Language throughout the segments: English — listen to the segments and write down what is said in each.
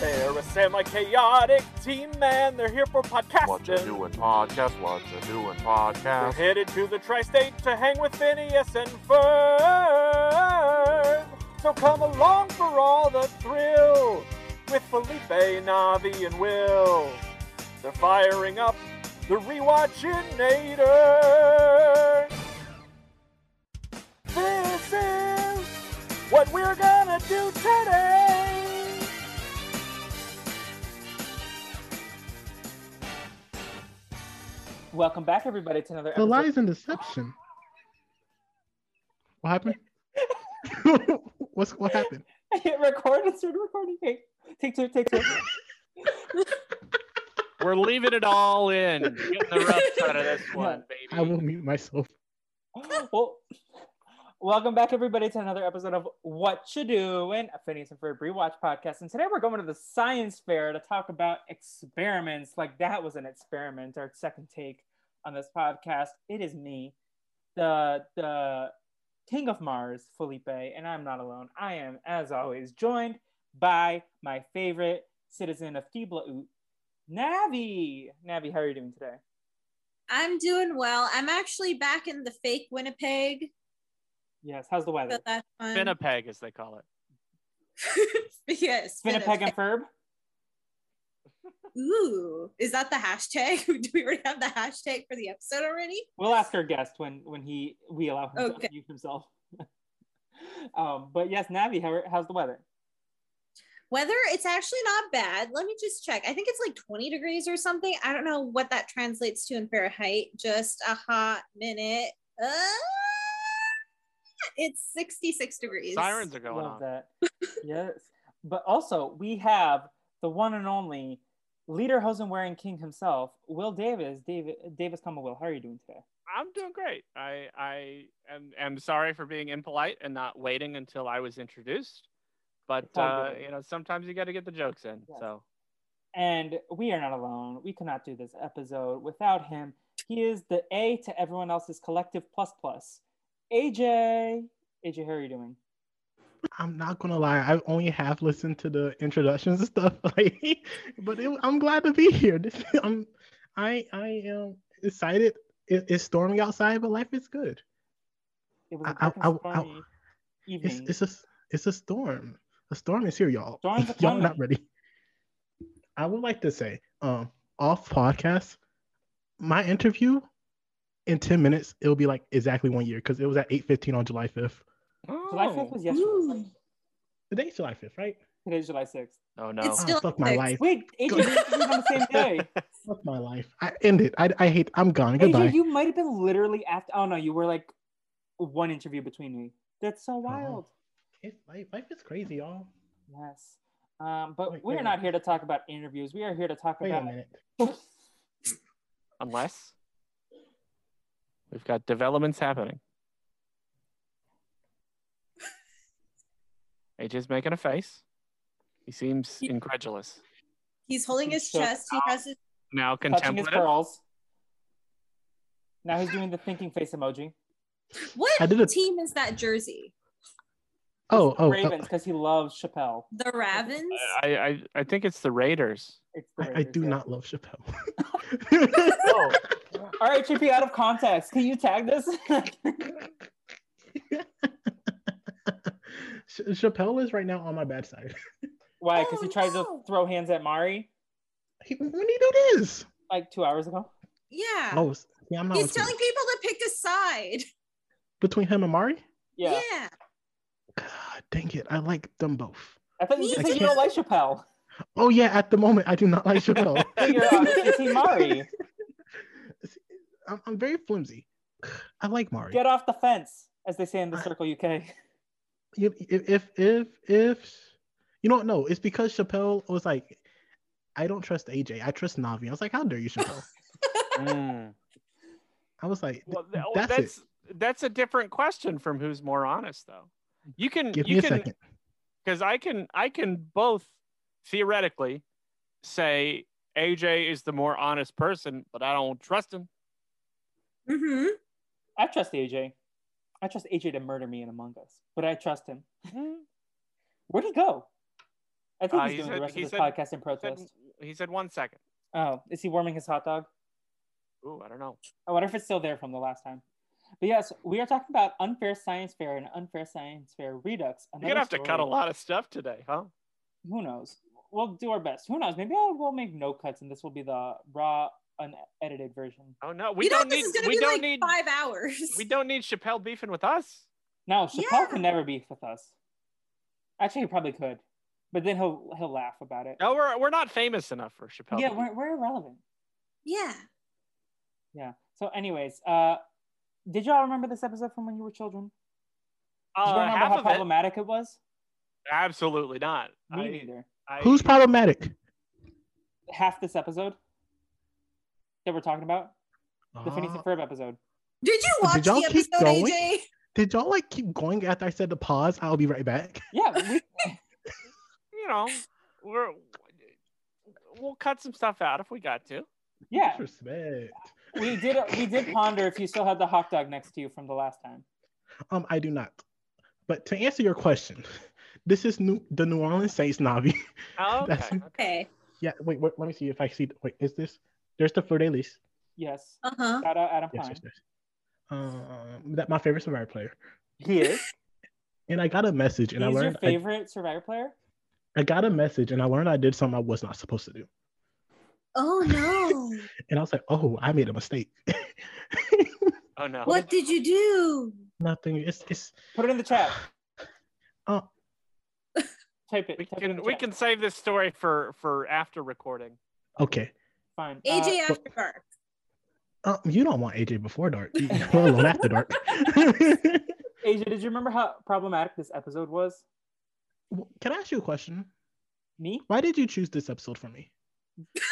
They're a semi-chaotic team, man. They're here for podcasting. What you doing podcast? What you doing podcast? They're headed to the tri-state to hang with Phineas and Ferb. So come along for all the thrill with Felipe, Navi, and Will. They're firing up the rewatchinator. This is what we're gonna do today. Welcome back, everybody, to another The episode. lies and deception. What happened? What's what happened? I hit record and started recording. Okay. Take two, take two. We're leaving it all in. Getting the rough out of this one, I baby. will mute myself. well, welcome back, everybody, to another episode of What You Doing, a Phineas and Ferb rewatch podcast. And today we're going to the science fair to talk about experiments. Like that was an experiment, our second take on this podcast. It is me, the the king of Mars, Felipe, and I'm not alone. I am, as always, joined by my favorite citizen of Tiblaut, Navi. Navi, how are you doing today? I'm doing well. I'm actually back in the fake Winnipeg, Yes, how's the weather? so that's fun. Winnipeg, as they call it. yes, Winnipeg and Ferb? Ooh, is that the hashtag? Do we already have the hashtag for the episode already? We'll ask our guest when when he we allow him Okay. to mute himself. um, but yes, Navi, how, are- how's the weather? Weather, it's actually not bad. Let me just check. I think it's like 20 degrees or something. I don't know what that translates to in Fahrenheit. Just a hot minute. Uh, it's 66 degrees. Sirens are going Love on. that. yes, but also we have the one and only leader hosen wearing king himself, Will Davis. David Davis, comma Will, how are you doing today? I'm doing great. I I am am sorry for being impolite and not waiting until I was introduced. But It's all uh, good. you know, sometimes you got to get the jokes in. Yes. So And we are not alone. We could not do this episode without him. He is the A to everyone else's collective plus plus. AJ, AJ, how are you doing? I'm not gonna lie. I only half listened to the introductions and stuff, like, but it, I'm glad to be here. This, I'm, I, I am excited. It, it's stormy outside, but life is good. It was a I- dark and I- I- I- stormy It's, evening. it's a, it's a storm. A storm is here, y'all. Storms are y'all not coming. ready. I would like to say, um, off podcast, my interview in ten minutes, it'll be like exactly one year because it was at eight fifteen on July fifth. July oh, 5th was yesterday. Ooh. Today's July fifth, right? Today's July 6th. oh no. It's- Still oh, fuck my six. life. Wait, AJ, we interviewed on the same day. Fuck my life. I end it. I, I hate. I'm gone. Goodbye. AJ, you might have been literally after. Oh no, you were like one interview between me. That's Uh-huh. so wild. It's life. Life is crazy, y'all. Yes. Um, but Wait, we wait are a not here to talk about interviews. We are here to talk Wait a about. minute. Unless we've got developments happening. AJ's making a face. He seems He- incredulous. He's holding his Shut chest. He has his Now touching his contemplative. curls. Now he's doing the thinking face emoji. What I did a- team is that jersey? Oh, It's the oh, Ravens, oh. because he loves Chappelle. The Ravens? I, I I think it's the Raiders. It's the I, I Ravens, do yeah. not love Chappelle. Oh. All right, Chippy, out of context. Can you tag this? Ch- Chappelle is right now on my bad side. Why? Because Oh, he tries no. to throw hands at Mari He, when did he do this? like two hours ago. yeah. Oh, s- yeah, I'm not He's listening. telling people to pick a side. between him and Mari. Yeah. Yeah. God dang it. I like them both. I thought you just I said you can't- don't like Chappelle. Oh yeah, at the moment I do not like Chappelle. But you're on uh, Team Mari. I'm, I'm very flimsy. I like Mari. Get off the fence, as they say in the Circle UK. You- if if if if you don't know, it's because Chappelle was like, I don't trust AJ. I trust Navi. I was like, how dare you, Chappelle? I was like, Well, th- oh, Mm. that's, that's it. that's a different question from who's more honest, though. You can Give you me a can second. because I can I can both theoretically say AJ is the more honest person, but I don't trust him. Mm-hmm. I trust AJ. I trust AJ to murder me in Among Us, but I trust him. Where'd he go? I think Uh, he's he doing said- the rest he of this said- podcast in He said, protest. he said one second. Oh, is he warming his hot dog? Ooh, I don't know. I wonder if it's still there from the last time. But yes, we are talking about Unfair Science Fair and Unfair Science Fair Redux. You're gonna have to cut a story. lot of stuff today, huh? Who knows? We'll do our best. Who knows? Maybe I will make no cuts and this will be the raw, unedited version. Oh no, we We you know don't this need is going to we be don't like need five hours. we don't need Chappelle beefing with us. No, Chappelle Yeah. can never be with us. Actually, he probably could, but then he'll he'll laugh about it. No, we're we're not famous enough for Chappelle. yeah, to we're, we're irrelevant. yeah. Yeah. So, anyways, uh, did y'all remember this episode from when you were children? beef. Do you uh, remember half how of it, problematic it, was? absolutely not. Me I- neither. I- Who's problematic? Half this episode that we're talking about, the Phineas Uh, and Ferb episode. Did you watch Did y'all the keep episode, going? AJ? did y'all like keep going after I said the pause? I'll be right back. Yeah, we, you know, we're we'll cut some stuff out if we got to. yeah, Disrespect. we did. We did ponder if you still had the hot dog next to you from the last time. Um, I do not. But to answer your question, this is new the New Orleans Saints Navi. Oh, okay. That's- Okay. yeah, wait, wait, let me see if I see. Wait, is this? There's the Fleur de Lis. Yes. Uh huh. Shout out Adam Yes, Pine. yes, yes. Um, that my favorite Survivor player. He is. And I got a message, and I He's your learned I, favorite Survivor player. I got a message, and I learned I did something I was not supposed to do. Oh no. And I was like, oh, I made a mistake. Oh no. what did you do? Nothing. It's it's. Put it in the chat. Oh, Type it. We type it in can the we chat. can save this story for for after recording. okay. Fine. Uh, AJ after dark. Um, you don't want AJ before dark. You can go alone after dark. Asia, did you remember how problematic this episode was? Well, Can I ask you a question? Me? Why did you choose this episode for me?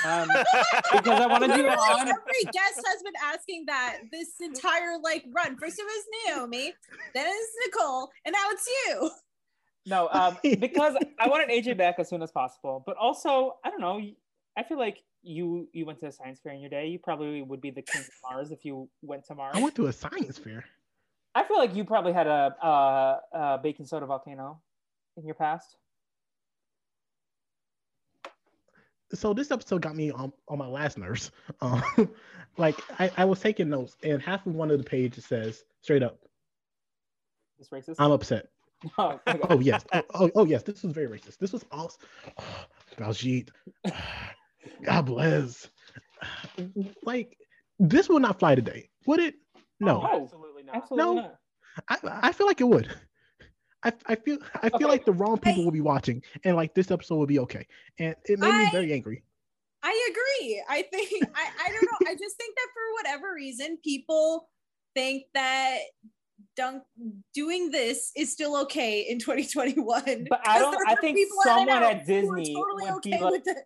Um, because I want to do it on. Every guest has been asking that this entire like run. First it was Naomi, then it's Nicole, and now it's you. No, um, because I wanted AJ back as soon as possible. But also, I don't know. I feel like you you went to a science fair in your day. You probably would be the king of Mars if you went to Mars. I went to a science fair. I feel like you probably had a, a, a baking soda volcano in your past. So this episode got me on, on my last nerves. Um, like I, I was taking notes, and half of one of the pages says straight up, This racist. Um, "I'm upset." Oh, okay. Oh yes, oh, oh, oh, yes, this was very racist. This was all Baljeet. God bless. Like this would not fly today, would it? No. Oh, absolutely not. Absolutely No. not. I, I feel like it would. I, I feel I feel Okay. like the wrong people I- will be watching, and like this episode will be okay, and it made me I- very angry. I agree. I think I, I don't know. I just think that for whatever reason, people think that dunk doing this is still okay in 2021. But I Because don't. there I were think people out someone now at who were Disney totally would be okay like, with this.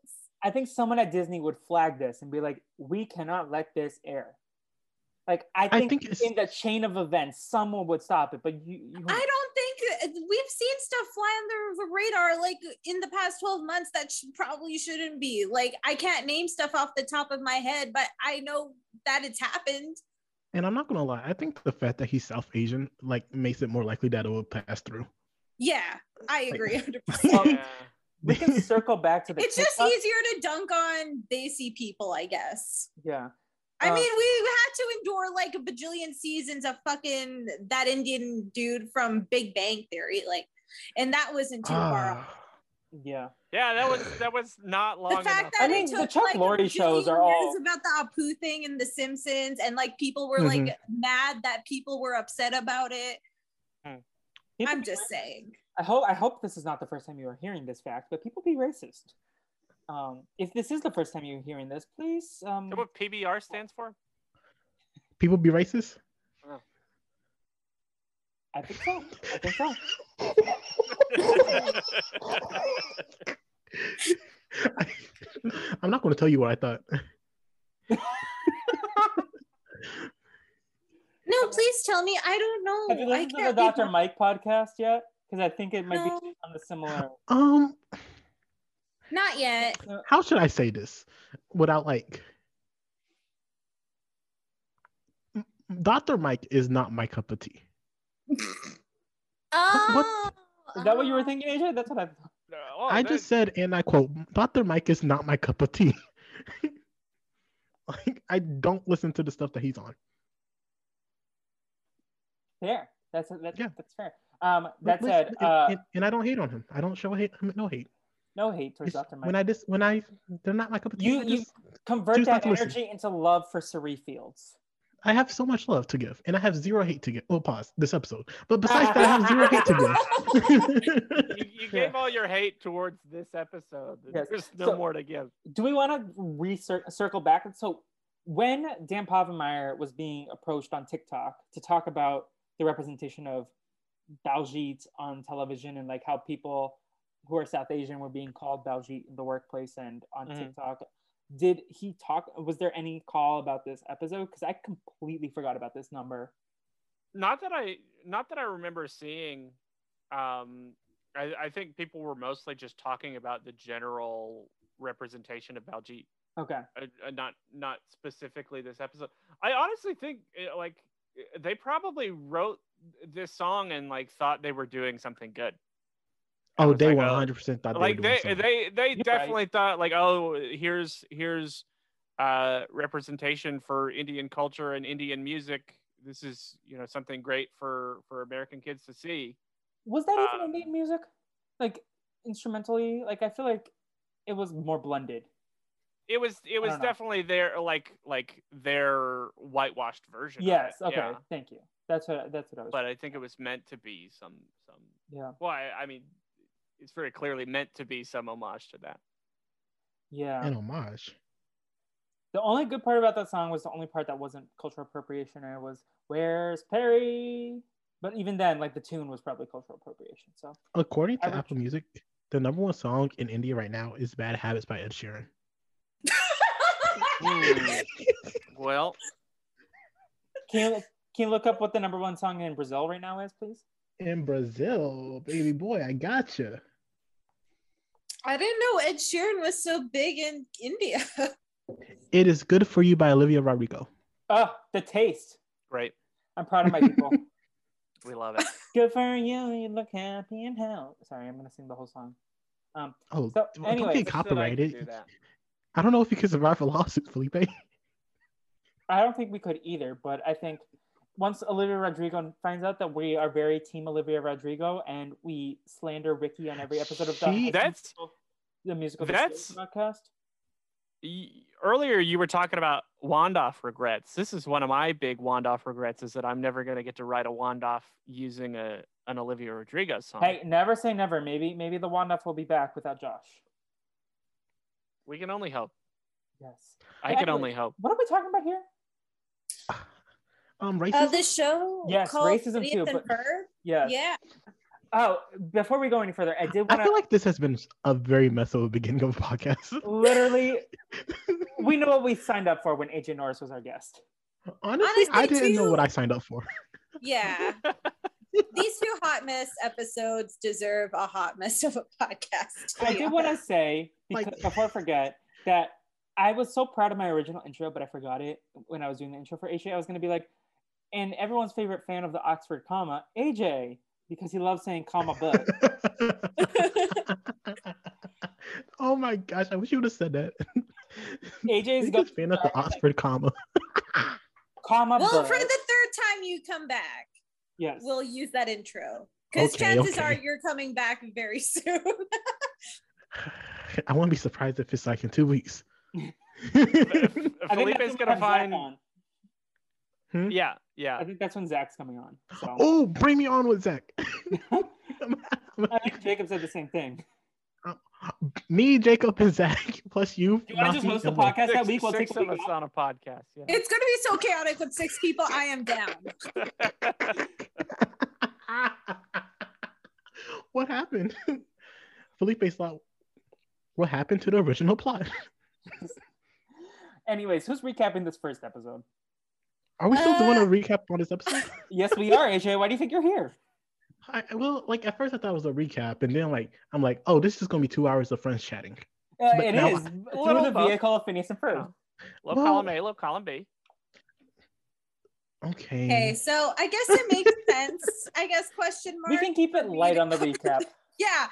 I think someone at Disney would flag this and be like, "We cannot let this air." Like I I think, think it's- in the chain of events, someone would stop it, but you, you I don't think uh, we've seen stuff fly under the radar like in the past 12 months that sh- probably shouldn't be. Like I can't name stuff off the top of my head, but I know that it's happened. And I'm not gonna lie, I think the fact that he's South Asian like makes it more likely that it will pass through. Yeah, I Like- agree. 100%. Oh, Yeah. we can circle back to the. It's just TikTok. easier to dunk on Desi people, I guess. Yeah, I Uh, mean, we had to endure like a bajillion seasons of fucking that Indian dude from Big Bang Theory, like, and that wasn't too far off. Ah, yeah. Yeah, that was that was not long The fact enough. that I mean, it the took Chuck like Lorre shows 15 are all- years about the Apu thing and The Mm-hmm. Simpsons, and like people were like mad that people were upset about it. Mm. People I'm be just racist. saying. I hope I hope this is not the first time you are hearing this fact, but people be racist. Um, if this is the first time you're hearing this, please. Um, Is that what PBR stands for? People be racist. I think so. I think so. I'm not going to tell you what I thought. No, please tell me. I don't know. Have you I listened to the can't be Dr. bothered. Mike podcast yet? Because I think it might No. be on the similar. Um, Not yet. how should I say this without like? Doctor Mike is not my cup of tea. Oh, Is that what you were oh. thinking, AJ? That's what I. thought. Oh, I that- just said, and I quote, Dr. Mike is not my cup of tea. like, I don't listen to the stuff that he's on. Fair. That's that's, Yeah. that's fair. Um, But that listen, said, and, uh, and, and I don't hate on him. I don't show hate. I mean, no hate. no hate towards It's- Dr. Mike. when I just when I they're not my cup of tea. You- I, you- just- Convert choose not that to listen. energy into love for Sari Fields. I have so much love to give, and I have zero hate to give. Well, pause this episode. But besides that, I have zero hate to give. you, you gave all your hate towards this episode. Yes. There's no So- more to give. do we want to recir- circle back? So when Dan Povenmire was being approached on TikTok to talk about the representation of Baljeet on television and like how people who are South Asian were being called Baljeet in the workplace and on Mhm. TikTok, did he talk? Was there any call about this episode? Because I completely forgot about this number. Not that I, not that I remember seeing. Um, I, I think people were mostly just talking about the general representation of Baljeet Okay. uh, uh, not not specifically this episode. I honestly think uh, like uh, they probably wrote this song and like thought they were doing something good. I oh, was they like, uh, one oh, hundred percent thought like they they, were doing something. they they right. definitely thought like oh here's here's uh representation for Indian culture and Indian music. This is you know something great for for American kids to see. Was that even Uh, Indian music? Like instrumentally? Like I feel like it was more blended. It was it was don't know. definitely their like like their whitewashed version. of it, Yes. Okay. yeah. Thank you. That's what. That's what I was. But I think it was meant to be some some yeah. Well, I, I mean, it's very clearly meant to be some homage to that. Yeah. an homage. The only good part about that song was the only part that wasn't cultural appropriation, and it was "Where's Perry." But even then, like the tune was probably cultural appropriation. So According to I would- Apple Music, the number one song in India right now is "Bad Habits" by Ed Sheeran. Well, can you can you look up what the number one song in Brazil right now is, please? In Brazil, baby boy, I gotcha. I didn't know Ed Sheeran was so big in India. It is good for you by Olivia Rodrigo. Oh, the taste. great. I'm proud of my people. We love it. good for you. You look happy and healthy. Sorry, I'm gonna sing the whole song. Oh, So, I don't anyway, get so copyrighted. do that. I don't know if you can survive a lawsuit, Felipe. I don't think we could either, but I think once Olivia Rodrigo finds out that we are very team Olivia Rodrigo and we slander Ricky on every episode of the She- That's- the musical that's- Discovery podcast. Y- Earlier, you were talking about Wandoff regrets. This is one of my big Wandoff regrets: is that I'm never going to get to write a Wandoff using a an Olivia Rodrigo song. Hey, never say never. Maybe maybe the Wandoff will be back without Josh. We can only hope. Yes. I can Exactly. only hope. What are we talking about here? Um, racist. Uh, the show Yes, called racism Phineas too, and but- Ferb? Yes. Yeah. Oh, before we go any further, I did I want feel to like this has been a very mess of a beginning of a podcast. literally. we know what we signed up for when AJ Norris was our guest. Honestly, I Honestly, didn't know too. what I signed up for. Yeah. These two hot mess episodes deserve a hot mess of a podcast. I did want to say because Like- before I forget that I was so proud of my original intro, but I forgot it when I was doing the intro for AJ. I was going to be like, and everyone's favorite fan of the Oxford comma, AJ, because he loves saying comma but. oh my gosh, I wish you would have said that. AJ's Biggest go- fan of the Oxford comma. comma Well, but. for the third time you come back, yes. we'll use that intro. Because Okay, chances okay. are you're coming back very soon. I wouldn't be surprised if it's like in two weeks. F- I Felipe's think that's going to when we have Zach find on. Hmm? Yeah, yeah. I think that's when Zach's coming on. So Oh, bring me on with Zach. I think Jacob said the same thing. me, Jacob, and Zach, plus you. Do you want to just Nafi, host the and Will. podcast that week? We'll six take a of week us off. on a podcast. Yeah. It's gonna be so chaotic with six people. I am down. what happened? Felipe Slot, what happened to the original plot? Anyways, who's recapping this first episode? Are we still doing a Uh, recap on this episode? Yes, we are, AJ. Why do you think you're here? I, I- well, like at first I thought it was a recap, and then like I'm like, oh, this is gonna be two hours of friends chatting. Uh, But it now- is. Little Through the both. vehicle of Phineas and Ferb. Love Well- column A, love column B. Okay. Okay, so I guess it makes sense. I guess question mark. We can keep it light on the recap. yeah,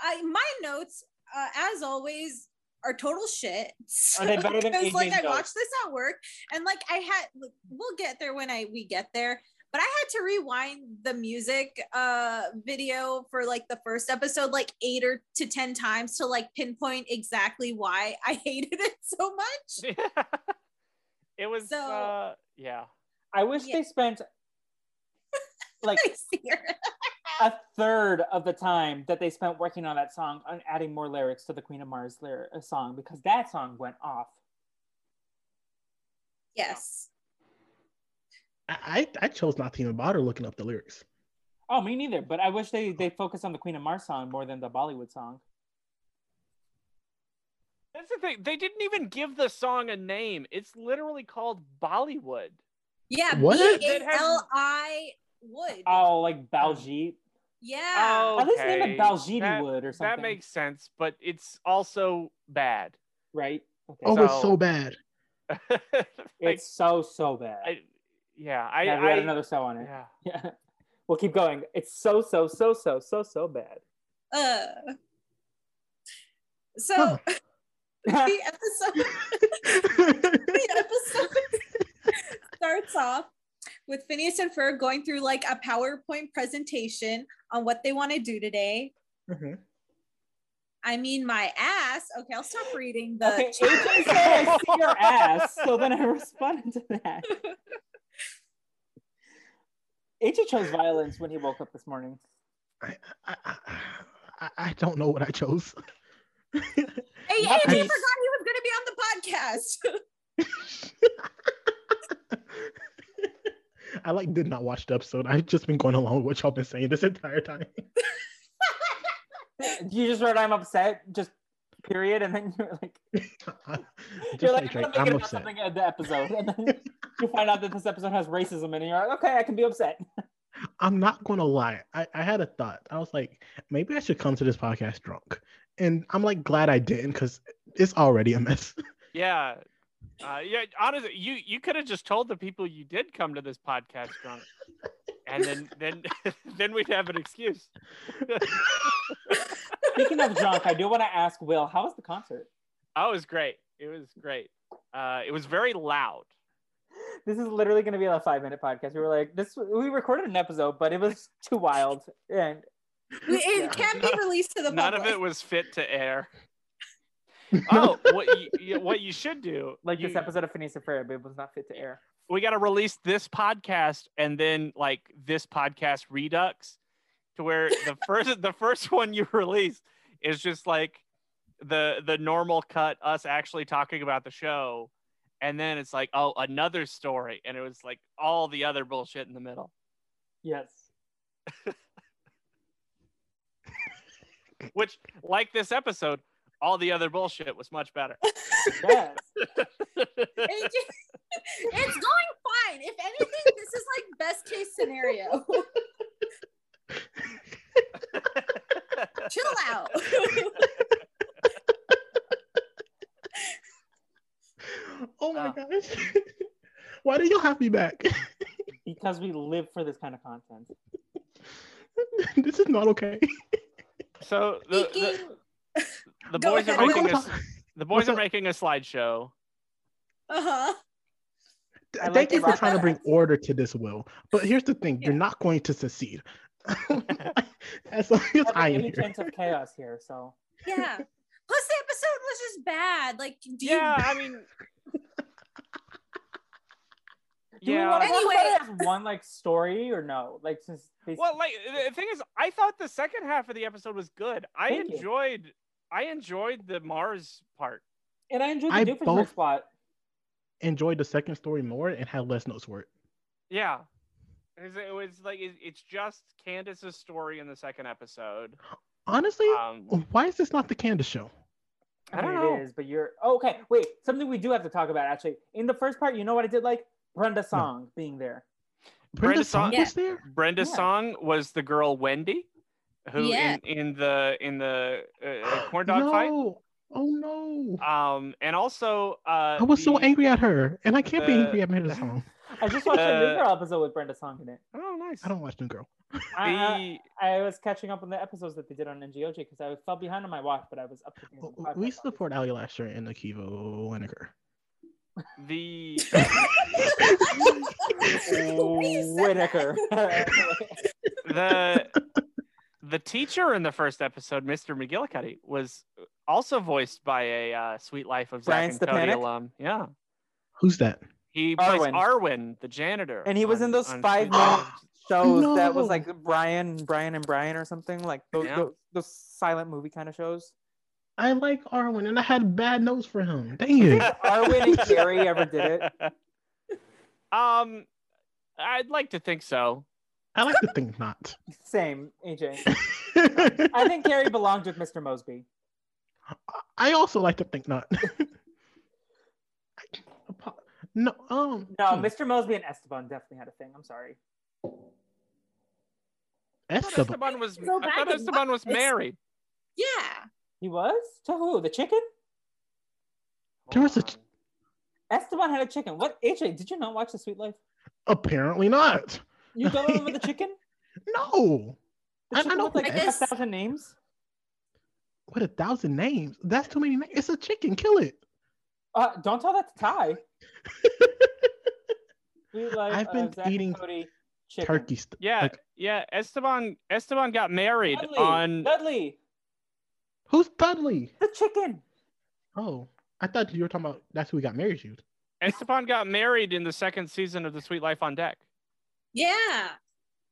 I my notes uh, as always are total shit. Are they better than Because like AJ's I notes? watched this at work, and like I had, like, we'll get there when I we get there. But I had to rewind the music uh, video for like the first episode like eight or to ten times to like pinpoint exactly why I hated it so much. it was So- uh yeah. I wish Yeah. they spent like I see her. a third of the time that they spent working on that song on adding more lyrics to the Queen of Mars lyric uh, song because that song went off. Yes. I, I I chose not to even bother looking up the lyrics. Oh, me neither. But I wish they they focused on the Queen of Mars song more than the Bollywood song. That's the thing. They didn't even give the song a name. It's literally called Bollywood. Yeah. What? B That A has- L I would. Oh, like Baljeet. yeah. At least name Okay, it Baljeety that- Wood or something. That makes sense, but it's also bad. right. Okay. Oh, it's So- so bad. Like, it's so so bad. I, yeah, I, yeah, we had I another so on it. yeah. Yeah. We'll keep going. It's so so so so so so bad. Oh. Uh, so Huh. the episode the episode starts off with Phineas and Ferb going through like a PowerPoint presentation on what they want to do today. Mhm. I mean, my ass. Okay, I'll stop reading the. Okay, AJ said I see your ass, so then I responded to that. AJ chose violence when he woke up this morning. I, I- I, I don't know what I chose. Hey, AJ Not forgot he nice. was going to be on the podcast. I like did not watch the episode. I've just been going along with what y'all been saying this entire time. You just wrote I'm upset, just period, and then you're like Just you're like like, Drake, I'm thinking about I'm upset. something at the episode. And then you find out that this episode has racism in it, and you're like, okay, I can be upset. I'm not gonna lie. I, I had a thought. I was like, maybe I should come to this podcast drunk. And I'm like glad I didn't because it's already a mess. Yeah. Uh, yeah, honestly, you you could have just told the people you did come to this podcast drunk, and then then then we'd have an excuse. Speaking of drunk, I do want to ask Will, how was the concert? Oh, it was great. It was great. Uh, it was very loud. This is literally going to be a five minute podcast. We were like, this. We recorded an episode, but it was too wild, and We- It can't be released to the None public. of it was fit to air. Oh, what you, you- what you should do, like you- this episode of Phineas and Ferb, it was not fit to air. we got to release this podcast and then like this podcast redux to where the first the first one you release is just like the the normal cut us actually talking about the show and then it's like oh another story and it was like all the other bullshit in the middle Yes. which like this episode all the other bullshit was much better Yes. AJ, it's going fine. If anything, this is like best case scenario. Chill out. oh my Oh. gosh. Why do y'all have me back? because we live for this kind of content. this is not okay. so the, the, Speaking- the Go boys are ahead. Are we making a, gonna s- the boys What's are up? making a slideshow uh-huh. I like Thank you the for rock trying to bring reference. order to this, Will. But here's the thing: you're not going to succeed. as long as I am Any here. chance of chaos here, so Yeah. Plus, the episode was just bad. Like, do you yeah i mean Do we yeah. want to talk about it Anyway. as one like story or no? Like since they, Well, like the- the thing is, I thought the second half of the episode was good. I Thank you. enjoyed, I enjoyed the Mars part. and I enjoyed the I Doofenshmirtz both- plot. Enjoyed the second story more and had less notes for it. Yeah, it was, it was like it- it's just Candace's story in the second episode. Honestly, Um, why is this not the Candace show? I don't mean, know. It is, but you're oh, okay. Wait, something we do have to talk about actually. In the first part, you know what I did like? Brenda Song being there. Brenda Brenda Song Song- was there. Brenda Yeah. Song was the girl Wendy, who Yeah. in, in the in the uh, uh, corn dog no. fight. Oh no. Um, and also, uh, I was so the- angry at her, and I can't be the- angry at Brenda Song. I just watched a Uh, New Girl episode with Brenda Song in it. Oh, nice. I don't watch New Girl. I, The- I, I was catching up on the episodes that they did on NGOJ because I fell behind on my watch, but I was up to date on Well, the podcast we watch. support Ali Lasher and Akiva Winokur. the Whitaker. the the teacher in the first episode, Mr. McGillicuddy, was also voiced by a uh, Sweet Life of Zack Brian and Cody Stepanek? alum. Yeah, Who's that? he plays Arwen. Arwen, the janitor, And he was in those on five Sweet Life minute of- shows that was No. like Brian, Brian, and Brian or something like those Yeah. those, those silent movie kind of shows. I like Arwen, and I had bad notes for him. Dang it. Arwen and Gary ever did it? Um, I'd like to think so. I like to think not. Same, AJ. I I think Carrie belonged with Mr. Mosby. also like to think not. no, um, No, hmm, Mr. Mosby and Esteban definitely had a thing. I'm sorry. I thought Esteban. Esteban was, Go I back thought and Esteban was watch this. married. yeah. He was to who? The chicken? There was a Hold on. Esteban had a chicken. What? AJ, did you not watch The Sweet Life? Apparently not. You don't remember the chicken? No. The I- I chicken know with like I guess- a thousand names. What a thousand names. That's too many names. It's a chicken. Kill it. Uh, don't tell that to Ty. Sweet Life I've been of Zack and eating Cody chicken. Turkey. St- Yeah, Like- yeah. Esteban Esteban got married Dudley, on Dudley, Who's Dudley? the chicken. Oh, I thought you were talking about that's who we got married to. Esteban got married in the second season of The Sweet Life on Deck. Yeah.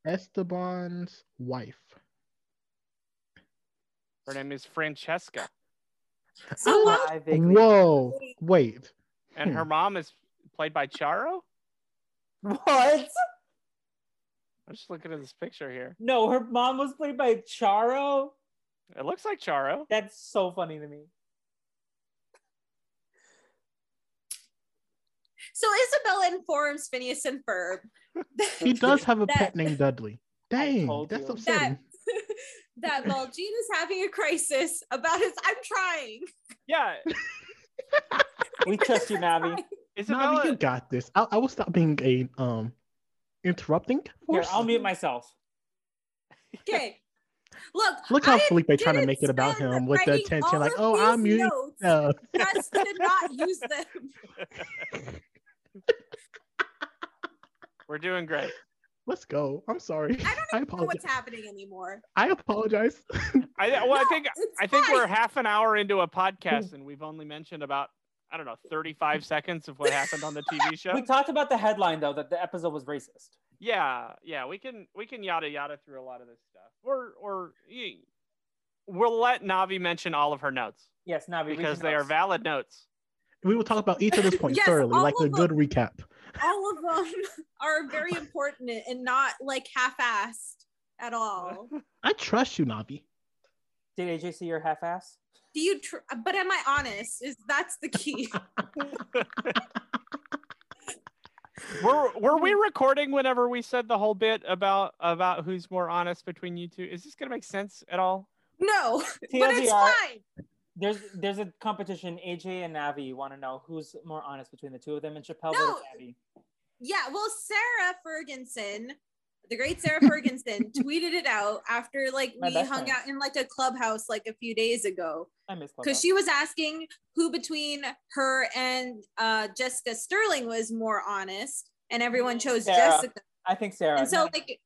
Esteban's wife. Her name is Francesca, Uh, So why I vaguely- Whoa. Wait. and her Hmm. mom is played by Charo. What? I'm just looking at this picture here. No, her mom was played by Charo. It looks like Charo. That's so funny to me. So Isabella informs Phineas and Ferb She does have a That- pet named Dudley. Dang, told that's you. that upsetting. that Mulgene is having a crisis about his. I'm trying. Yeah, We trust you, Navi. Navi, Isabella. you got this. I, I will stop being a um interrupting Here, force. I'll mute myself. Okay. Look. Look how I Felipe trying to didn't make it about spend him with the writing attention, all like, of oh, these I'm muting. notes Uh, Just to not use them. We're doing great. let's go. I'm sorry. I I don't know apologize. what's happening anymore. I apologize. I well, I No, think it's I think fine. we're half an hour into a Hmm. podcast and we've only mentioned about I don't know 35 seconds of what happened on the TV show. We talked about the headline though that the episode was racist. Yeah, yeah, we can we can yada yada through a lot of this stuff, or or y- we'll let Navi mention all of her notes Yes, Navi. we because can they are host. valid notes. We will talk about each of those points Yes, thoroughly, all like a of good recap. All of them are very important and not like half-assed at Oh. all. I trust you, Navi. Did AJ see your half ass? Do you? Tr- but am I honest? Is that's the key? Were were Hmm. we recording whenever we said the whole bit about about who's more honest between you two? Is this gonna make sense at all? No, but it's fine. There's there's a competition. AJ and Navi want to know who's more honest between the two of them, and Chappelle No. voted Navi. Yeah, well, Sarah Ferguson, the great Sarah Ferguson, tweeted it out after like My we best hung friend. out in like a clubhouse like a few days ago I miss because she was asking who between her and uh, Jessica Sterling was more honest, and everyone chose Sarah. Jessica. I think Sarah. And so no, like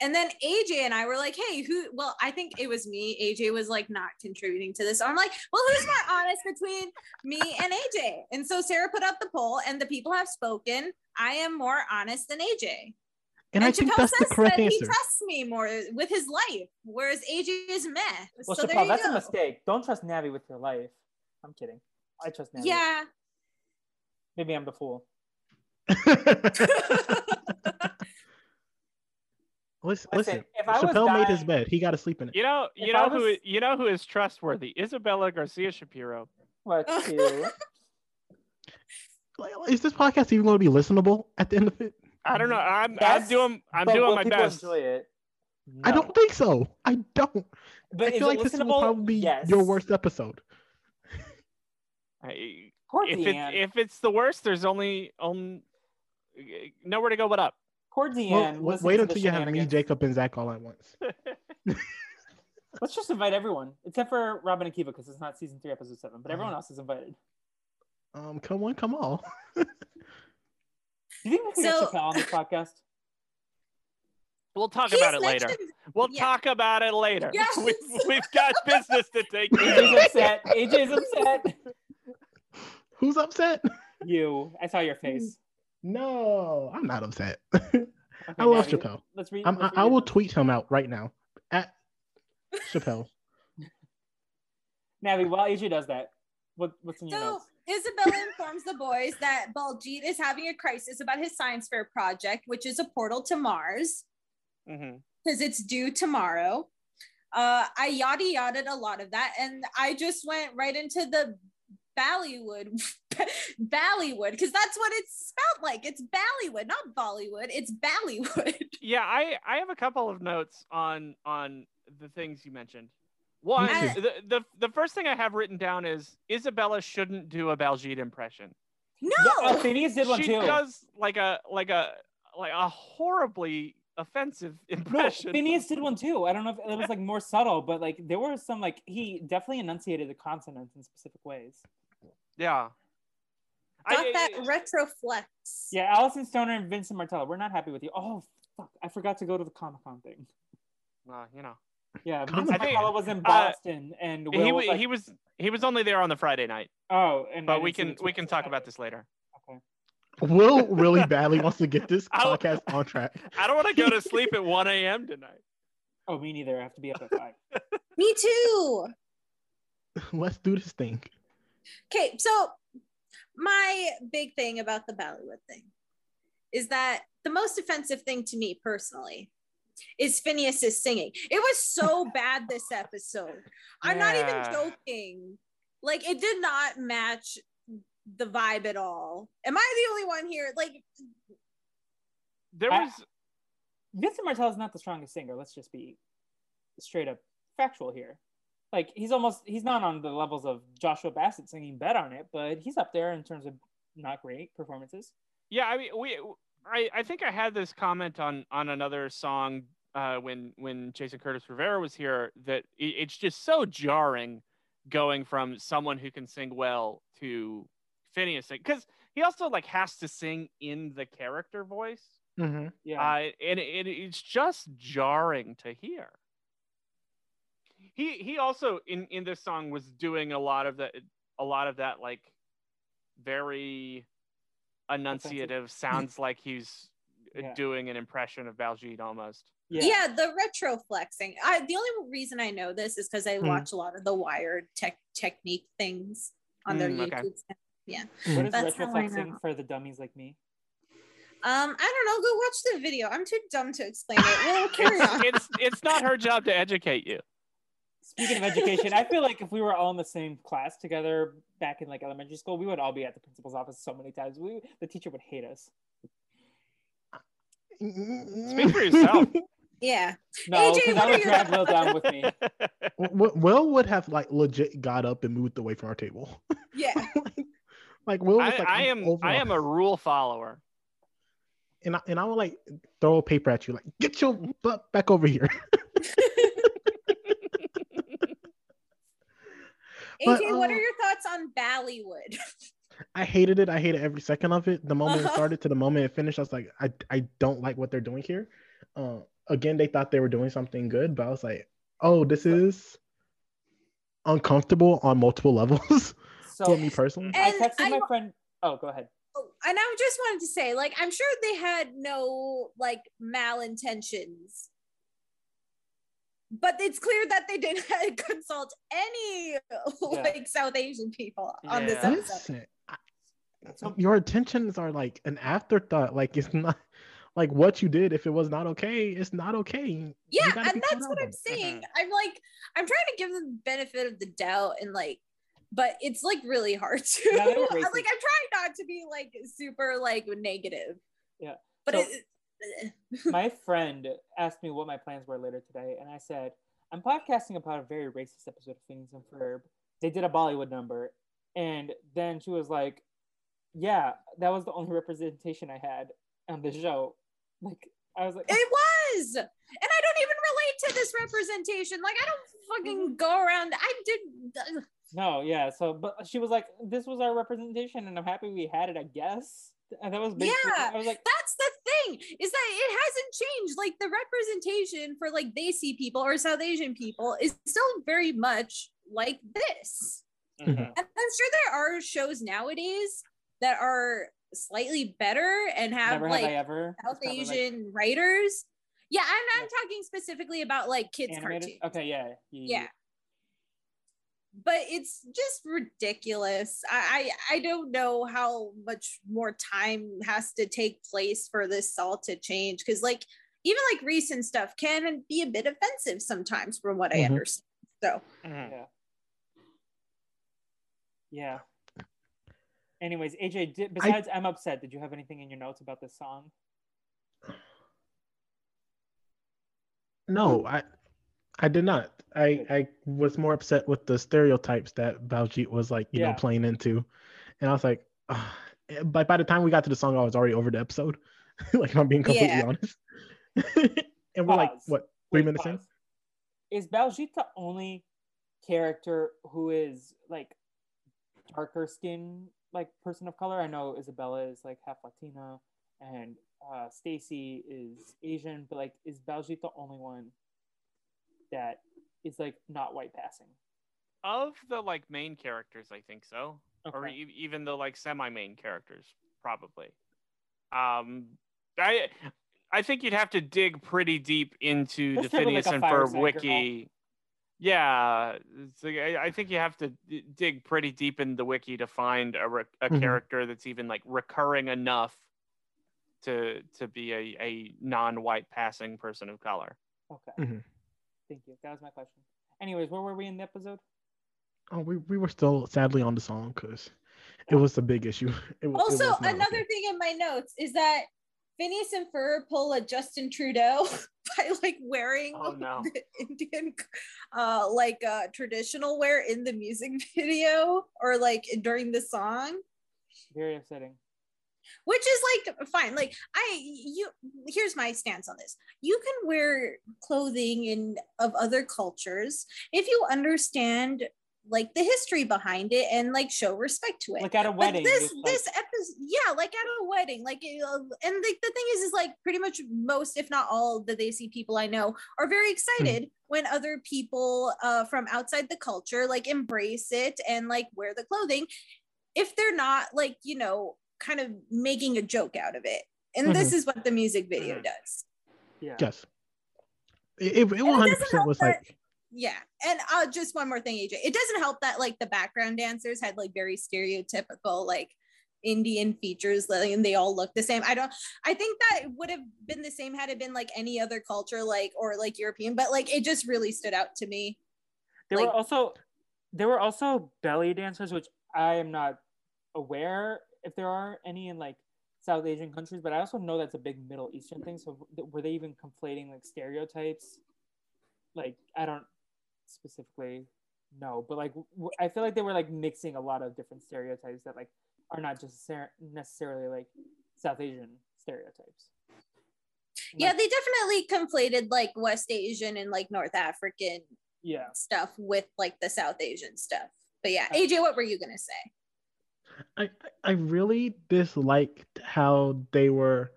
and then AJ and I were like, hey, who? Well, I think it was me. AJ was like not contributing to this. So I'm like, well, who's more honest between me and AJ? And so Sarah put out the poll, and the people have spoken. I am more honest than AJ. And, I think Chappelle that's the says correct that He answer. trusts me more with his life, whereas AJ is meh. Well, so there Chappelle, you that's go. a mistake. Don't trust Navi with your life. I'm kidding. I trust Navi. Yeah. Maybe I'm the fool. listen, Listen, listen if I was Chappelle made his dying- bed. He got to sleep in it. You know, you If I know who was- you know who is trustworthy? Isabella Garcia Shapiro. What you? Like, Is this podcast even going to be listenable at the end of it? I don't know. I'm I'm Yes, doing I'm But doing will my people best. Enjoy it? I No. don't think so. I don't. But I is feel it like this will listenable? probably be yes. your worst episode. I- Poor If Deanne. it's if it's the worst, there's only um nowhere to go but up. Poor Well, Deanne. wa- listen wait to the until you have E me, shenanigans. Jacob, and Zach all at once. Let's just invite everyone, except for Robin and Kiva, because it's not season three, episode seven. But everyone else is invited. Um, come on, come all. Do you think we can So- get Chappelle on this podcast? We'll talk He's about it later. mentioned- We'll yeah. talk about it later. Yes. We've, we've got business to take care of. AJ's upset. AJ's upset. Who's upset? You. I saw your face. No, I'm not upset. Okay, I love now you- Chappelle. Let's read. I'm, I, let's read I your- will tweet him out right now at Chappelle. Navi, while AJ does that, what, what's in your So notes? Isabella informs the boys that Baljeet is having a crisis about his science fair project, which is a portal to Mars Mhm. because it's due tomorrow. Uh, I yada yada a lot of that, and I just went right into the Bollywood, Bollywood, because that's what it's spelled like. It's Bollywood, not Bollywood. It's Bollywood. Yeah, I I have a couple of notes on on the things you mentioned. One, Me the, the the first thing I have written down is Isabella shouldn't do a Baljeet impression. No, Yeah, oh, Phineas did one she too. does like a like a like a horribly offensive No, impression. Phineas did one too. I don't know if it was like more subtle, but like there were some like he definitely enunciated the consonants in specific ways. yeah. I- got that I- retroflex. Yeah, Allison Stoner and Vincent Martella, we're not happy with you. Oh fuck, I forgot to go to the Comic Con thing. uh, you know, Yeah, Vincent Comic Con? I think- Martella was in Boston, and Will Uh, he was, wa- like, he was he was only there on the Friday night, oh, and I but we didn't see can the we tweets. can talk about this later. Will really badly wants to get this I don't- podcast on track. I don't want to go to sleep at 1 a.m. tonight. Oh, me neither. I have to be up at five. Me too. Let's do this thing. Okay, so my big thing about the Bollywood thing is that the most offensive thing to me personally is Phineas's singing. It was so bad this episode. I'm not Yeah. even joking. Like it did not match the vibe at all. Am I the only one here? Like There I- was Vincent Martell is not the strongest singer. Let's just be straight up factual here. Like he's almost he's not on the levels of Joshua Bassett singing "Bet on It," but he's up there in terms of not great performances. Yeah, I mean, we, I, I think I had this comment on on another song uh, when when Jason Curtis Rivera was here that i it's just so jarring going from someone who can sing well to Phineas because he also like has to sing in the character voice, Mm-hmm. Yeah, uh, and it, it's just jarring to hear. He he also in in this song was doing a lot of that a lot of that like very enunciative sounds like he's uh, Yeah. doing an impression of Baljeet almost. yeah. yeah, the retro flexing. I the only reason I know this is because I Hmm. watch a lot of the wired tech technique things on their Mm, YouTube okay. channel. What is That's how I retroflexing know. for the dummies like me? Um, I don't know. Go watch the video. I'm too dumb to explain it. Well, carry on. It's it's not her job to educate you. Speaking of education, I feel like if we were all in the same class together back in like elementary school, we would all be at the principal's office so many times. We the teacher would hate us. Speak for yourself. Yeah. No, AJ, because what I are would your- drag Will down with me. W- Will would have like legit got up and moved away from our table. Yeah. like Will was I, like, I "I'm am over I all am a this." rule follower. and I, and I would like throw a paper at you, like get your butt back over here. But, AJ, what uh, are your thoughts on Ballywood? I hated it. I hated every second of it. The moment it Uh-huh. started to the moment it finished, I was like, I, I don't like what they're doing here. Uh, again, they thought they were doing something good, but I was like, oh, this is uncomfortable on multiple levels So for me personally. I And texted I my wa- friend. Oh, go ahead. Oh, and I just wanted to say, like, I'm sure they had no like malintentions, but it's clear that they didn't consult any like South Asian people on this Yeah. episode. Listen, I- your intentions are like an afterthought. Like it's not like what you did. If it was not okay, it's not okay. Yeah, You gotta be caught and that's out what on I'm it. saying. I'm like, I'm trying to give them the benefit of the doubt and like, but it's like really hard to Yeah, they were like. I'm racist. trying not to be like super like negative. Yeah. but So- it, my friend asked me what my plans were later today, and I said, I'm podcasting about a very racist episode of Phineas and Ferb. They did a Bollywood number. And then she was like, Yeah, that was the only representation I had on the show. Like, I was like, It was. And I don't even relate to this representation. Like, I don't Mm-hmm. fucking go around. I did. No, yeah. So, but she was like, This was our representation, and I'm happy we had it, I guess. And that was basically, Yeah. I was like, That's the thing is that it hasn't changed. Like, the representation for like they see people or South Asian people is still very much like this. Mhm. And I'm sure there are shows nowadays that are slightly better and have Never like have I ever. It's South probably, like, Asian writers. Yeah, I'm, I'm talking specifically about like kids' animated. cartoons. Okay, yeah. yeah but it's just ridiculous I, I i don't know how much more time has to take place for this all to change because like even like recent stuff can be a bit offensive sometimes from what i Mm-hmm. Mhm. understand so Mhm. Yeah. Yeah. Anyways, AJ, did, besides I, am upset, did you have anything in your notes about this song? No, I I did not. I I was more upset with the stereotypes that Baljeet was like, you Yeah. know, playing into. And I was like, "Ugh." but by the time we got to the song, I was already over the episode. like if I'm being completely Yeah. honest. and we're like, Pause. what, three Wait, minutes in? pause. Is Baljeet the only character who is like darker skin, like person of color? I know Isabella is like half Latina and uh, Stacy is Asian, but like, is Baljeet the only one that is like not white passing? Of the like main characters, I think so, or Okay. e- even the like semi-main characters, probably. Um, I I think you'd have to dig pretty deep into Let's the have, like, Phineas a and Ferb fireside wiki. Yeah, it's like- I, I think you have to d- dig pretty deep in the wiki to find a, re- a Mm-hmm. Mhm. character that's even like recurring enough to to be a, a non-white passing person of color. Okay. Mhm. Thank you. That was my question. Anyways, where were we in the episode? Oh, we, we were still sadly on the song because it was a big issue. It, wa- it was also not okay. another thing in my notes is that phineas and ferb pull a justin trudeau by like wearing Oh, no. the indian uh like uh traditional wear in the music video or like during the song Very upsetting. which is like fine like i you here's my stance on this you can wear clothing in of other cultures if you understand like the history behind it and like show respect to it Like at a wedding. but this just, like- this episode yeah like at a wedding like it, uh, and like the thing is is like pretty much most if not all the they see people i know are Hmm. very excited when other people uh, from outside the culture like embrace it and like wear the clothing if they're not like you know kind of making a joke out of it and Mm-hmm. this is what the music video Mhm. does yeah. Yes. It, it, it doesn't 100% was help that- like, yeah and uh, just one more thing aj it doesn't help that like the background dancers had like very stereotypical like indian features like, and they all look the same i don't i think that it would have been the same had it been like any other culture like or like european but like it just really stood out to me There were like- also there were also belly dancers, which I am not aware if there are any in like South Asian countries, but I also know that's a big Middle Eastern thing. So th- were they even conflating like stereotypes? Like I don't specifically know, but like w- I feel like they were like mixing a lot of different stereotypes that like are not just ser- necessarily like South Asian stereotypes. And, yeah like, they definitely conflated like west asian and like north african yeah. stuff with like the south asian stuff but yeah aj what were you gonna say I, I- I really disliked how they were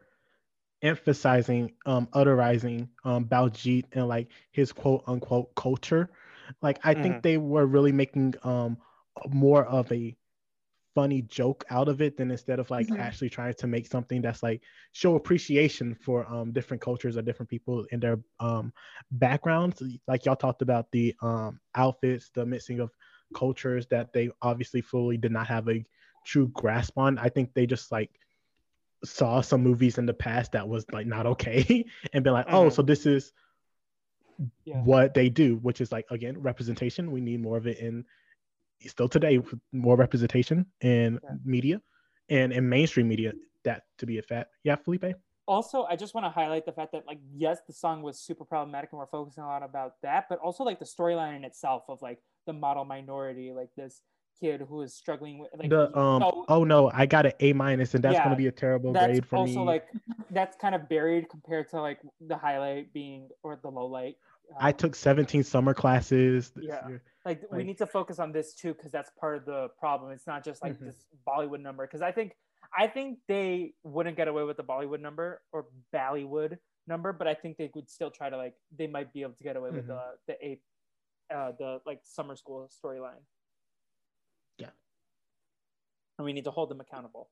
emphasizing um utterizing um Baljeet and like his quote unquote culture. Like I think they were really making um more of a funny joke out of it than instead of like Mhm. actually trying to make something that's like show appreciation for um different cultures or different people in their um backgrounds. Like y'all talked about the um outfits, the mixing of cultures that they obviously fully did not have a true grasp on. I think they just like saw some movies in the past that was like not okay and been like, oh, Mhm. so this is Mm-hmm. Yeah. what they do, which is like again representation. We need more of it in still today, with more representation in Yeah. media and in mainstream media. That to be a fact. Yeah, Felipe. also i just want to highlight the fact that like yes the song was super problematic and we're focusing a lot about that but also like the storyline in itself of like the model minority like this kid who is struggling with like the um so oh no, I got an A minus, and that's Yeah, gonna be a terrible that's grade for also me. like that's kind of buried compared to like the highlight being or the low light uh, I took 17 summer classes this Yeah. year. like we Like- need to focus on this too because that's part of the problem it's not just like Mhm. this bollywood number because i think i think they wouldn't get away with the bollywood number or ballywood number but i think they would still try to like they might be able to get away with Mhm. the the ape uh the like summer school storyline Yeah. and we need to hold them accountable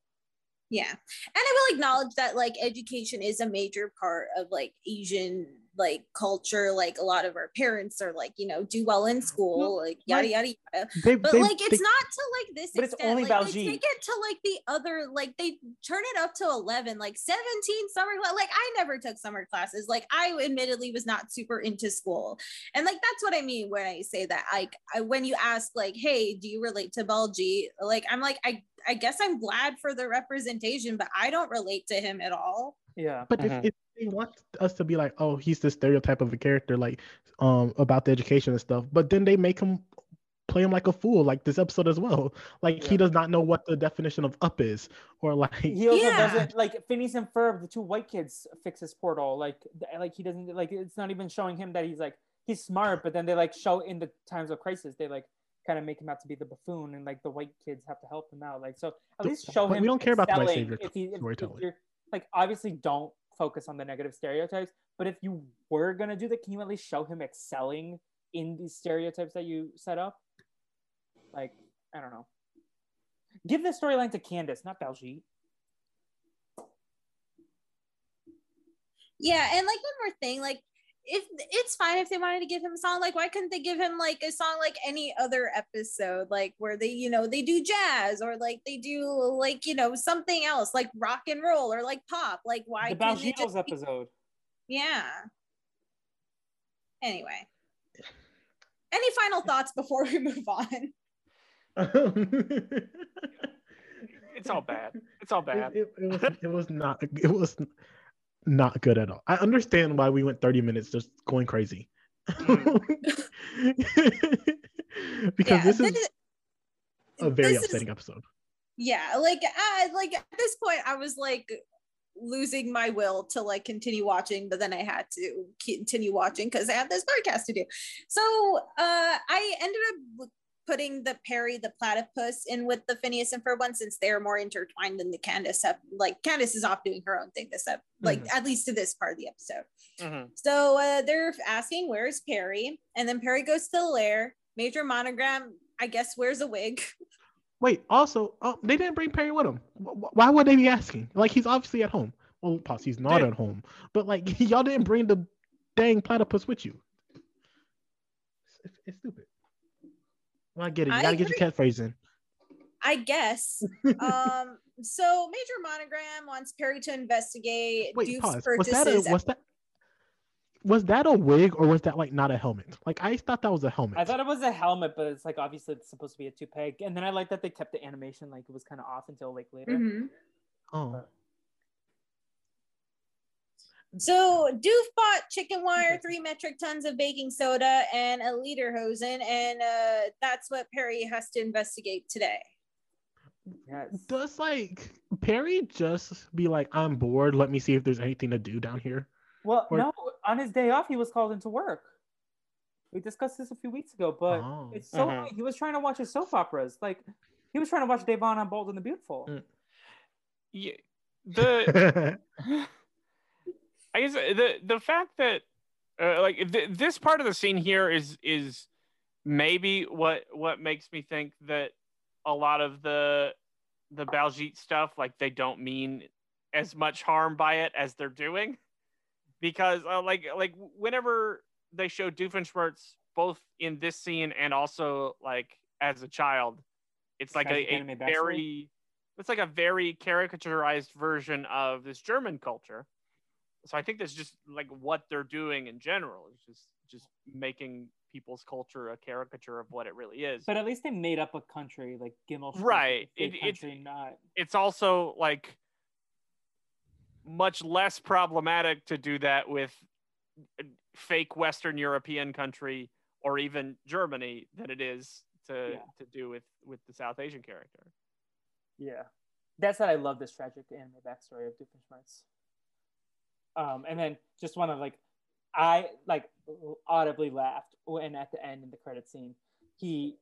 yeah and i will acknowledge that like education is a major part of like asian like culture like a lot of our parents are like you know do well in school Well, like yada like- yada yada They, but they- like they- it's not to like this But it's extent. only like, Baljeet. they take it to like the other like they turn it up to 11 like 17 summer cla- like i never took summer classes like i admittedly was not super into school and like that's what i mean when i say that like I, when you ask like hey do you relate to Baljeet? like i'm like i i guess i'm glad for the representation but i don't relate to him at all yeah But Mhm. if, Mm-hmm. if they want us to be like, oh, he's the stereotype of a character, like um about the education and stuff, but then they make him play him like a fool, like this episode as well. Like Yeah. he does not know what the definition of up is, or like he also Yeah. doesn't like Phineas and Ferb, the two white kids, fix his portal. Like, th- like he doesn't like. It's not even showing him that he's like he's smart, but then they like show in the times of crisis, they like kind of make him out to be the buffoon, and like the white kids have to help him out. Like, so at The- least show but him. we don't care about the white excelling savior If he, if, if storytelling. you're, like, obviously, don't focus on the negative stereotypes. But if you were gonna do that, can you at least show him excelling in these stereotypes that you set up? Like, I don't know. Give the storyline to Candace, not Belgique. Yeah, and like one more thing, like if it's fine if they wanted to give him a song, like why couldn't they give him like a song like any other episode, like where they you know they do jazz or like they do like you know something else like rock and roll or like pop, like why the couldn't they just Baljitos episode. yeah. Anyway, any final thoughts before we move on? It's all bad. It's all bad. It, it, it was, it was not. It was not good at all. I understand why we went 30 minutes just going crazy. Mm. because Yeah, this is this- a very this is- upsetting episode. yeah like uh, like at this point i was like losing my will to like continue watching but then i had to continue watching because i had this podcast to do so uh i ended up putting the perry the platypus in with the phineas and ferb one since they're more intertwined than the candace ep- like candace is off doing her own thing this up like at least to this part of the episode Mhm. so uh, they're asking, where's Perry? And then Perry goes to the lair. Major Monogram, I guess, wears a wig. Wait, also, um, they didn't bring Perry with them. Why would they be asking? Like, he's obviously at home. Well, pause, he's not They- at home. But, like, y'all didn't bring the dang platypus with you. It's, it's stupid. Well, I get it. You I gotta get your catchphrase in. I guess. um, so Major Monogram wants Perry to investigate Wait, Duke's pause. Was that, a, purchases. was, that, was that a wig or was that, like, not a helmet? Like, I thought that was a helmet. I thought it was a helmet, but it's like obviously it's supposed to be a toupee. And then I like that they kept the animation like it was kind of off until like later. Mm-hmm. Mhm. oh. So Doof bought chicken wire, three metric tons of baking soda, and a liter hosen, and uh, that's what Perry has to investigate today. Yes. Does, like, Perry just be like, I'm bored. Let me see if there's anything to do down here? Well, Or- no, on his day off he was called into work. We discussed this a few weeks ago, but Oh. it's so Mhm. he was trying to watch his soap operas. Like he was trying to watch Devon Mm. on Bold and the Beautiful. Mm. Ye- The I I guess uh, the the fact that uh, like th- this part of the scene here is is maybe what what makes me think that a lot of the the Baljeet stuff like they don't mean as much harm by it as they're doing because uh, like like whenever they show Doofenshmirtz both in this scene and also like as a child it's like Tragic a, a Anime Backstory? very it's like a very caricaturized version of this German culture so I think that's just like what they're doing in general is just just making people's culture a caricature of what it really is. But at least they made up a country like Gimel. Street, Right. fake It- it- country, not it's also like much less problematic to do that with fake Western European country or even Germany than it is to Yeah. to do with with the South Asian character. Yeah, that's that. I love this tragic anime backstory of Doofenshmirtz. Um, and then just want to like, I like audibly laughed when at the end in the credit scene he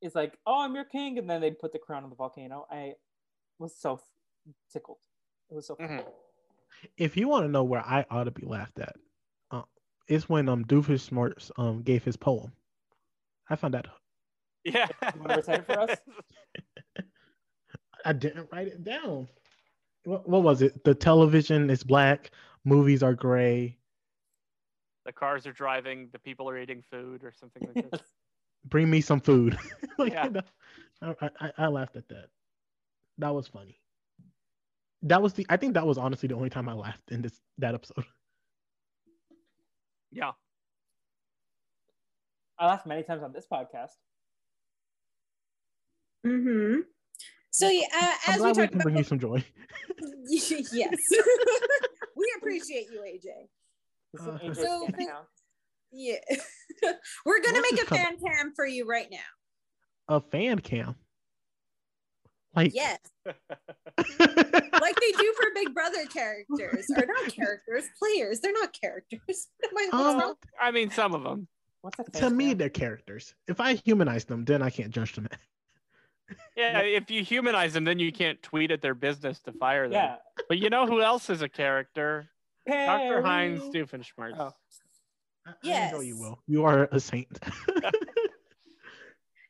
is like, "Oh, I'm your king," and then they put the crown on the volcano. I was so tickled. It was so. funny. if you want to know where I ought to be laughed at, uh, it's when um Doofenshmirtz um gave his poem. I found that Yeah. wanna recite it for us? I didn't write it down. What, what was it? The television is black, movies are gray, The cars are driving, the people are eating food or something like that. Yes. bring me some food. like, Yeah. you know, I, I, I laughed at that. That was funny. That was the I think that was honestly the only time I laughed in this that episode. Yeah. I laughed many times on this podcast. Mm-hmm. So yeah, uh, I'm as glad we we talked can about bring you some joy. yes, we appreciate you, AJ. This is Uh-huh. an Uh, AJ So stand thank- now. Yeah, we're gonna What's make this a fan cam for you right now. A fan cam. Like Yes, like they do for Big Brother characters, or not characters, players. They're not characters. Am I- what's Um, wrong? I mean some of them. What's that? to me they're characters if i humanize them then i can't judge them Yeah, if you humanize them, then you can't tweet at their business to fire them. yeah. But you know who else is a character? Dr. Heinz Perry. Doofenshmirtz. Oh. I, I know you Yes. will you are a saint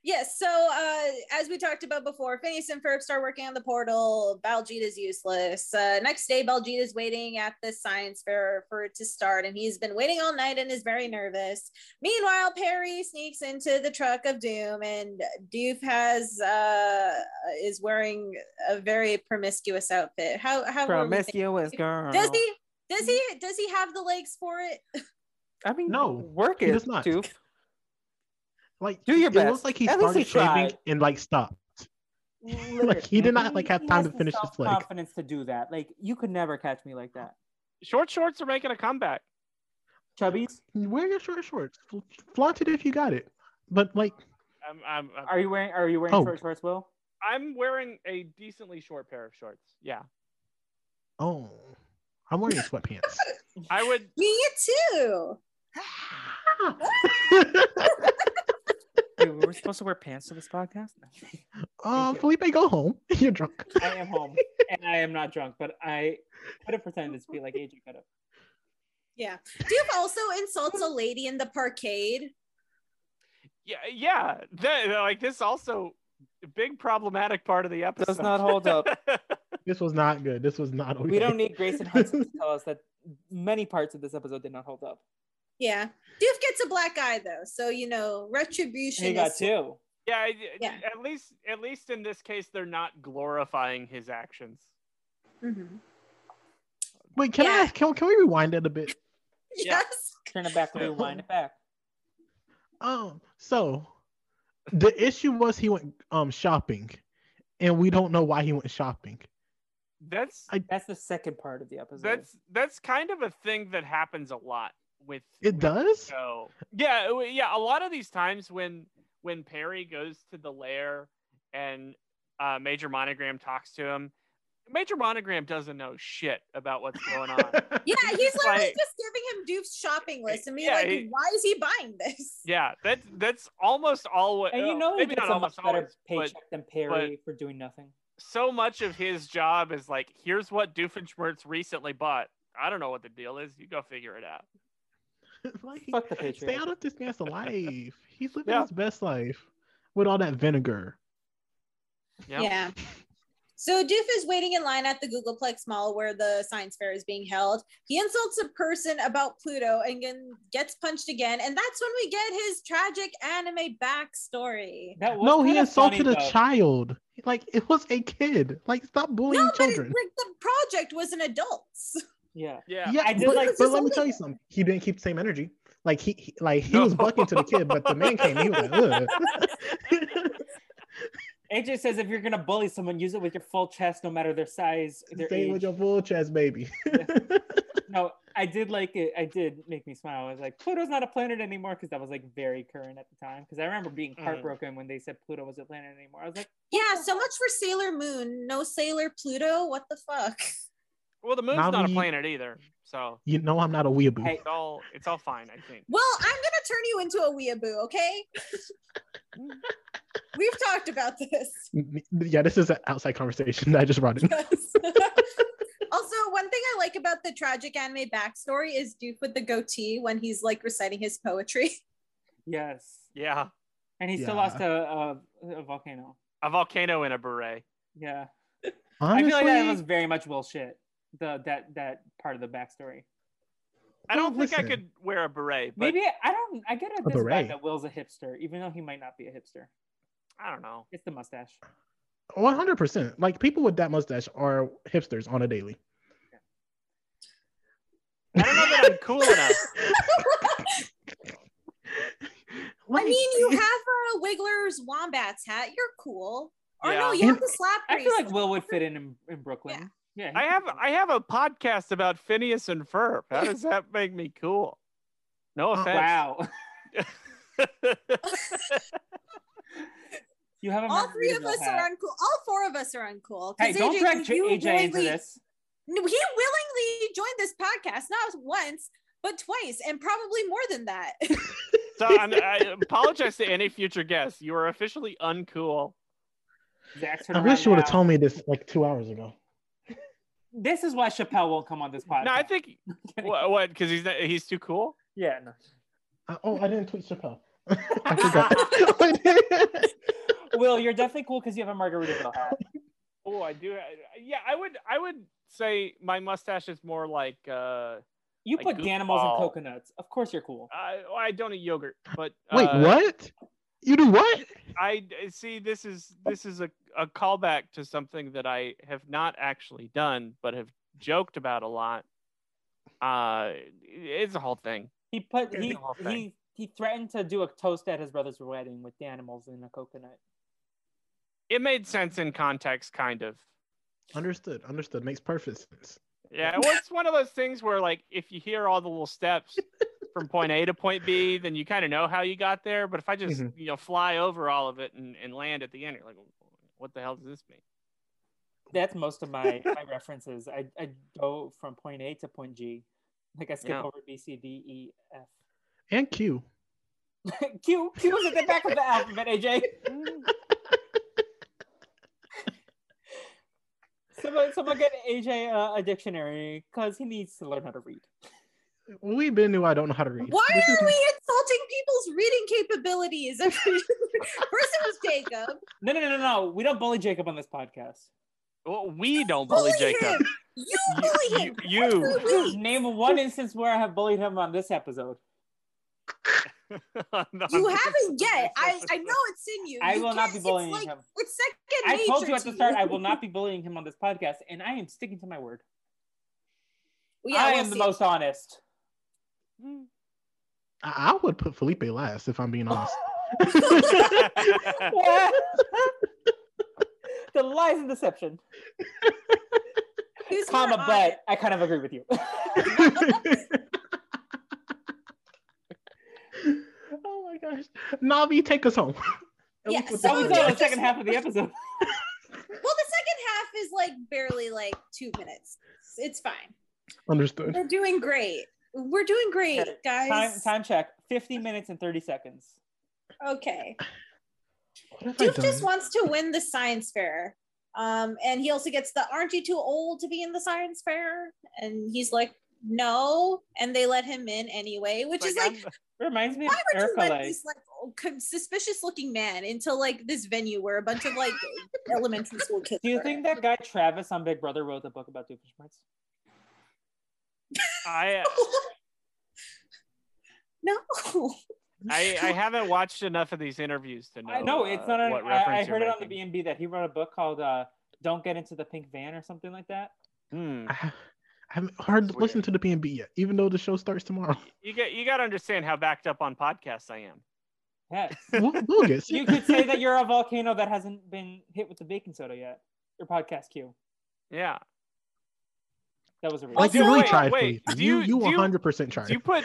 Yes. So, uh, as we talked about before, Phineas and Ferb start working on the portal. Baljeet is useless. Uh, next day, Baljeet is waiting at the science fair for it to start, and he's been waiting all night and is very nervous. Meanwhile, Perry sneaks into the truck of Doom, and Doof has uh, is wearing a very promiscuous outfit. How how were we thinking? Promiscuous girl. does he? Does he does he have the legs for it? I mean, No, Work he it, does not. Doof. like Do your it looks best. like he At least started he shaving tried. and like stopped Literally. he did not, like, have He time has to the finish his leg. Confidence to do that. Like you could never catch me like that. Short shorts are making a comeback. Chubbies, wear your short shorts Fla- flaunt it if you got it but like I'm, I'm, I'm, are you wearing? Are you wearing Oh. short shorts, Will? I'm wearing a decently short pair of shorts. Yeah. oh i'm wearing sweatpants I would, Me too. Ah! Dude, we're supposed to wear pants to this podcast. No. uh, you. felipe go home you're drunk I am home and I am not drunk, but I could have pretended to be like AJ could have. Yeah. Doof also insults a lady in the parkade. yeah, yeah. That, like, this also a big problematic part of the episode. Does not hold up. this was not good this was not okay. We don't need Grayson Hudson to tell us that many parts of this episode did not hold up. Yeah. Doof gets a black eye though, so you know retribution. He got is- two. yeah, I- Yeah. At least, at least in this case, they're not glorifying his actions. Mhm. wait can i Yeah. can, can we rewind it a bit Yeah. Yes. Turn it back, rewind it back. Um, so the issue was he went um shopping, and we don't know why he went shopping. That's, That's the second part of the episode. that's, that's kind of a thing that happens a lot with. It does. So yeah, w- yeah. A lot of these times when when Perry goes to the lair and uh, Major Monogram talks to him, Major Monogram doesn't know shit about what's going on. Yeah, he's literally Like- just giving him Doof's shopping list and being Yeah, like, he- why is he buying this? yeah, that's that's almost all what. and you uh, know he maybe gets not a much almost better always, paycheck but than Perry for doing nothing. so much of his job is like, here's what Doofenshmirtz recently bought. I don't know what the deal is. You go figure it out. like, Fuck the stay Patriots. out of this man's life. He's living Yeah. his best life with all that vinegar. Yeah. Yeah. So Doof is waiting in line at the Googleplex Mall where the science fair is being held. He insults a person about Pluto and then gets punched again. And that's when we get his tragic anime backstory. That was no, he kinda insulted funny, a though. child. Like it was a kid. Like stop bullying No, but it, children. like the project was an adults. Yeah. Yeah. I did but, like- but let me tell you something. He didn't keep the same energy. Like he, he- like he was No. bucking to the kid, but the man came. and He was like, Ugh. AJ says if you're gonna bully someone, use it with your full chest, no matter their size, their "Stay age. with your full chest, baby." No, I did like it. I did make me smile. I was like, Pluto's not a planet anymore because that was like very current at the time. Because I remember being Mhm. heartbroken when they said Pluto was a planet anymore. I was like, Yeah, so much for Sailor Moon. No Sailor Pluto. What the fuck? Well, the moon's Now not a we- planet either, so you know, I'm not a weeaboo. Hey. it's all it's all fine. I think. Well, I'm gonna turn you into a weeaboo, okay? We've talked about this. Yeah, this is an outside conversation. I just brought it. Yes. also, one thing I like about the tragic anime backstory is Duke with the goatee when he's like reciting his poetry. yes. Yeah. And he still Yeah. lost a, a, a volcano. A volcano in a beret. Yeah. I Honestly, feel like that was very much bullshit. The that that part of the backstory. I don't Well, think I listen. could wear a beret, but Maybe I don't. I get a this beret. vibe that Will's a hipster, even though he might not be a hipster. I don't know. It's the mustache. 100. percent Like people with that mustache are hipsters on a daily. I don't know that I'm cool enough. I mean, you have a Wiggler's Wombats hat. You're cool. Or no, Yeah. you have the slap I feel like bracelet. Will would fit in in, in Brooklyn. Yeah. he I could have fit in. I have a podcast about Phineas and Ferb. How does that make me cool? No Oh, offense. Wow. You have a all three of Margaritaville us hat. are uncool. All four of us are uncool. 'Cause Hey, don't drag you AJ into willingly- this. No, He willingly joined this podcast, not once, but twice, and probably more than that. so I'm, I apologize to any future guests. You are officially uncool. Zach, turn I wish around you would have now. told me this like two hours ago. This is why Chappelle won't come on this podcast. No, I think what what because he's not, he's too cool. yeah. No. I, oh, I didn't tweet Chappelle. I forgot. Will, you're definitely cool because you have a Margaritaville hat. Oh, I do. Yeah, I would I would say my mustache is more like uh You Like put goofball. animals and coconuts. Of course, you're cool. I, I don't eat yogurt, but Wait, uh, what? You do what? I see. This is this is a, a callback to something that I have not actually done, but have joked about a lot. Uh, it's a whole thing. He put Yeah, he the whole thing. he he threatened to do a toast at his brother's wedding with the animals and a coconut. It made sense in context, kind of. Understood. Understood. Makes perfect sense. Yeah, well, it's one of those things where, like, if you hear all the little steps from point A to point B, then you kind of know how you got there. But if I just you know fly over all of it and, and land at the end, you're like, what the hell does this mean? That's most of my my references. I I go from point A to point G. Like I skip Yeah. over B C D E F. And Q. Q Q is at the back of the alphabet. AJ. Someone, someone get AJ uh, a dictionary because he needs to learn how to read. We've been new. I don't know how to read. Why This is- are we insulting people's reading capabilities? First it was Jacob. No, no, no, no, no. We don't bully Jacob on this podcast. Well, we don't bully Jacob. him. You bully him. You- you. Wait. Name one instance where I have bullied him on this episode. You haven't yet. I, I know it's in you. I You will not can't- be bullying it's like, him. It's second I nature. told you at to the start I will not be bullying him on this podcast, and I am sticking to my word. Yeah, I we'll am the see. most honest. I I would put Felipe last if I'm being honest. Oh the lies and deception. Who's Comma, more but I kind of agree with you. oh my gosh. Navi, take us home. At Yeah, least with so- that the- was all the second half of the episode. honest? Well, the second half is like barely like two minutes. It's fine. Understood. We're doing great. We're doing great, Okay, Time, guys. time check 50 minutes and 30 seconds. Okay. What have I Duke just done? wants to win the science fair. Um, and he also gets the aren't you too old to be in the science fair? And he's like, no, and they let him in anyway, which is like, I'm- It reminds me of why would you Erica. let Like, this like oh, con- suspicious looking man into like this venue where a bunch of like elementary school kids? do you are? think that guy Travis on Big Brother wrote the book about Doofenshmirtz? I, no? I I haven't watched enough of these interviews to know. I know it's not. uh, An, what I, I reference you're heard it on the making. BNB that he wrote a book called uh, "Don't Get Into the Pink Van" or something like that. Hmm. I, ha- I haven't heard That's listened to the PNB yet, even though the show starts tomorrow. You get you got to understand how backed up on podcasts I am. Yes. we'll, we'll get you could say that you're a volcano that hasn't been hit with the baking soda yet. Your podcast cue. Yeah. That was a reach. like you Also, really wait, tried. wait, Felipe. do you you- you do you- 100 percent tried. Do you put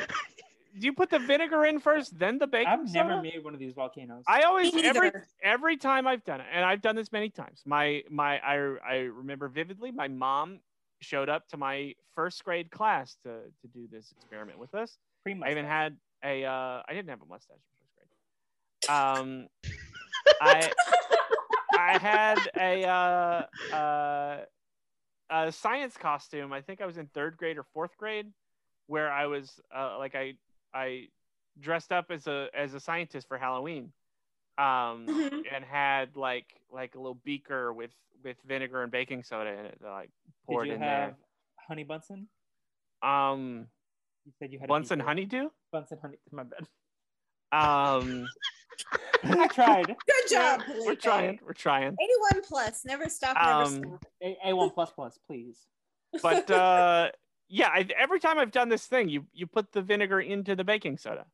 do you put the vinegar in first, then the baking I've soda? never made one of these volcanoes. I always Me every neither. every time I've done it, and I've done this many times. My my I I remember vividly. My mom showed up to my first grade class to to do this experiment with us. Cream I even mustache. had a uh, I didn't have a mustache in first grade. Um, I I had a uh, uh, a science costume. I think I was in third grade or fourth grade, where I was uh, like I I dressed up as a as a scientist for Halloween, um, Mm-hmm. Mhm. and had like like a little beaker with with vinegar and baking soda in it that I poured Did you in have honey bunsen? there. Um, You said you had a Bunsen beaker. honeydew. Bunsen honey. My bad. Um, I tried. Good job. we're Felipe. trying. We're trying. 81 plus, never stop, never Um, stop. A A one plus plus, please. but uh, yeah, I, every time I've done this thing, you you put the vinegar into the baking soda.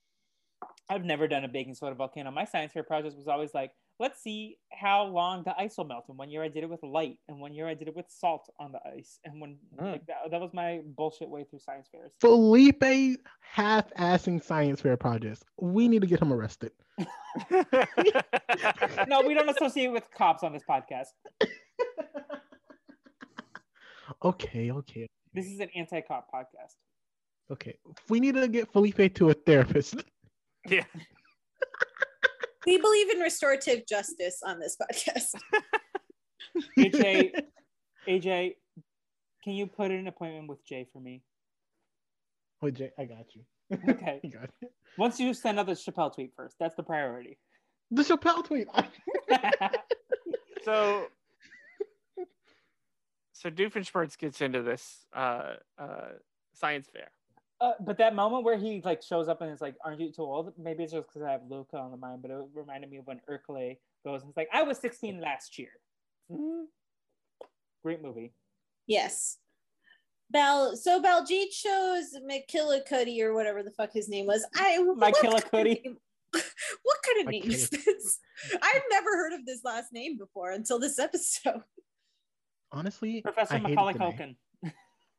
I've never done a baking soda volcano. My science fair project was always like, let's see how long the ice will melt. And one year I did it with light, and one year I did it with salt on the ice. And when Mm. like that, that was my bullshit way through science fairs. Felipe half-assing science fair projects. We need to get him arrested. no, we don't associate with cops on this podcast. Okay, okay, This is an anti-cop podcast. okay. We need to get Felipe to a therapist. yeah, We believe in restorative justice on this podcast. AJ, AJ, can you put an appointment with Jay for me? Wait, Jay, I got you. Okay. You got it. Once you send out the Chappelle tweet first, that's the priority. The Chappelle tweet. so so Doofenshmirtz gets into this uh, uh, science fair. Uh, but that moment where he like shows up and is like, "Aren't you too old?" Maybe it's just because I have Luca on the mind, but it reminded me of when Urkeley goes and is like, "I was 16 last year." Mm-hmm. Great movie. Yes. Bal so Baljeet shows McKillicuddy or whatever the fuck his name was. I what kind of McKillicuddy. name- What kind of name is this? I've never heard of this last name before until this episode. Honestly, Professor I hated Macaulay the name. Culkin.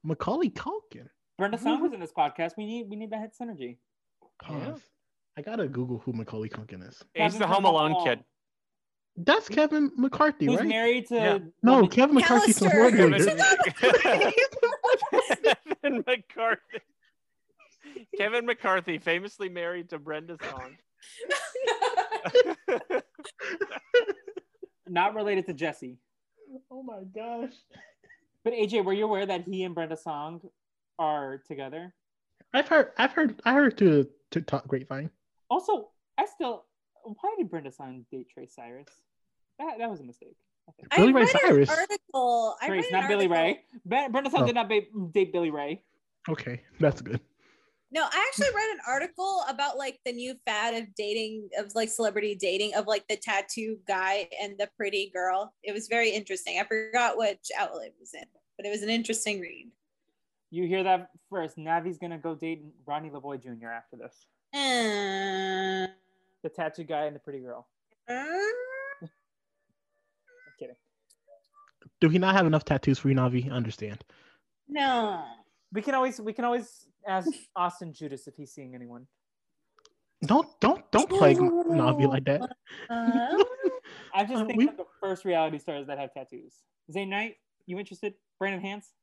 Macaulay Culkin. Brenda Mm-hmm. Song was in this podcast. We need we need that hit synergy. Pause. I gotta Google who Macaulay Culkin is. He's Kevin the from Home Alone kid. That's Kevin McCarthy, who's right? married to Yeah. no, woman- Kevin McCarthy's from Callister. Warrior. Kevin, Kevin McCarthy. Kevin McCarthy, famously married to Brenda Song. not related to Jesse. Oh my gosh. But AJ, were you aware that he and Brenda Song are together? I've heard I've heard I heard to to talk grapevine. Also, I still why did Brenda Song date Trey Cyrus? That, that was a mistake. I think. Billy I Ray read an Cyrus. Article. I Grace, read an not Billy article- Ray. Bre- Brenda Song Oh. did not ba- date Billy Ray. Okay, that's good. No, I actually read an article about like the new fad of dating of like celebrity dating of like the tattoo guy and the pretty girl. It was very interesting. I forgot which outlet it was in, but it was an interesting read. You hear that first. Navi's gonna go date Ronnie Lavoy Jr. after this. Uh, The tattoo guy and the pretty girl. I'm kidding. Do he not have enough tattoos for you, Navi? I understand. no. We can always we can always ask Austin Judas if he's seeing anyone. Don't don't don't play Navi like that. Uh, I just Uh, think we- of the first reality stars that have tattoos. Zayn Knight, you interested? Brandon Hans?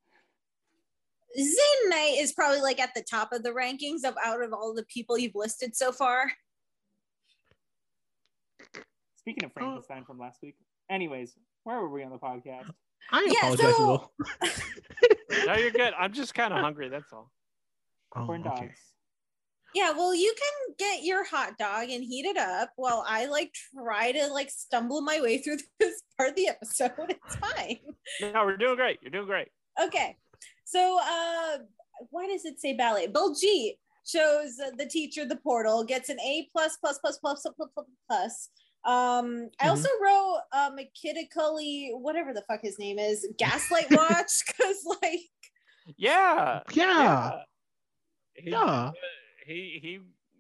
Zayn Knight is probably like at the top of the rankings of out of all the people you've listed so far. Speaking Uh, of Frankenstein from last week. Anyways, where were we on the podcast? I Yeah, apologize, so- Will. No, you're good. I'm just kind of hungry. That's all. Oh, corn dogs. okay. Yeah, well, you can get your hot dog and heat it up while I like try to like stumble my way through this part of the episode. It's fine. No, we're doing great. You're doing great. Okay. So, uh, why does it say ballet? Baljeet shows the teacher the portal, gets an A plus plus plus plus plus plus. plus, plus. Um, I also wrote um, McKitticully, whatever the fuck his name is, Gaslight Watch, because like Yeah. Yeah. He, Yeah. He he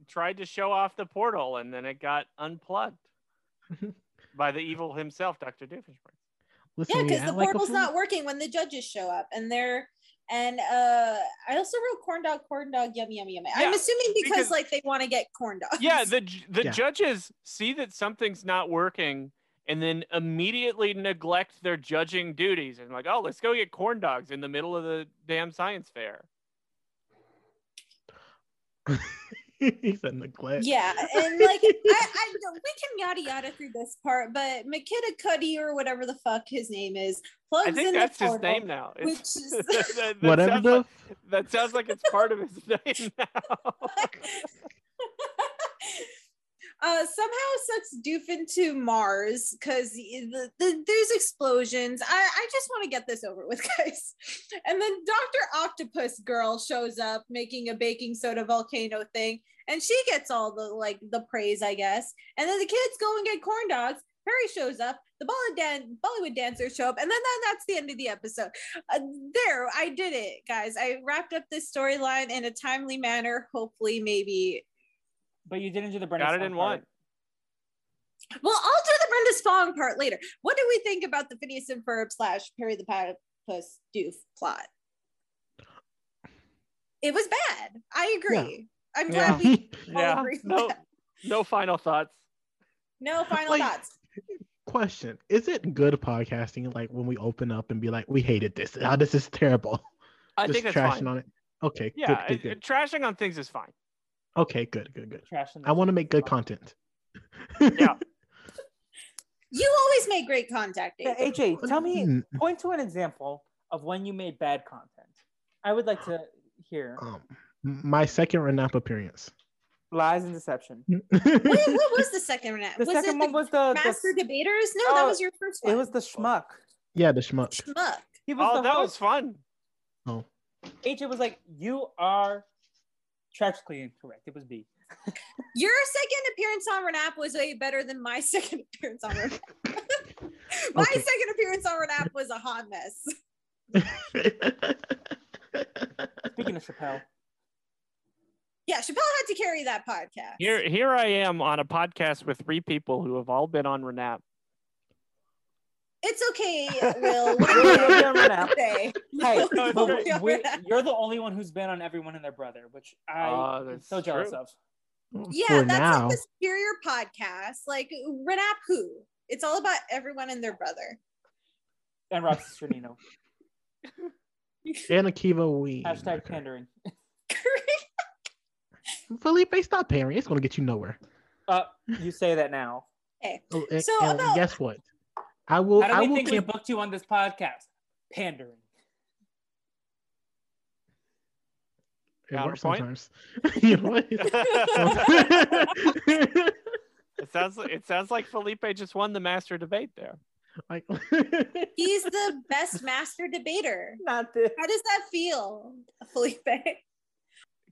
tried to show off the portal and then it got unplugged by the evil himself, Dr. Doofenshmirtz. Listen, yeah you because the act like a portal's fool. not working when the judges show up and they're and uh i also wrote corn dog corn dog yum yum yum i'm Yeah, assuming because, because- like they want to get corn dogs Yeah, the ju- the Yeah. judges see that something's not working and then immediately neglect their judging duties and like, "Oh, let's go get corn dogs in the middle of the damn science fair." He's a neglect. yeah and like I, I don't- we can yada yada through this part but makita cuddy or whatever the fuck his name is plugs I think Oh, in that's the his portal, name now. which It's- is that- that Whatever sounds the like- that sounds like it's part of his name now. uh, somehow sucks Doof into Mars because the, the, there's explosions. I, I just want to get this over with, guys. And then Dr. Octopus Girl shows up making a baking soda volcano thing, and she gets all the like the praise, I guess. And then the kids go and get corn dogs. Perry shows up. The Bollywood, dan- Bollywood dancers show up, and then that, that's the end of the episode. Uh, there, I did it, guys. I wrapped up this storyline in a timely manner. Hopefully, maybe But you didn't do the Brendan. Got it in Song one. part. Well, I'll do the Brenda Spong part later. What do we think about the Phineas and Ferb slash Perry the Platypus doof plot? It was bad. I agree. I'm glad we all Yeah. agree on No, that. no final thoughts. No final Like- thoughts. Question: Is it good podcasting? Like when we open up and be like, "We hated this. Ah, this is terrible." I Just think that's trashing fine. on it. Okay. Yeah, Good. Good. it- good. trashing on things is fine. Okay. Good. Good. Good. Trash in the Oh. I want to make good song. content. Yeah. You always make great contact. Yeah, David. AJ, tell me, Mm, point to an example of when you made bad content. I would like to hear Um, my second Renap appearance. lies and deception. Wait, what was the second one? The was second it one the was the, the- Master Debaters? No, that Oh, was your first one. it was the schmuck. yeah, the schmuck. Schmuck. He was Oh, the that host. was fun. Oh. AJ was like, "You are tragically incorrect." It was B. Your second appearance on Renap was way better than my second appearance on Renap. my Okay. second appearance on Renap was a hot mess. Speaking of Chappelle, Yeah, Chappelle had to carry that podcast. Here, here I am on a podcast with three people who have all been on Renap. It's okay, Will. Will, you'll be What on Renap. say? Hey, Will, it's you'll but be on we- Renap. you're the only one who's been on everyone and their brother, which I Oh, am that's so jealous true. of. yeah, For that's now, like the superior podcast. Like Renap who? It's all about everyone and their brother. And Rob Cisternino. and Akiva we Hashtag pandering. Felipe, stop pairing. It's gonna get you nowhere. Uh, you say that now. Oh, and- So and about- guess what? I will. How do I we will. think we Keep, booked you on this podcast? Pandering. it works Counterpoint? sometimes. You know what? It sounds it sounds like Felipe just won the master debate there. like, He's the best master debater. Not this. How does that feel, Felipe?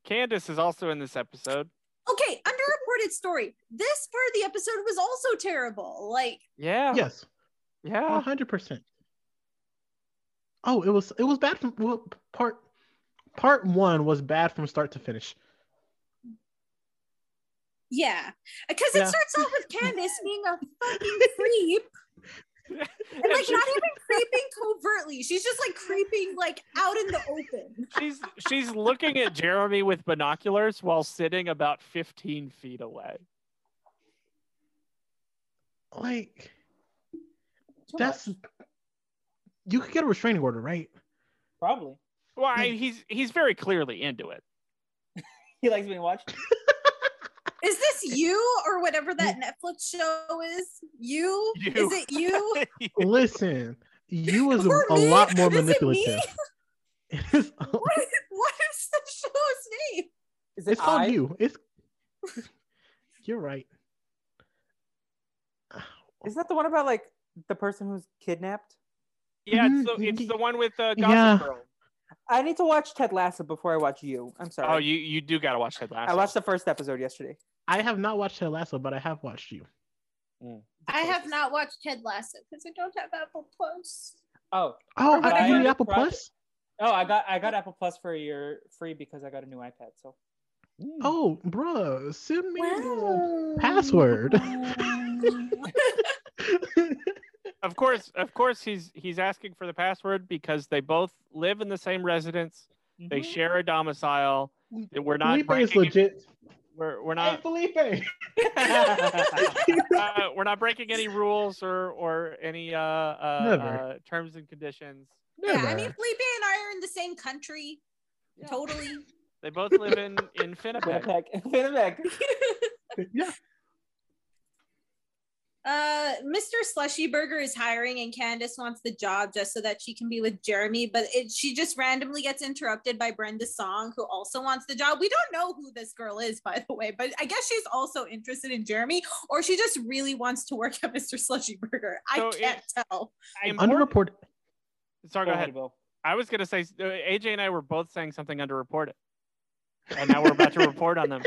Candace is also in this episode. Okay, underreported story. This part of the episode was also terrible. Like, Yeah. yes, Yeah. one hundred percent. Oh, it was. It was bad from well, part. Part one was bad from start to finish. yeah, because it Yeah. starts off with Candace being a fucking creep. And like not even creeping covertly. She's just like creeping like out in the open. she's she's looking at Jeremy with binoculars while sitting about 15 feet away. Like Too that's. much. You could get a restraining order, right? probably. Well, I- he's he's very clearly into it. He likes being watched. Is this you or whatever that Netflix show is? You? You. Is it you? Listen, you was a, For a me? lot more Is it me? manipulative. It is, What is, what is the show's name? Is it it's called I? you. It's you're right. Is that the one about like the person who's kidnapped? Yeah, it's the, Mhm. it's the one with uh, Gossip Yeah. Girl. I need to watch Ted Lasso before I watch you. I'm sorry. Oh, you you do gotta watch Ted Lasso. I watched the first episode yesterday. I have not watched Ted Lasso, but I have watched you. I have not watched Ted Lasso because I don't have Apple Plus. Oh, Oh, I got you Ryan the Apple Crocker. Plus. oh, I got I got Apple Plus for a year free because I got a new iPad. So Oh, bruh, send me the password. Of course, of course, he's he's asking for the password because they both live in the same residence. They Mm-hmm. share a domicile. We're not Felipe is breaking. legit. We're, we're Hey, not Felipe. uh, we're not breaking any rules or or any uh, uh, Never. uh terms and conditions. Yeah, I Never. mean, Felipe and I are in the same country. Totally. They both live in in Winnipeg. Winnipeg, Winnipeg. yeah. Uh, Mr. Slushy Burger is hiring, and Candace wants the job just so that she can be with Jeremy. But it, she just randomly gets interrupted by Brenda Song, who also wants the job. We don't know who this girl is, by the way, but I guess she's also interested in Jeremy, or she just really wants to work at Mr. Slushy Burger. So I it- can't tell. Important- Underreported. Sorry, go ahead. Bill. I was gonna say uh, AJ and I were both saying something underreported, and now we're about to report on them.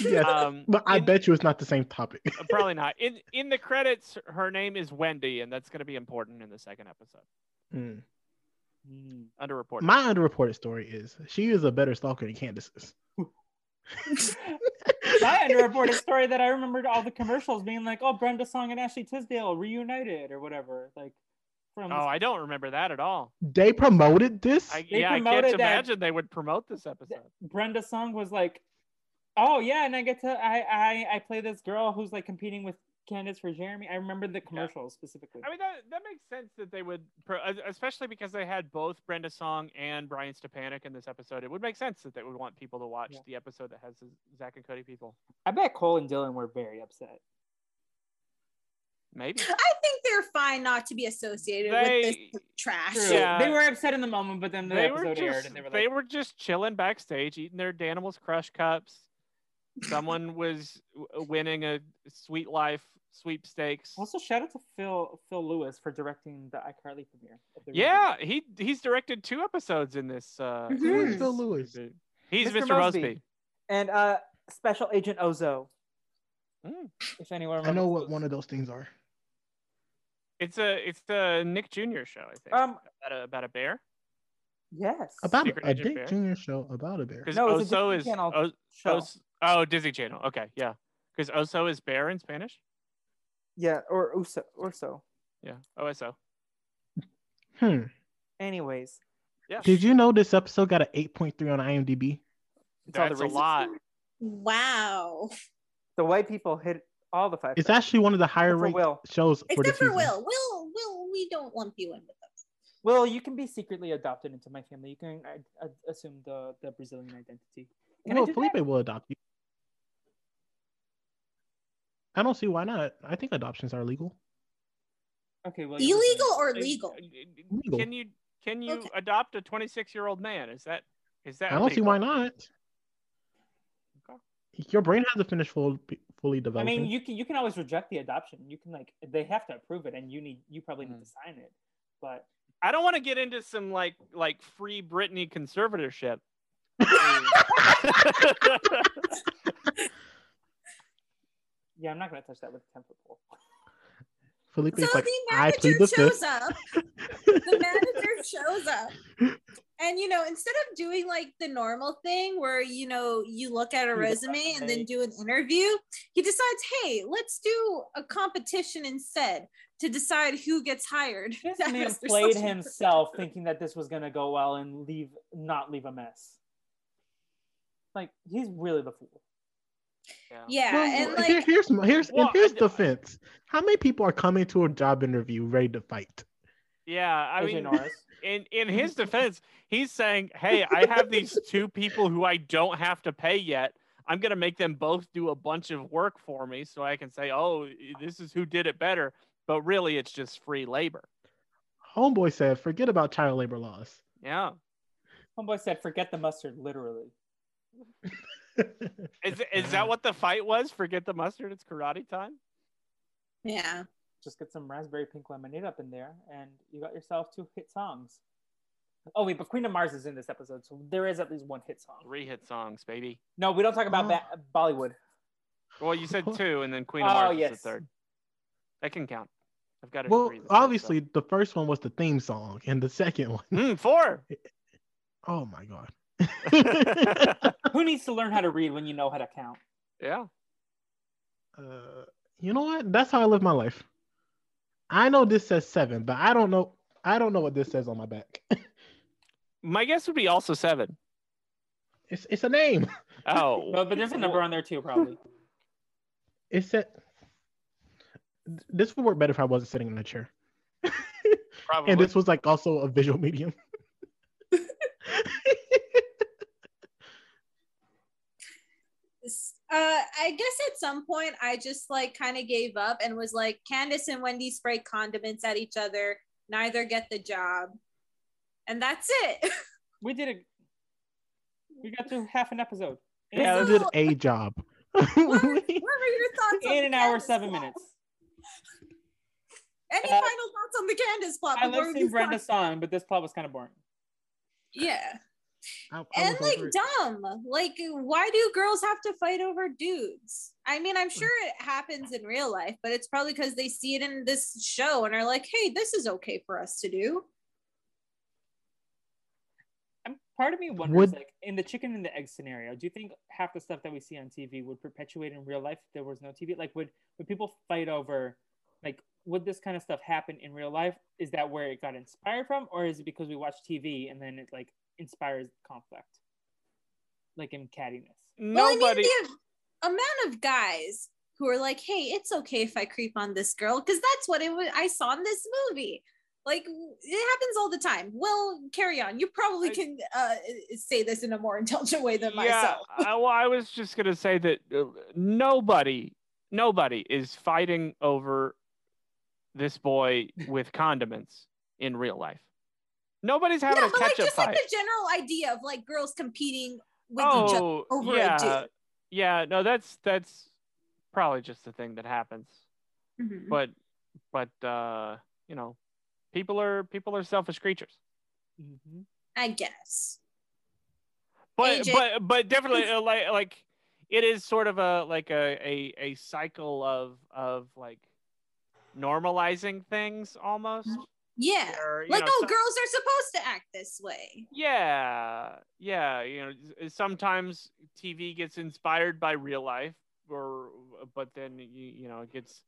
Yes. Um, but I in- bet you it's not the same topic. Uh, probably not. In in the credits, her name is Wendy, and that's going to be important in the second episode. Mm. Hmm. Underreported. My underreported story is she is a better stalker than Candace is. My underreported story that I remembered all the commercials being like, "Oh, Brenda Song and Ashley Tisdale reunited" or whatever. Like from oh, I don't remember that at all. They promoted this. I, They yeah, I can't promoted that- imagine they would promote this episode. Brenda Song was like, "Oh yeah," and I get to I I I play this girl who's like competing with Candace for Jeremy. I remember the commercials specifically. I mean, that that makes sense that they would, pro- es- especially because they had both Brenda Song and Brian Stepanek in this episode. It would make sense that they would want people to watch Yeah. the episode that has the Zach and Cody people. I bet Cole and Dylan were very upset. Maybe. I think they're fine not to be associated with They, this trash. True. Yeah. They were upset in the moment, but then the they were episode aired just and they were like, they were just chilling backstage, eating their Danimals Crush cups. Someone was w- uh, winning a Sweet Life sweepstakes. Also, shout out to Phil Phil Lewis for directing the iCarly premiere. of the Yeah, he he's directed two episodes in this. Uh, Mhm. Who in is this- Phil Lewis? He's Mr. Mr. Mosby. Mosby. and uh, Special Agent Ozo. Mm. If anyone, I know remembers what those. one of those things are. It's a it's the Nick Jr. show, I think, Um, about a about a bear. yes. About Secret a, Agent Dick Bear? Junior show about a bear. Because No, it's a Oso Disney is Channel O- show. Os- oh Disney Channel. Okay, yeah, because Oso is bear in Spanish. Yeah, or Uso or so. Yeah, Oso. Hmm. Anyways, Yeah, Did you know this episode got an 8.3 on IMDb? it's all the that's a racism. lot. Wow. the white people hit all the five. It's stars. actually one of the higher Except for rated Will. shows for Except this for season. Will. Will, Will, we don't lump you in with them. Well, you can be secretly adopted into my family. You can I, I assume the the Brazilian identity. Can I Well, do Felipe that? will adopt you. I don't see why not. I think adoptions are legal. Okay, well, you're Illegal Brazilian. or Uh, legal? Legal. Can you can you Okay. adopt a 26 year old man? Is that is that? I don't see illegal? why not. Okay. Your brain has to finish full, fully I developing. mean, you can you can always reject the adoption. You can like they have to approve it, and you need you probably need to Mm. sign it. But I don't want to get into some like like free Britney conservatorship. yeah, I'm not gonna touch that with a ten foot pole. Felipe's So like, the I plead manager the shows fifth. up. The manager shows up. And you know, instead of doing like the normal thing where you know you look at a the resume and then resume. do an interview, he decides, hey, let's do a competition instead to decide who gets hired. This That man was their played social- himself, thinking that this was gonna go well and leave not leave a mess. Like he's really the fool. Yeah, Well, and here- like here's my, here's Well, and here's I- the fence. How many people are coming to a job interview ready to fight? Yeah, I AJ mean, Norris. in in his defense, he's saying, "Hey, I have these two people who I don't have to pay yet. I'm gonna make them both do a bunch of work for me, so I can say, oh, this is who did it better.' But really, it's just free labor. Homeboy said, forget about child labor laws. Yeah, Homeboy said, "Forget the mustard," literally. Is is that what the fight was? Forget the mustard. It's karate time. Yeah. Just get some raspberry pink lemonade up in there, and you got yourself two hit songs. Oh wait, but Queen of Mars is in this episode, so there is at least one hit song. Three hit songs, baby. No, we don't talk about Oh. ba- Bollywood. Well, you said two, and then Queen of Oh, Mars is yes. the third. That can count. I've got it. well, obviously the first one was the theme song, and the second one, Mm, four. oh my god. Who needs to learn how to read when you know how to count? Yeah. uh, you know what? That's how I live my life. I know this says seven, but I don't know. I don't know what this says on my back. My guess would be also seven. It's it's a name. Oh, But, but there's a number on there too, probably. It said this would work better if I wasn't sitting in a chair. probably. And this was like also a visual medium. S- Uh, I guess at some point I just like kind of gave up and was like, Candace and Wendy spray condiments at each other. Neither get the job. And that's it. We did it. We got through half an episode Yeah, I So- did a job. what, are, what are your thoughts on in the an hour, Candace seven plot? minutes. Any Uh, final thoughts on the Candace plot? I before love we seeing move on? Brenda's song, but this plot was kind of boring. Yeah. I- I and was like over it. dumb like why do girls have to fight over dudes i mean i'm sure it happens in real life but it's probably because they see it in this show and are like hey this is okay for us to do I'm, part of me wonders, Would- like, in the chicken and the egg scenario, do you think half the stuff that we see on TV would perpetuate in real life if there was no TV? Like, would would people fight over, like, would this kind of stuff happen in real life? Is that where it got inspired from, or is it because we watch TV and then it like inspires conflict, like in cattiness? well, I Nobody. mean, the amount of guys who are like hey it's okay if i creep on this girl because that's what it was i saw in this movie like it happens all the time well carry on you probably I- can uh, say this in a more intelligent way than yeah. myself I, well, I was just gonna say that uh, nobody, nobody is fighting over this boy with condiments in real life. Nobody's having no a but like catch-up just fight. like the general idea of like girls competing with each other oh, over a yeah, dude. yeah. No, that's that's probably just the thing that happens. Mhm. But but uh, you know, people are people are selfish creatures. Mm-hmm. I guess. but AJ. but but definitely uh, like like it is sort of a like a, a a cycle of of like normalizing things almost Yeah. Or, you Like, know, oh, so- girls are supposed to act this way. yeah yeah you know s- uh, sometimes tv gets inspired by real life or uh, but then you, you know it gets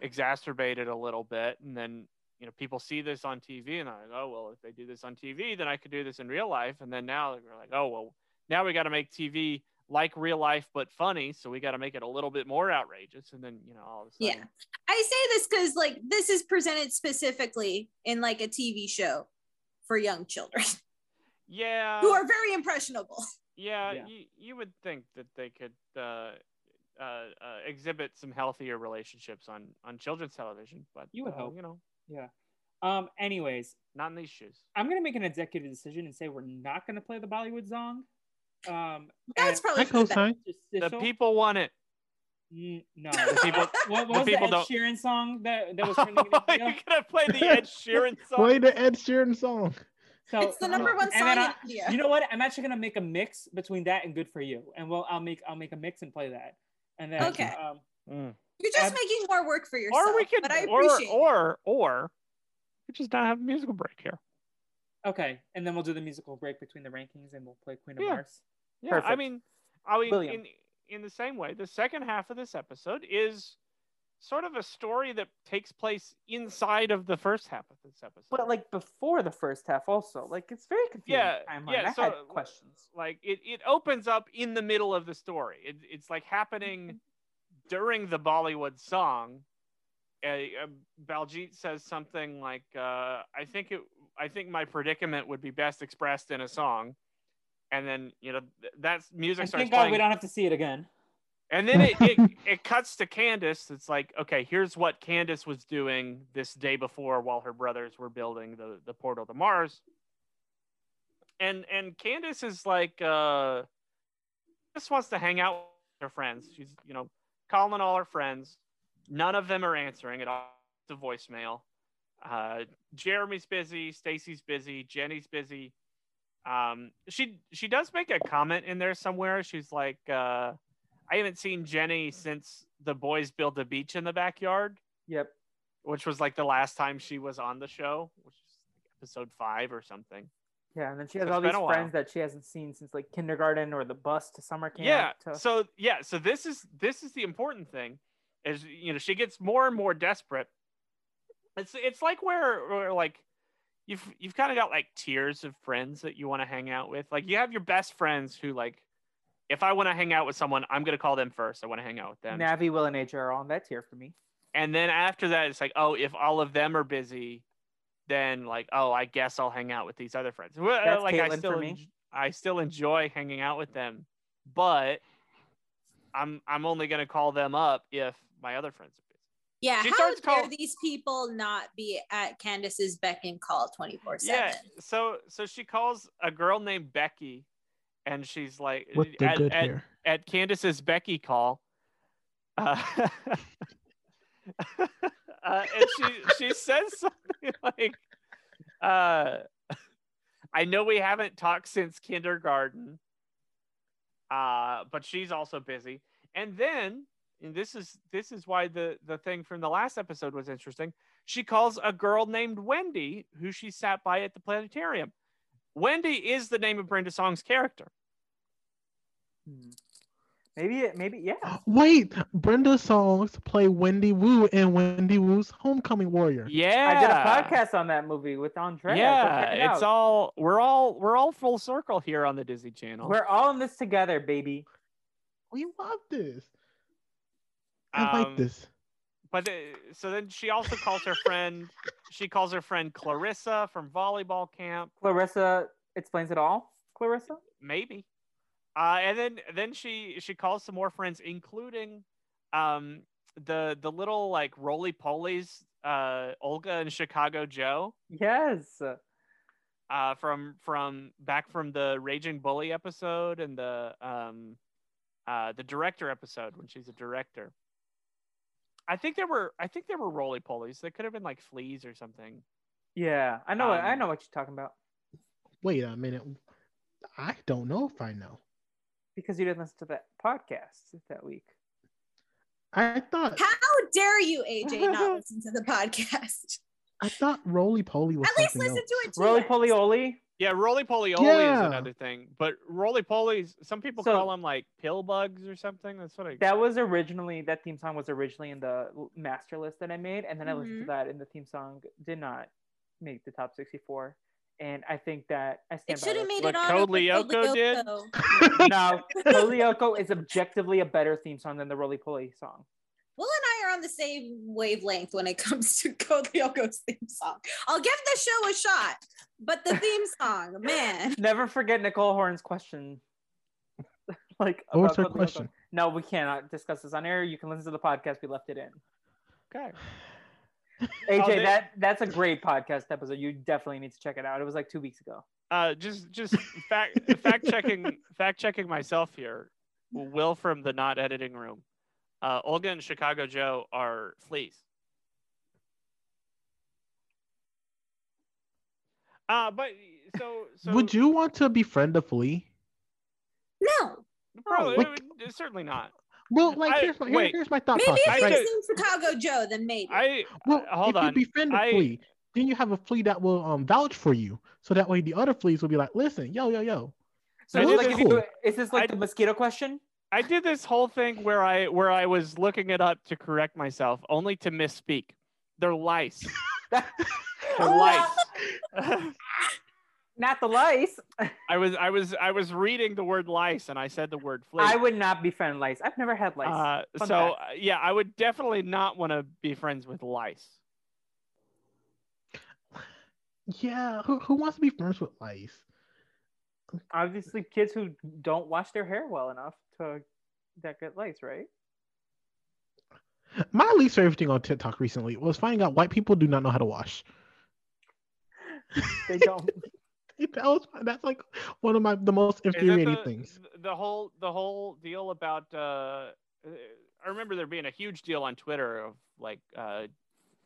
exacerbated a little bit and then you know people see this on tv and i like oh well if they do this on tv then i could do this in real life and then now we're like oh well now we got to make tv like real life but funny so we got to make it a little bit more outrageous and then you know all of a Yeah. sudden I say this because, like, this is presented specifically in like a TV show for young children yeah who are very impressionable. Yeah, Yeah. You, you would think that they could uh, uh, uh, exhibit some healthier relationships on, on children's television, but You would uh, hope. you know, Um. Anyways, not in these shoes. I'm gonna make an executive decision and say we're not gonna play the Bollywood song. Um. That's I probably for the best. co-sign. The people. people want it. Mm, no, The people- what, what the was people the Oh Ed don't- Sheeran song that that You're was trending in the video? gonna play the Ed Sheeran song. Play the Ed Sheeran song. So um, uh-huh. it's the number one and song then in I- India. You know what? I'm actually gonna make a mix between that and "Good for You," and well, I'll make I'll make a mix and play that, and then Okay. um, Mm. You're just I'm- making more work for yourself. Or we could, but I or appreciate it. or or we just not have a musical break here. okay, and then we'll do the musical break between the rankings, and we'll play Queen of Yeah. Mars. Yeah, I Perfect. mean, I mean, William. in in the same way, the second half of this episode is sort of a story that takes place inside of the first half of this episode. But like before the first half, also like it's very confusing. Yeah, timeline. yeah, I so- had questions. like it, it opens up in the middle of the story it, it's like happening during the bollywood song uh, uh, baljeet says something like uh, i think it i think my predicament would be best expressed in a song and then you know th- that's music And starts thank God we playing. don't have to see it again. and then it, it it cuts to candace it's like okay here's what candace was doing this day before while her brothers were building the the portal to mars and and Candace is like uh just wants to hang out with her friends. She's you know calling all her friends. None of them are answering at all to voicemail. Uh, Jeremy's busy, Stacy's busy, Jenny's busy. Um, she she does make a comment in there somewhere. She's like, uh, I haven't seen Jenny since the boys built a beach in the backyard, Yep. which was like the last time she was on the show, which is like episode five or something. Yeah, and then she So has it's all been these a while. friends that she hasn't seen since like kindergarten or the bus to summer camp. yeah to- so yeah so this is this is the important thing is you know she gets more and more desperate it's it's like where, where like you've you've kind of got like tiers of friends that you want to hang out with like you have your best friends who like if i want to hang out with someone i'm going to call them first i want to hang out with them Navi, Will, and AJ are on that tier for me. and then after that it's like oh if all of them are busy then like oh i guess i'll hang out with these other friends well, That's like Caitlin i for still me. en- i still enjoy hanging out with them but i'm i'm only going to call them up if my other friends are busy Yeah, She how starts dare call- these people not be at Candace's beck and call 24 yeah 7? so so she calls a girl named becky and she's like With the at, good at, hair. at candace's becky call uh, uh, and she she says something like uh, i know we haven't talked since kindergarten uh, but she's also busy and then and this is this is why the the thing from the last episode was interesting she calls a girl named Wendy, who she sat by at the planetarium. Wendy is the name of Brenda Song's character. Hmm. Maybe it. Maybe yeah. Wait, Brenda Songs play Wendy Wu in Wendy Wu's Homecoming Warrior. Yeah, I did a podcast on that movie with Andrea. go check it Yeah, it's out. all we're all we're all full circle here on the Disney Channel. We're all in this together, baby. We love this. I Um, like this. But uh, so then she also calls her friend. she calls her friend Clarissa from volleyball camp. Clarissa explains it all. Clarissa. maybe. Uh, and then then she she calls some more friends, including um, the the little like roly polies, uh, Olga and Chicago Joe Yes. uh, from from back from the Raging Bully episode and the um, uh, the director episode when she's a director. I think there were I think there were roly polies. They could have been like fleas or something. Yeah, I know. I Um, know what you're talking about Wait a minute. I don't know if I know. because you didn't listen to that podcast that week. I thought How dare you, AJ, not listen to the podcast? I thought Roly Poly was At least something listen else. to it. Roly twice. poly oly. Yeah, roly poly oly is Yeah. another thing, but roly polies. Some people So- call them like pill bugs or something. That's what I. That was originally that theme song was originally in the l- master list that I made, and then I Mm-hmm. listened Mhm. to that, and the theme song did not make the top 64. And I think that I stand It by should have that. made What it on. Code over Lyoko did? Lyoko. No, Polioko is objectively a better theme song than the Roly Poly song. Will and I are on the same wavelength when it comes to Code Lyoko's theme song. I'll give the show a shot, but the theme song, man. Never forget Nicole Horn's question. like What was about her Code Lyoko. question? No, we cannot discuss this on air. You can listen to the podcast. We left it in. Okay. AJ, they- that that's a great podcast episode. You definitely need to check it out. It was like two weeks ago. Uh, just just fact fact checking fact checking myself here. Will from the not editing room. Uh, Olga and Chicago Joe are fleas. Uh, but so so Would you want to befriend a flea? No, probably, like- uh, certainly not. Well, like I- here's, my, here, wait. here's my thought maybe process. if I you right? could- sing Chicago Joe, then maybe. I Well, uh, hold if on. you befriend a I- flea, then you have a flea that will um vouch for you. So that way the other fleas will be like, listen, yo, yo, yo. So I it's did like this- if you, is this like I- the mosquito question? I did this whole thing where I where I was looking it up to correct myself, only to misspeak. They're lice. They're Oh, lice. Not the lice. I was I was I was reading the word lice and I said the word flea. I would not befriend lice. I've never had lice. Uh, Fun so uh, yeah, I would definitely not want to be friends with lice. Yeah, who, who wants to be friends with lice? Obviously, kids who don't wash their hair well enough to that get lice, right? My least favorite thing on TikTok recently was finding out white people do not know how to wash. They don't. that was that's like one of my the most that infuriating the, things. The whole the whole deal about uh, I remember there being a huge deal on Twitter of like, uh,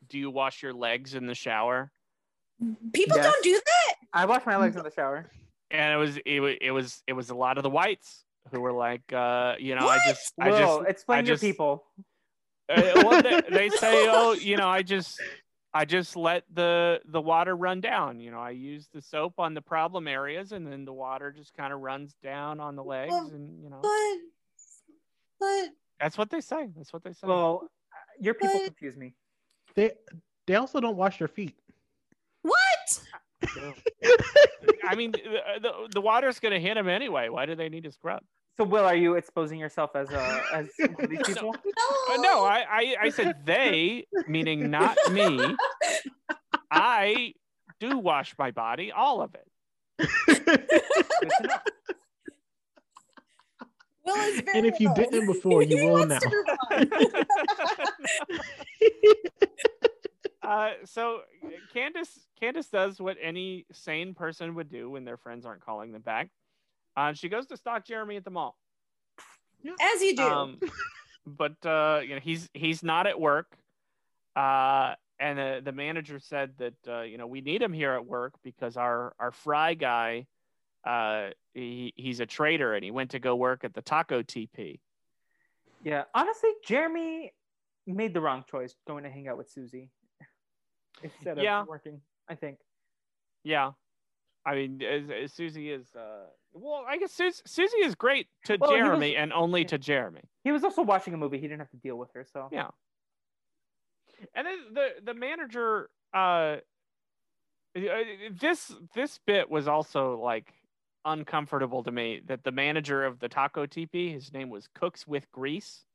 do you wash your legs in the shower? People Yes. don't do that. I wash my legs in the shower. And it was it was it was it was a lot of the whites who were like, uh, you know, What? I just I just Will, explain I your just- people. Uh, well, they, they say, oh, you know, I just, I just let the the water run down. You know, I use the soap on the problem areas, and then the water just kind of runs down on the legs, Well, and you know, But but that's what they say. That's what they say. Well, your people But- confuse me. They they also don't wash their feet. what? I mean, the, the, the water's going to hit them anyway. Why do they need to scrub? So, Will, are you exposing yourself as uh, as one of these people? Uh, no, I, I, I said they, meaning not me. I do wash my body, all of it. Good to know. Will is very And if you annoyed. didn't before, you He will wants to Uh, so uh, Candace Candace does what any sane person would do when their friends aren't calling them back. Uh, she goes to stalk Jeremy at the mall. As you do. Um, but uh, you know he's he's not at work. Uh, and uh, the manager said that uh, you know we need him here at work because our our fry guy, uh, he, he's a traitor and he went to go work at the taco TP. Yeah, honestly, Jeremy made the wrong choice going to hang out with Susie instead of Yeah. working. I think. Yeah. I mean, as, as Susie is, uh, well, I guess Sus- Susie is great to Well, he was- Jeremy and only to Jeremy. He was also watching a movie. He didn't have to deal with her. So Yeah. And then the the manager, uh, uh, this this bit was also like uncomfortable to me that the manager of the taco teepee, his name was Cooks with Grease,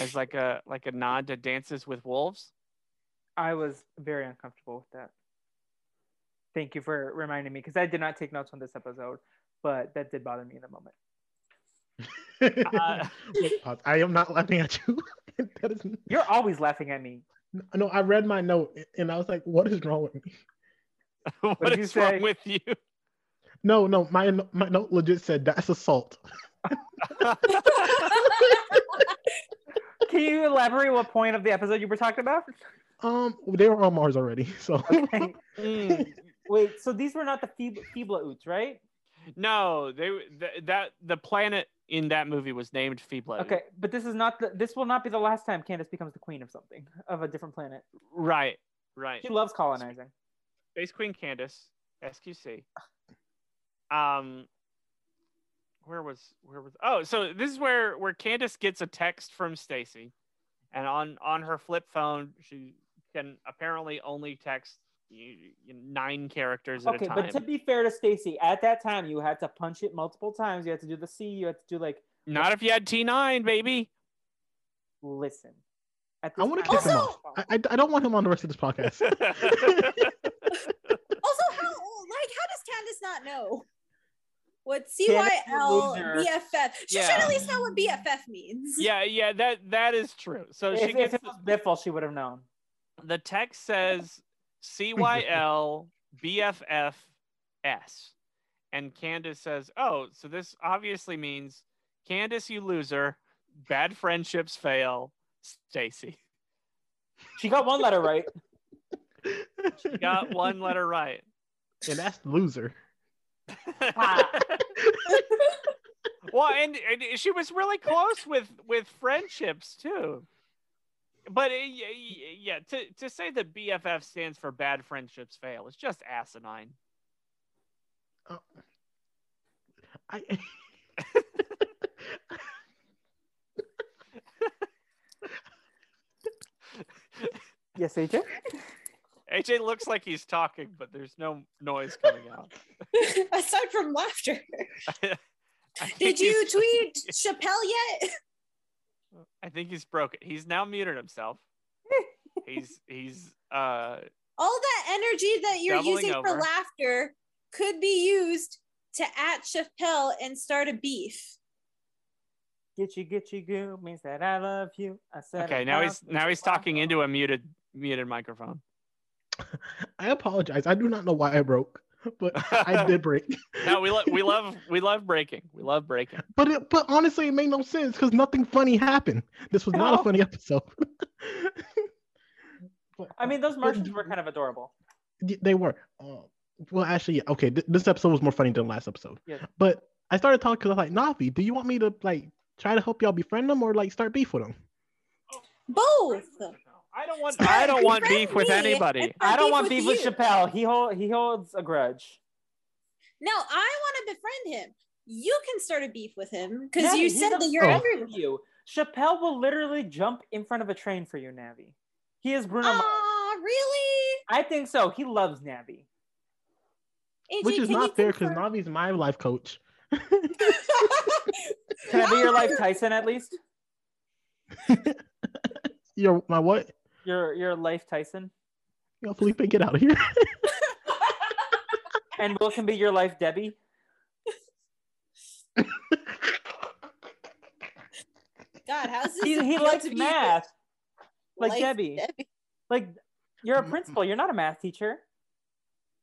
as like a like a nod to Dances with Wolves. I was very uncomfortable with that. Thank you for reminding me because I did not take notes on this episode, but that did bother me in the moment. Uh, Wait, pause. I am not laughing at you. that is You're always laughing at me. no. I read my note and I was like, "What is wrong with me?" what What'd you is wrong say? with you? No, no. My my note legit said that's assault. Can you elaborate what point of the episode you were talking about? Um, they were on Mars already, so Okay. Mm. Wait, so these were not the Feeb- Feebla Oots, right? No, they th- that the planet in that movie was named Feebla. Okay, but this is not the, this will not be the last time Candace becomes the queen of something of a different planet. Right, right. She loves colonizing. Space Queen Candace, SQC. Um, where was where was? Oh, so this is where where Candace gets a text from Stacy, and on on her flip phone she can apparently only text y- y- nine characters at Okay, a time. but to be fair to Stacy, at that time you had to punch it multiple times. You had to do the C. You had to do like Not if you had T nine, baby. listen. At I this want to time- kick him off. Also- I, I, I don't want him on the rest of this podcast. also, how like how does Candace not know what Candace, you CYL loser. BFF? She Yeah. should at least know what BFF means. yeah, yeah, that that is true. So she if, if gets it was Biffle, she would have known. the text says CYL BFFS. And Candace says, Oh, so this obviously means Candace, you loser. Bad friendships fail. Stacy. She got one letter right. You Got one letter right. and that's loser. well, and, and she was really close with with friendships too. But uh, y- y- yeah, to, to say that BFF stands for bad friendships fail is just asinine. I, yes, AJ. AJ looks like he's talking, but there's no noise coming out. Aside from laughter, I think did you he's- tweet Chappelle yet? I think he's broken. He's now muted himself. he's he's uh All that energy that you're Doubling using for over. laughter could be used to at Chappelle and start a beef. Get you, get you, goo means that I love you. I said. okay. Now he's now he's talking into a muted muted microphone. I apologize. I do not know why I broke. but I did break. No, we love we love we love breaking. We love breaking. But it, but honestly, it made no sense because nothing funny happened. This was not No. a funny episode. But, I mean, those but Martians were kind of adorable. y- they were. Uh, well, actually, yeah, okay. th- this episode was more funny than last episode. Yeah. But I started talking because I was like, Navi, do you want me to like try to help y'all befriend them or like start beef with them? Both. I don't want Start I don't want befriending beef with me. anybody. I don't want beef beef with you. Chappelle. He hold, he holds a grudge. No, I want to befriend him. You can start a beef with him Navi, because you he's said that you're Oh. angry F with You. Chappelle will literally jump in front of a train for you, Navi. He is Bruno. Mars. Aw, really? I think so. He loves Navi. AJ, Which is can you not fair because confirm- Navi's my life coach. Can I be your life Tyson at least? You're my what? Your your life Tyson, Yo, Felipe, get out of here. and Will can be your life Debbie. God, how's this? He, he appeal likes to people? math, like Like Debbie. Debbie. Like you're a Mm, principal. You're not a math teacher.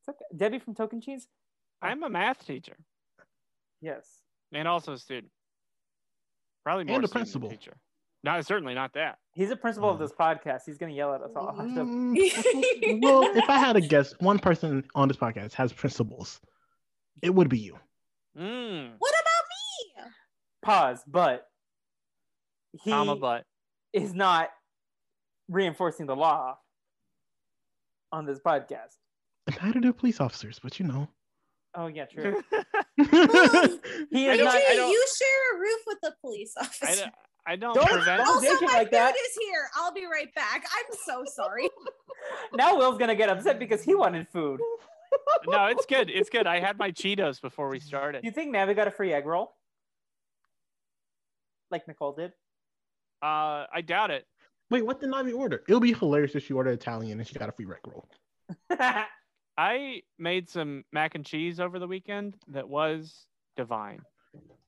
It's okay. Debbie from Token Cheese. I'm a math teacher Yes. and also a student. Probably more And a student than principal. teacher. No, certainly not that. He's a principal of Mm. this podcast. He's gonna yell at us all. Mm, well, if I had to guess, one person on this podcast has principles. It would be you. Mm. What Pause. But he Comma butt. is not reinforcing the law on this podcast. Neither do police officers, but you know. Oh yeah, true. He I is about me? don't- not. I AJ, don't- you share a roof with the police I officer. don't, I don't, Don't- prevent don't- Also, Jake, you my like food that? is here. I'll be right back. I'm so sorry. Now Will's gonna get upset because he wanted food. No, it's good. It's good. I had my Cheetos before we started. You think Navi got a free egg roll? Like Nicole did. Uh, I doubt it. Wait, what did Navi order? It'll be hilarious if she ordered Italian and she got a free rec roll. I made some mac and cheese over the weekend that was divine.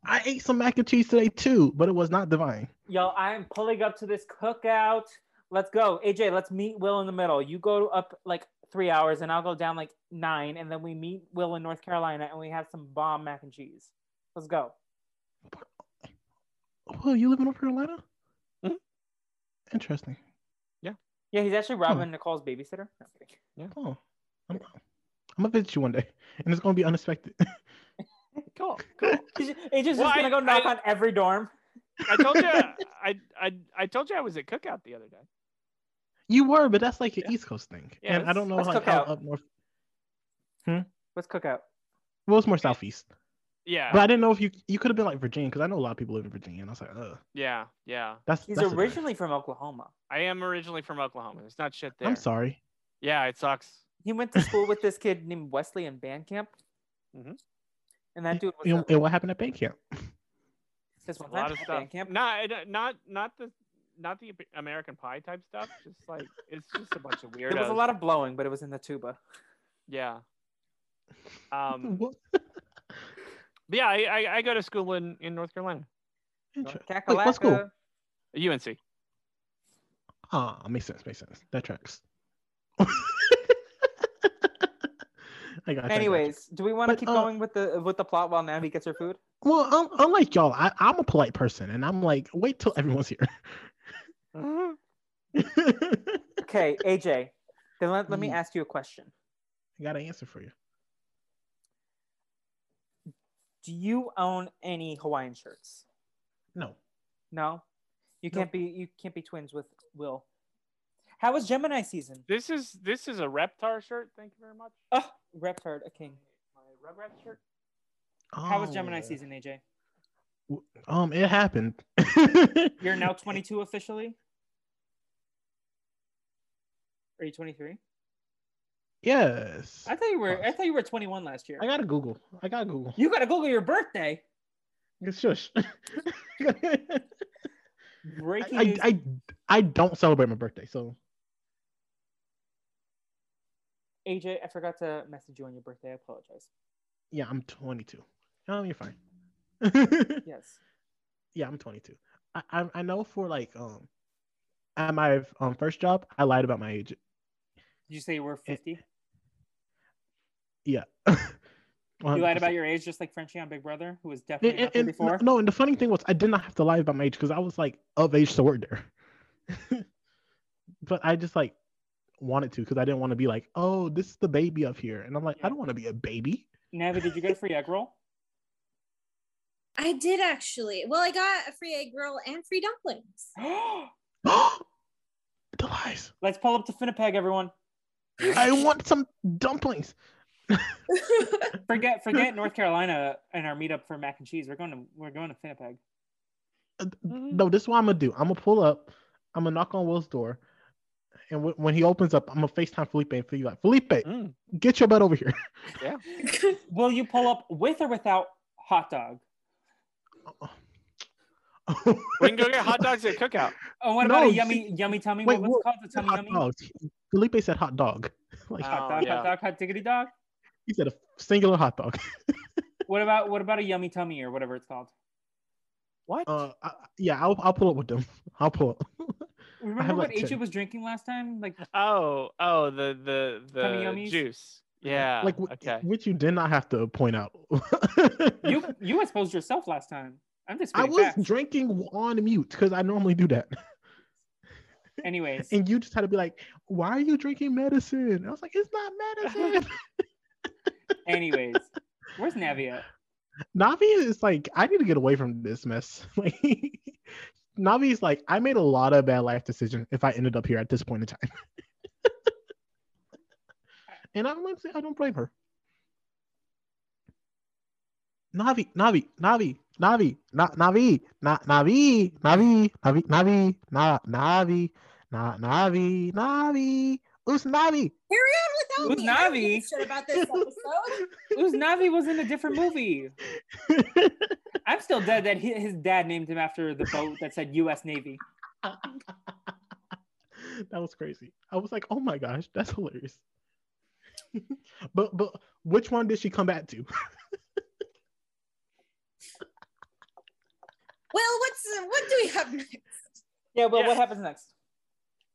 I ate some mac and cheese today too, but it was not divine. Yo, I'm pulling up to this cookout. Let's go. AJ, let's meet Will in the middle. You go up like three hours and I'll go down like nine. And then we meet Will in North Carolina and we have some bomb mac and cheese. Let's go. Well, you live in North Carolina? Mm-hmm. Mhm. Interesting. Yeah, he's actually Robin Hmm. Nicole's babysitter. No, I'm kidding. Oh, I'm, I'm gonna visit you one day, and it's gonna be unexpected. Cool, cool. He's- AJ's Well, just I- gonna go knock I- on every dorm. I told you, I, I, I told you I was at cookout the other day. you were, but that's like an Yeah. East Coast thing, Yeah, and I don't know let's- how, let's how cook out. up north. Let's cook out. Well, it's more southeast, Yeah, but I didn't know if you you could have been like Virginia because I know a lot of people live in Virginia, and I was like, uh, yeah, yeah. that's He's that's a- originally from Oklahoma. I am originally from Oklahoma. There's not shit there. I'm sorry. Yeah, it sucks. He went to school with this kid named Wesley in band camp. Mhm. And that dude was You know, a- and what happened at band camp? this A one lot time of at stuff. band camp. Not, I don't- not, not the, not the American Pie type stuff. Just like it's just a bunch of weirdos. There was a lot of blowing, but it was in the tuba. Yeah. Um. What? but yeah, I, I, I go to school in in North Carolina, Interesting. Wait, Kakalaka. what's cool? UNC. Ah, makes sense. Makes sense. That tracks. I got. Anyways, do we want to But, keep uh, going with the with the plot while Navi gets her food? Well, un- unlike y'all, I, I'm a polite person, and I'm like, wait till everyone's here. Mm-hmm. I Okay, AJ. Then let, let me Mm. ask you a question. got an answer for you. Do you own any Hawaiian shirts? No, No. You No. can't be you can't be twins with Will. How was Gemini season? This is this is a Reptar shirt. Thank you very much. Oh, Reptard, a king. My Rugrat shirt. How was Gemini Oh. season, AJ? Um, it happened. You're now 22 officially. Are you 23? Yes, I thought you were. I thought you were 21 last year. I gotta Google. I gotta Google. you gotta Google your birthday. Shush. I, Breaking I, news. I I don't celebrate my birthday, so AJ, I forgot to message you on your birthday. I apologize. yeah, I'm 22. Um, you're fine. Yes. yeah, I'm 22. I, I I know for like um at my um first job, I lied about my age. Did you say you were 50? Yeah. um, You lied about your age, just like Frenchie on Big Brother, who was And, definitely and, not and- 34. no, and the funny thing was, I did not have to lie about my age because I was like of age to work there. but I just like wanted to because I didn't want to be like, oh, this is the baby up here, and I'm like, Yeah. I don't want to be a baby. Navi, did you get a free egg roll? I did actually. Well, I got a free egg roll and free dumplings. the lies. Let's pull up to Winnipeg, everyone. I want some dumplings. Forget forget North Carolina and our meetup for mac and cheese. We're going to we're going to Winnipeg. Uh, th- Mm-hmm. No, this is what I'm gonna do. I'm gonna pull up. I'm gonna knock on Will's door, and wh- when he opens up, I'm gonna Facetime Felipe and be like, Felipe, Mm. get your butt over here. Will you pull up with or without hot dog? We can go get hot dogs at cookout. Oh, what No, about a you yummy yummy tummy? Wait, Wait, What's what- it called the tummy hot yummy? dogs. Felipe said hot dog. like Hot Oh, dog, yeah. hot dog, hot diggity dog. he said a singular hot dog. What about what about a yummy tummy or whatever it's called? What? Uh, I, I- yeah, I'll I'll pull up with them. I'll pull up. Remember have, what like, H two. was drinking last time? Like oh, oh, the the the Tummy yummies? juice. Yeah. Mm-hmm. like wh- okay. which you did not have to point out. you you exposed yourself last time. I'm just I spitting was facts. drinking on mute because I normally do that, Anyways, and you just had to be like, "Why are you drinking medicine?" I was like, "It's not medicine." anyways, where's Navi at? Navi is like, I need to get away from this mess. Like, Navi is like, I made a lot of bad life decisions if I ended up here at this point in time. and I'm like, I don't blame her. Navi, Navi, Navi, Navi, Na- Navi, Na- Navi, Navi, Navi, Navi, Na- Navi, Na- Navi, Navi, who's Navi? Carry on without Who's me. I don't give a Navi? shit about this episode. Who's Navi was in a different movie. I'm still dead that hi- his dad named him after the boat that said U.S. Navy. that was crazy. I was like, oh my gosh, that's hilarious. but but which one did she come back to? well, what's what do we have next? Yeah, well, Yeah. what happens next?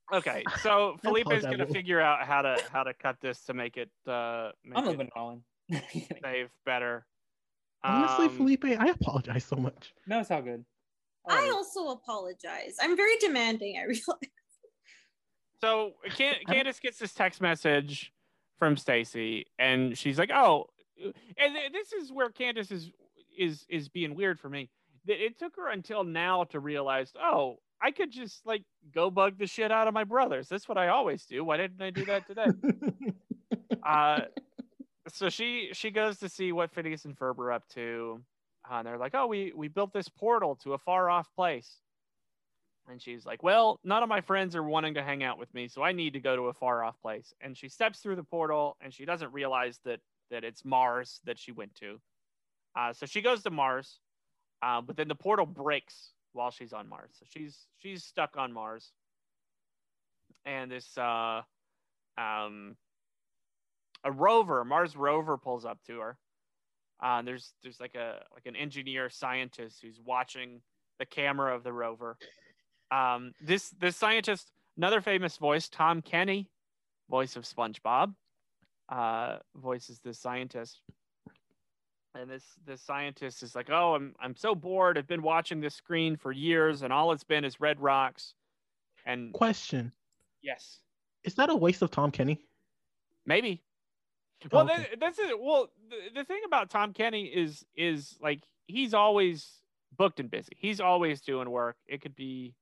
Okay. So Felipe's apologize, gonna Will. figure out how to how to cut this to make it uh make I'm it living all in. save better. Honestly, Um, Felipe, I apologize so much. no, it's all good. All I right. also apologize. I'm very demanding. I realize. So Can- I don't- Candace gets this text message from Stacy, and she's like, "Oh," and th- this is where Candace is is is being weird for me. That it took her until now to realize, "Oh, I could just like go bug the shit out of my brothers. That's what I always do. Why didn't I do that today?" uh, so she she goes to see what Phineas and Ferb are up to, uh, and they're like, "Oh, we we built this portal to a far off place." And she's like, "Well, none of my friends are wanting to hang out with me, so I need to go to a far off place." And she steps through the portal, and she doesn't realize that that it's Mars that she went to. Uh, so she goes to Mars, uh, but then the portal breaks while she's on Mars. So she's she's stuck on Mars, and this uh, um, a rover, a Mars rover, pulls up to her. Uh, and there's there's like a like an engineer scientist who's watching the camera of the rover. Um, this this scientist, another famous voice, Tom Kenny, voice of SpongeBob, uh, voices this scientist. And this this scientist is like, oh, I'm I'm so bored. I've been watching this screen for years, and all it's been is red rocks. And Question: yes, Is that a waste of Tom Kenny? Maybe. Well, Okay. that, that's it. Well, the, the thing about Tom Kenny is is like he's always booked and busy. He's always doing work. It could be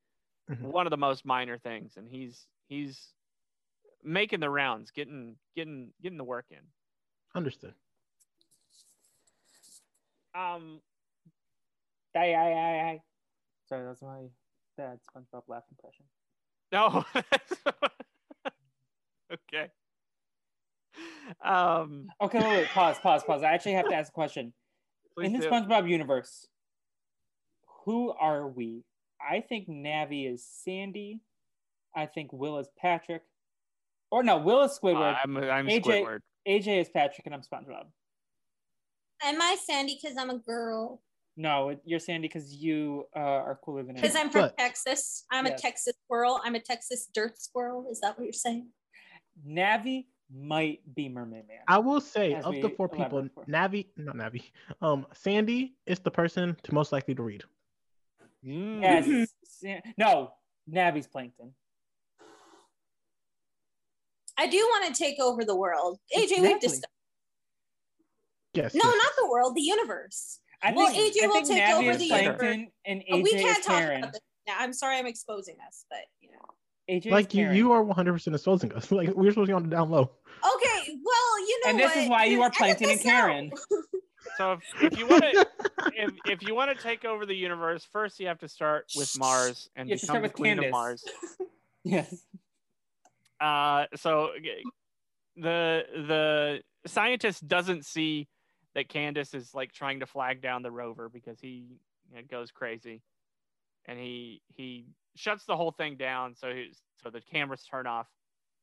Mhm. one of the most minor things, and he's he's making the rounds, getting getting getting the work in. Understood. Um, Aye, aye, aye, aye. Sorry, that's my bad SpongeBob laugh impression. no. okay. Um, Okay, wait, wait, pause, pause, pause. I actually have to ask a question. please in the do. SpongeBob universe, who are we? I think Navi is Sandy. I think Will is Patrick. Or no, Will is Squidward. Uh, I'm I'm AJ Squidward. AJ is Patrick, and I'm SpongeBob. Am I Sandy because I'm a girl? No, it- you're Sandy because you uh, are cooler than Because everyone. I'm from But- Texas. I'm Yes. a Texas squirrel. I'm a Texas dirt squirrel. Is that what you're saying? Navi might be Mermaid Man. I will say, As of the we four people, elaborate for. Navi, not Navi, um, Sandy is the person to most likely to read. Mm. Yes. Sa- no, Navi's Plankton. I do want to take over the world. AJ, we've Exactly. discussed. Yes. No, yes. not the world, the universe. I Well, think, AJ I will think take Navi over is the Plankton and Oh, AJ we can't is talk Karen. about this. Now, I'm sorry I'm exposing us, but you know. AJ is like you, Karen. you are 100% exposing us. Like we're supposed to be on the down low. Okay, well, you know And this what? is why you are Edit Plankton and this out. Karen. So if, if you want to if, if you want to take over the universe, first you have to start with Mars and You have to become start the with queen Candace. of Mars. Yes. Uh, so g- the the scientist doesn't see that Candace is like trying to flag down the rover because he you know, goes crazy, and he he shuts the whole thing down so he's, so the cameras turn off,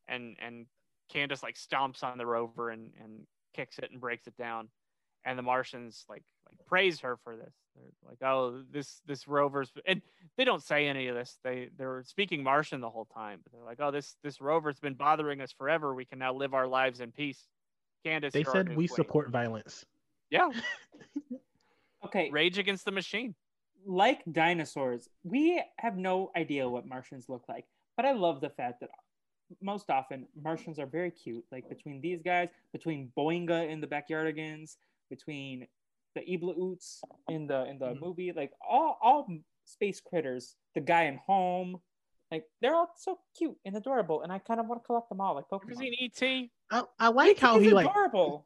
and and Candace like stomps on the rover and and kicks it and breaks it down, and the Martians like like praise her for this. They're like, oh, this this rover's and they don't say any of this. They they're speaking Martian the whole time. But they're like, oh, this this rover's been bothering us forever. We can now live our lives in peace. Candace, They you're our said new we queen." support violence. Yeah, Okay. Rage Against the Machine. like dinosaurs, we have no idea what Martians look like, but I love the fact that most often Martians are very cute. Like between these guys, between Boinga in the Backyardigans, between the Iblaoots in the in the Mhm. movie, like all all space critters, the guy in Home, like they're all so cute and adorable, and I kind of want to collect them all, like Ever Pokemon. seen ET? I, I like how It's he like adorable.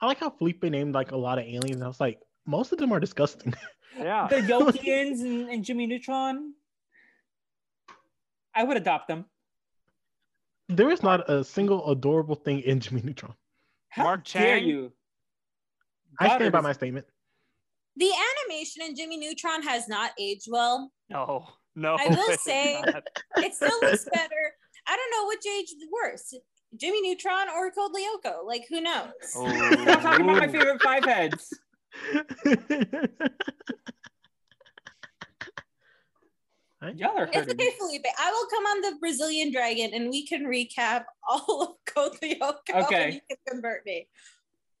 I like how Felipe named like a lot of aliens. I was like, most of them are disgusting. Yeah. the Yokians and, and Jimmy Neutron. I would adopt them. there is not a single adorable thing in Jimmy Neutron. How Mark dare Chang? you? I Goddard stand by is- my statement. The animation in Jimmy Neutron has not aged well. No, no. I will it's say- not. It still looks better. I don't know which aged worse, Jimmy Neutron or Cold Lyoko. Like, who knows? Stop talking about my Ooh. favorite five heads. Y'all are It's hurting. okay, Felipe. I will come on the Brazilian Dragon and we can recap all of Code Lyoko. Okay. And you can convert me.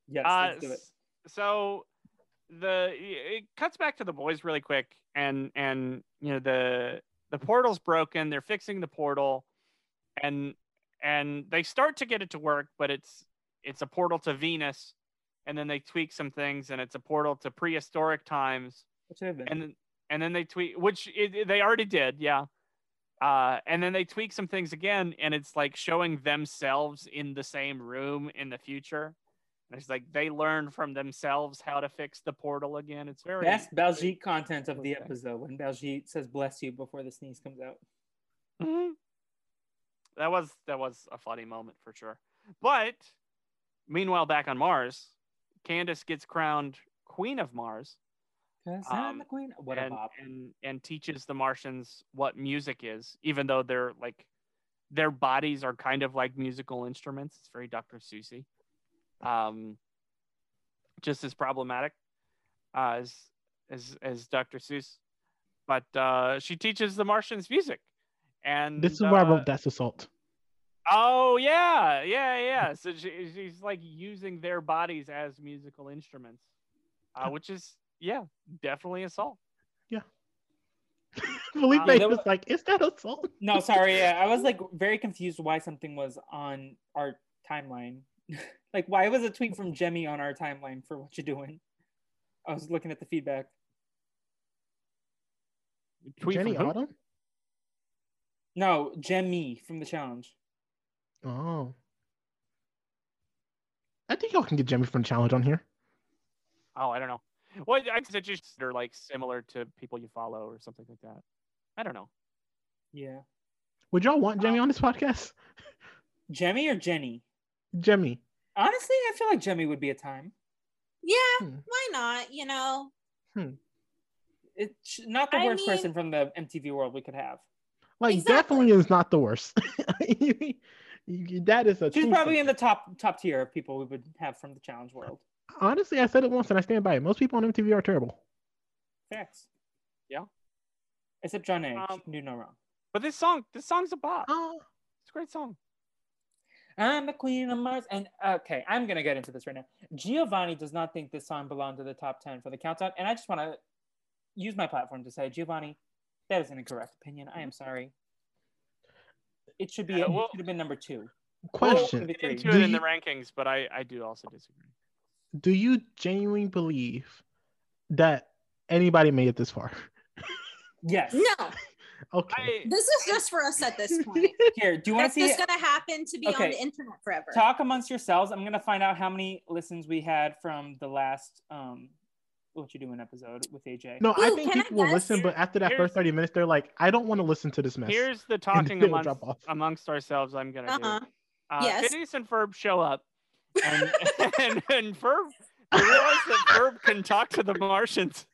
Yes, Uh, let's do it. s- So the it cuts back to the boys really quick, and and you know the the portal's broken. They're fixing the portal, and and they start to get it to work, but it's it's a portal to Venus, and then they tweak some things, and it's a portal to prehistoric times, What should have been? and then- and then they tweak which it, it- they already did, yeah. Uh, and then they tweak some things again, and it's like showing themselves in the same room in the future. And it's like they learn from themselves how to fix the portal again. It's very Best Baljeet content of the Okay. episode when Baljeet says "bless you" before the sneeze comes out. Mhm. That was that was a funny moment for sure. But meanwhile, back on Mars, Candace gets crowned Queen of Mars. Cause Um, I'm the queen. What a and, bop. and and teaches the Martians what music is, even though they're like their bodies are kind of like musical instruments. It's very Dr. Susie. Um just as problematic uh, as as as Dr. Seuss. But uh she teaches the Martians music. And this is where I uh, wrote that's assault. Oh yeah, yeah, yeah. So she, she's like using their bodies as musical instruments, uh, which is yeah, definitely assault. Felipe Yeah, that was was- like, is that assault? No, sorry. Yeah, I was like very confused why something was on our timeline. like, why was a tweet from Jemmy on our timeline for what you're doing? I was looking at the feedback. Tweet Jenny from who? Autumn? No, Jemmy from the challenge. Oh. I think y'all can get Jimmy from challenge on here. Oh, I don't know. Well, I guess it just they're like similar to people you follow or something like that. I don't know. Yeah, Would y'all want Jimmy on this podcast? Jemmy or Jenny. Jimmy. Honestly, I feel like Jemmy would be a time. Yeah, Hmm. why not? You know, It's not the I worst mean- person from the MTV world we could have. Like Exactly. definitely is not the worst. You- you- that is a She's true probably in statement. the top top tier of people we would have from the challenge world. honestly I said it once and I stand by it. Most people on MTV are terrible. Facts. Yeah. Except John A. Um, she can do no wrong. But this song, this song's a bop. Oh It's a great song. I'm the queen of Mars. And okay, I'm gonna get into this right now. Giovanni does not think this song belonged to the top ten for the countdown, and I just want to use my platform to say, Giovanni, that is an incorrect opinion. I am sorry. It should be. Yeah, it well- should have been number two. We'll Question: get into Do it in the you- rankings, but I, I do also disagree. Do you genuinely believe that anybody made it this far? Yes. No, Okay. I, this is just for us at this point. Here, do you want That's to see? just gonna happen to be Okay. on the internet forever. Talk amongst yourselves. I'm gonna find out how many listens we had from the last um, what you doing episode with AJ. No, I Ooh, think can I people will guess? listen, but after that Here's- first thirty minutes, they're like, "I don't want to listen to this mess." here's the talking it'll amongst, drop off. amongst ourselves I'm going to Uh-huh. do. Uh, Yes. Phineas and Ferb show up, and, and, and Ferb they realize that Ferb can talk to the Martians.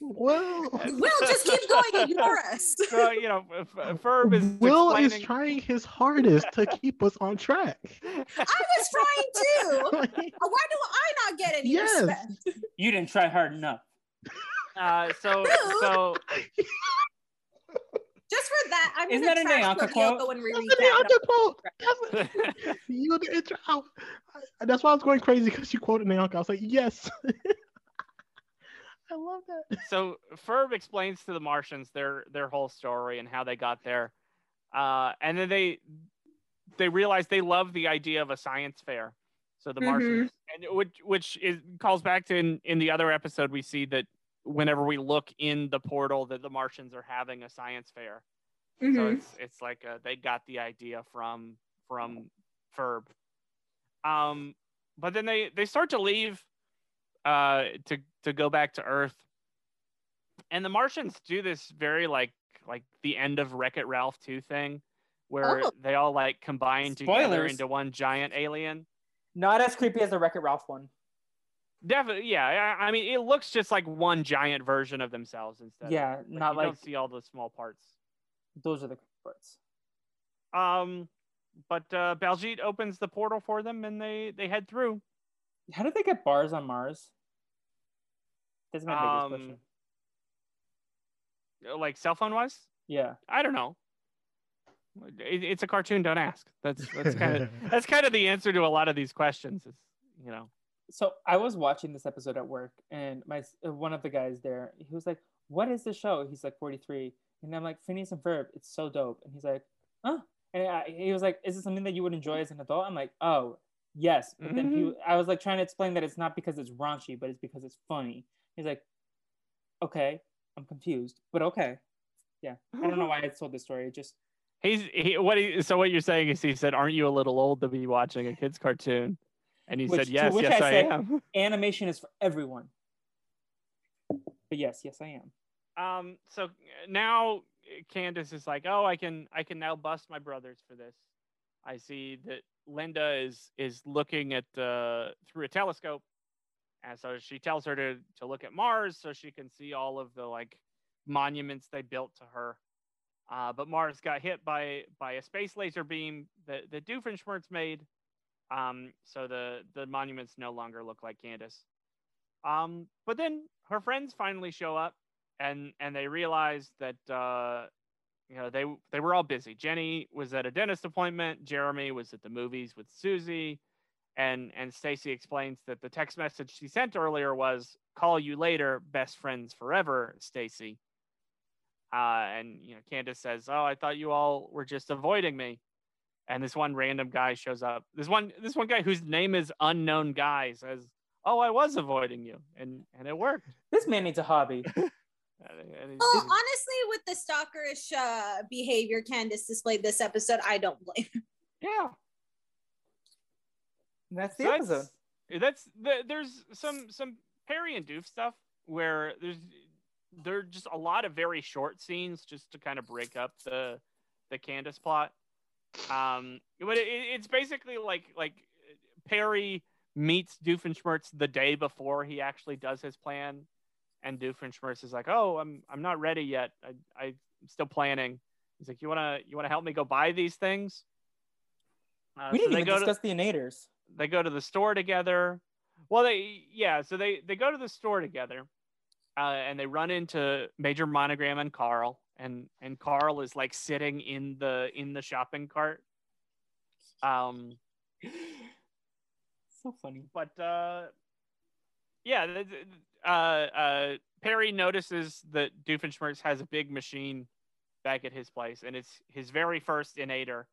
Well, Will, just keep going. Ignore us. So, you know, F- F- Ferb is Will explaining... is trying his hardest to keep us on track. I was trying to. Like, Why do I not get any Yes. respect? You didn't try hard enough. Uh, so, so Just for that, I'm Isn't gonna that a trash Nyanka Yoko quote? when we read that's the that. other quote. That's- you did it. I- I- That's why I was going crazy because you quoted Naoka. I was like, yes. I love that. so Ferb explains to the Martians their their whole story and how they got there, uh, and then they they realize they love the idea of a science fair. So the Mhm. Martians, and it- which which is calls back to in in the other episode we see that whenever we look in the portal that the Martians are having a science fair. So Mhm. it's it's like uh they got the idea from from Ferb. Um, but then they they start to leave, uh, to to go back to Earth. And the Martians do this very like like the end of Wreck It Ralph two thing, where Oh. they all like combine together Spoilers. into one giant alien. Not as creepy as the Wreck It Ralph one. Definitely, yeah. I, I mean, it looks just like one giant version of themselves instead. yeah, of, not you like don't see all the small parts. those are the creepy parts. Um, but uh, Baljeet opens the portal for them, and they they head through. How did they get bars on Mars? That's my biggest Um, question. uh, Like cell phone wise, Yeah. I don't know. It, it's a cartoon. Don't ask. That's that's kind of that's kind of the answer to a lot of these questions. Is you know, So I was watching this episode at work, and my uh, one of the guys there, he was like, "What is the show?" He's like, "43," and I'm like, "Phineas and Ferb. It's so dope." And he's like, "Huh?" And I, he was like, "Is it something that you would enjoy as an adult?" I'm like, "Oh, yes." But then he, I was like trying to explain that it's not because it's raunchy, but it's because it's funny. He's like, "Okay, I'm confused, but okay." Yeah, I don't know why I told this story. It just he's he, what he, so what you're saying is he said, "Aren't you a little old to be watching a kids cartoon?" And he Which- said, to "Yes, which yes, I I, said- am." animation is for everyone. But yes, yes, I am. Um, so uh, now Candace is like, "Oh, I can I can now bust my brothers for this." I see that Linda is is looking at uh, through a telescope, and so she tells her to to look at Mars so she can see all of the like monuments they built to her. Uh, but Mars got hit by by a space laser beam that that Doofenshmirtz made, um, so the the monuments no longer look like Candace. Um, but then her friends finally show up, and and they realize that uh, you know they they were all busy. Jenny was at a dentist appointment. Jeremy was at the movies with Susie, and and Stacy explains that the text message she sent earlier was "Call you later, best friends forever, Stacy." Uh, and you know Candace says, "Oh, I thought you all were just avoiding me." And this one random guy shows up. This one this one guy whose name is unknown guy says, "Oh, I was avoiding you," and and it worked. This man needs a hobby. And- and he- Well, honestly, with the stalkerish uh, behavior Candace displayed this episode, I don't blame. yeah. That's the So episode. That's the, there's some some Perry and Doof stuff where there's there are just a lot of very short scenes just to kind of break up the the Candace plot. Um, but it, it- it's basically like like Perry meets Doofenshmirtz the day before he actually does his plan, and Doofenshmirtz is like, "Oh, I'm I'm not ready yet. I I'm still planning." He's like, "You wanna you wanna help me go buy these things?" Uh, we so didn't they even go to- discuss the innators. they go to the store together well they yeah so they they go to the store together uh, and they run into major monogram and carl and and Carl is like sitting in the in the shopping cart. Um, so funny. but uh, yeah, th- th- uh, uh, Perry notices that Doofenshmirtz has a big machine back at his place, and it's his very first innator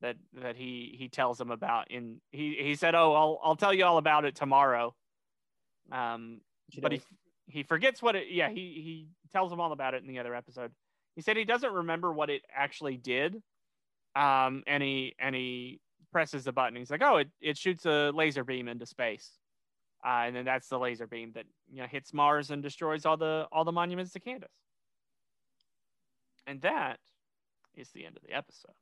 that that he he tells him about. And he he said, "Oh, I'll I'll tell you all about it tomorrow." Um, She but he does. he forgets what it. Yeah, he he tells him all about it in the other episode. He said he doesn't remember what it actually did. Um, and he and he presses the button. He's like, oh, it it shoots a laser beam into space, uh, and then that's the laser beam that you know hits Mars and destroys all the all the monuments to Candace. And that is the end of the episode.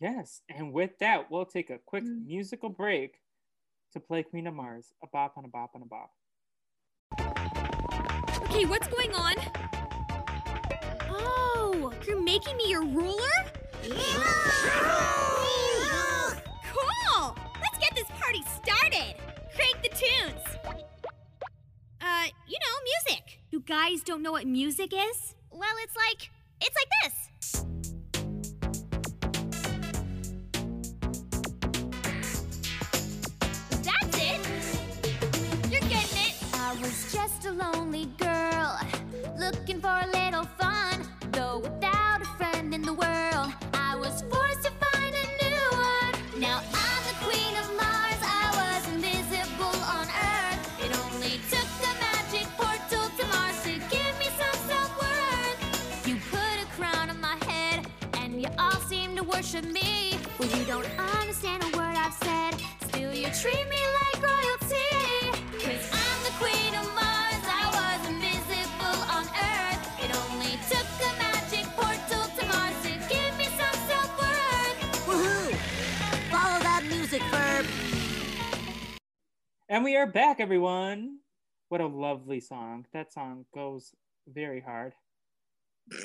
yes, and with that, we'll take a quick Mm. musical break to play Queen of Mars, a bop and a bop and a bop. Okay, what's going on? Oh, you're making me your ruler? Cool! Let's get this party started! Crank the tunes! Uh, you know, music. You guys don't know what music is? Well, it's like, it's like this. That's it! You're getting it! I was just a lonely girl, looking for a little fun. Though without a friend in the world, I was forced to find a new one. Now I'm the queen of Mars, I was invisible on Earth. It only took a magic portal to Mars to give me some self worth. You put a crown on my head, and you all seem to worship me. Well, you don't understand a word I've said, still, you treat me like royalty. Cause I'm the queen of Mars, I was invisible on Earth. It only took a magic portal to Mars to give me some self worth. Woohoo! Follow that music, Verb. And we are back, everyone. What a lovely song. That song goes very hard.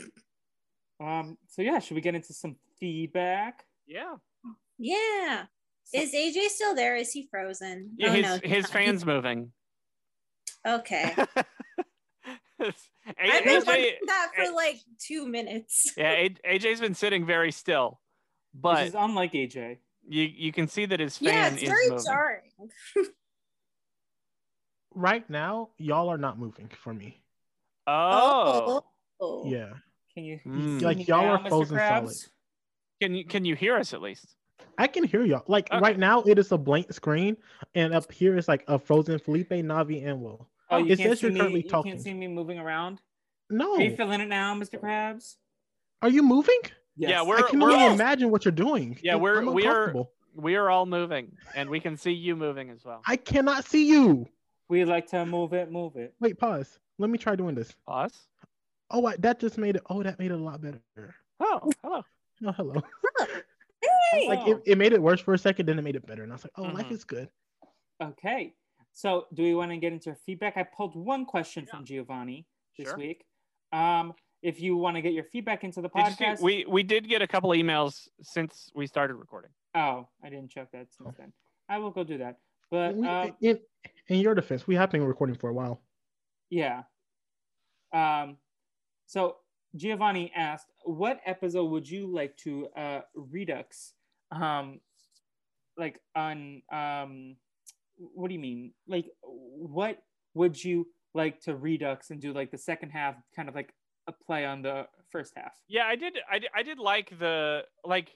um, so yeah, should we get into some feedback? Yeah, Yeah. Is AJ still there? Is he frozen? yeah. Oh, his no, he's his not. fans moving. Okay. I've been AJ, wondering that A- for like two minutes. yeah, A- AJ's been sitting very still, but Which is unlike AJ. you you can see that his fan Yeah, it's is very moving. jarring. Right now, y'all are not moving for me. Oh, Oh. Yeah. Can you Mm. see Like, me y'all now, are Mr. frozen Krabs? can you can you hear us at least? I can hear y'all. Like Uh, Okay. right now, it is a blank screen, and up here is like a frozen Felipe, Navi, and Will. Oh, you It can't says see you're me. currently You talking. Oh. can't see me moving around. No, Are you feeling it now, Mr. Krabs? are you moving? Yeah, Yes. we're I can we're only all, imagine what you're doing. Yeah, It- we're- I'm we are- uncomfortable. we are all moving, and we can see you moving as well. I cannot see you. We like to move it, move it. Wait, pause. Let me try doing this. Us? Oh, I, that just made it. Oh, that made it a lot better. Oh, hello. Oh, hello. Hey! Like Oh. it, it made it worse for a second, then it made it better, and I was like, oh, life Mm-hmm. Mhm. is good. Okay. So, do we want to get into feedback? I pulled one question from Giovanni this Sure. week. Um, if you want to get your feedback into the Did you see- podcast, we we did get a couple emails since we started recording. oh, I didn't check that Oh. since then. I will go do that. But We- uh, in, in your defense, we have been recording for a while. yeah. Um, so Giovanni asked, "What episode would you like to uh, redux, um, like on um, what do you mean? Like, what would you like to redux and do like the second half, kind of like a play on the first half?" Yeah, I did. I did, I did like the like.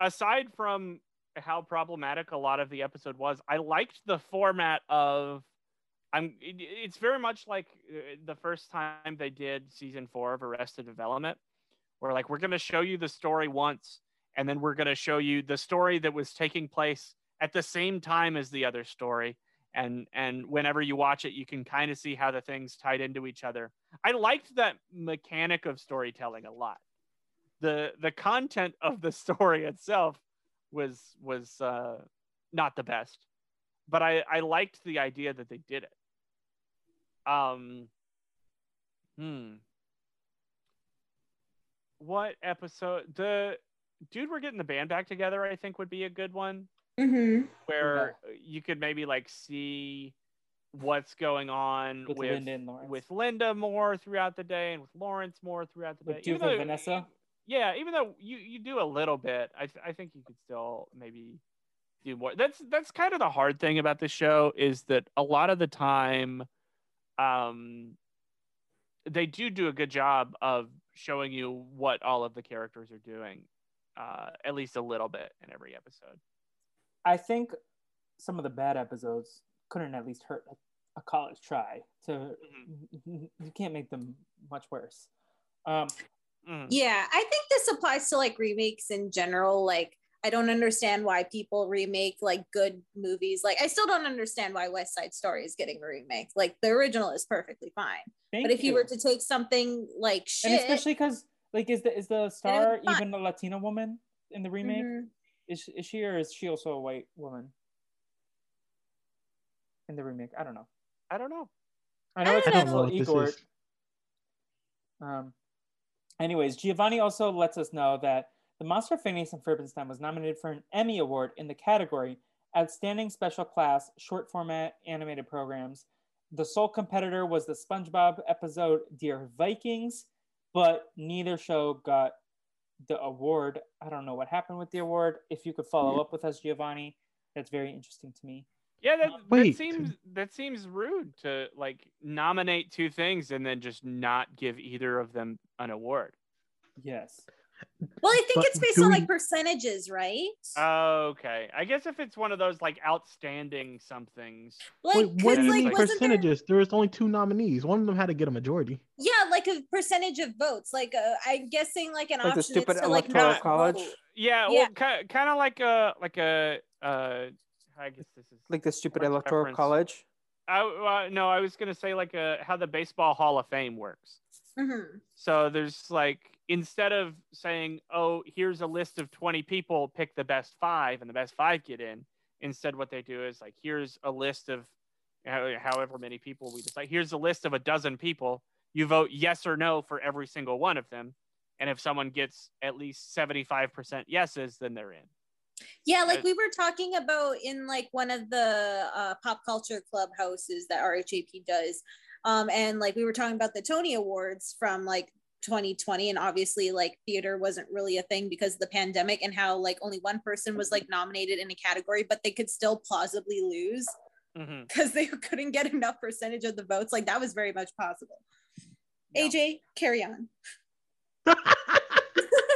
Aside from how problematic a lot of the episode was, I liked the format of. I'm. It, it's very much like uh, the first time they did season four of Arrested Development, where like we're going to show you the story once, and then we're going to show you the story that was taking place at the same time as the other story. And, and whenever you watch it, you can kind of see how the things tied into each other. I liked that mechanic of storytelling a lot. The the content of the story itself was was uh, not the best, but I I liked the idea that they did it. Um. Hmm. What episode? The dude, we're getting the band back together. I think would be a good one Mhm. where you could maybe like see what's going on with, with Linda and Lawrence. with Linda more throughout the day and with Lawrence more throughout the with day. Duke Even and though- Vanessa. Yeah, even though you you do a little bit, I th- I think you could still maybe do more. That's that's kind of the hard thing about the show is that a lot of the time, um, they do do a good job of showing you what all of the characters are doing, uh, at least a little bit in every episode. I think some of the bad episodes couldn't at least hurt a college try. To Mm-hmm. you can't make them much worse. Um, Mhm. Yeah, I think this applies to like remakes in general. Like, I don't understand why people remake like good movies. Like, I still don't understand why West Side Story is getting a remake. Like, the original is perfectly fine, thank but if you. were to take something like shit, and especially because like is the is the star fun. even a Latina woman in the remake? Mhm. Is is she or is she also a white woman in the remake? I don't know. I don't know. I know it's I don't know Ansel what this Igor. is. Um, anyways, Giovanni also lets us know that the monster Phineas and Ferbenstein was nominated for an Emmy Award in the category Outstanding Special Class Short Format Animated Programs. The sole competitor was the SpongeBob episode Dear Vikings, but neither show got the award. I don't know what happened with the award. If you could follow up with us, Giovanni, that's very interesting to me. Yeah, that, that Wait. seems that seems rude to like nominate two things and then just not give either of them an award. Yes. well, I think But it's based do on we- like percentages, right? Uh, Okay, I guess if it's one of those like outstanding somethings, like, Wait, what do 'cause, you like, mean wasn't there- percentages? There was only two nominees. One of them had to get a majority. yeah, like a percentage of votes. Like, uh, I'm guessing like an Like option the stupid is to like electoral not college? vote. yeah, Yeah. well, ki- kind of like a like a uh, I guess this is Like the stupid What electoral reference? college. I uh, no, I was gonna say like a how the baseball Hall of Fame works. Mhm. So there's like instead of saying, "Oh, here's a list of 20 people, pick the best 5 and the best 5 get in." Instead what they do is like, "Here's a list of how- however many people we decide. Here's a list of a dozen people. You vote yes or no for every single one of them." And if someone gets at least 75% yeses, then they're in. Yeah, like Uh, we were talking about in like one of the uh, pop culture clubhouses that RHAP does, um, and like we were talking about the Tony Awards from like 2020, and obviously like theater wasn't really a thing because of the pandemic, and how like only one person was like nominated in a category, but they could still plausibly lose Mhm. because they couldn't get enough percentage of the votes. Like that was very much possible. Yeah. AJ, carry on.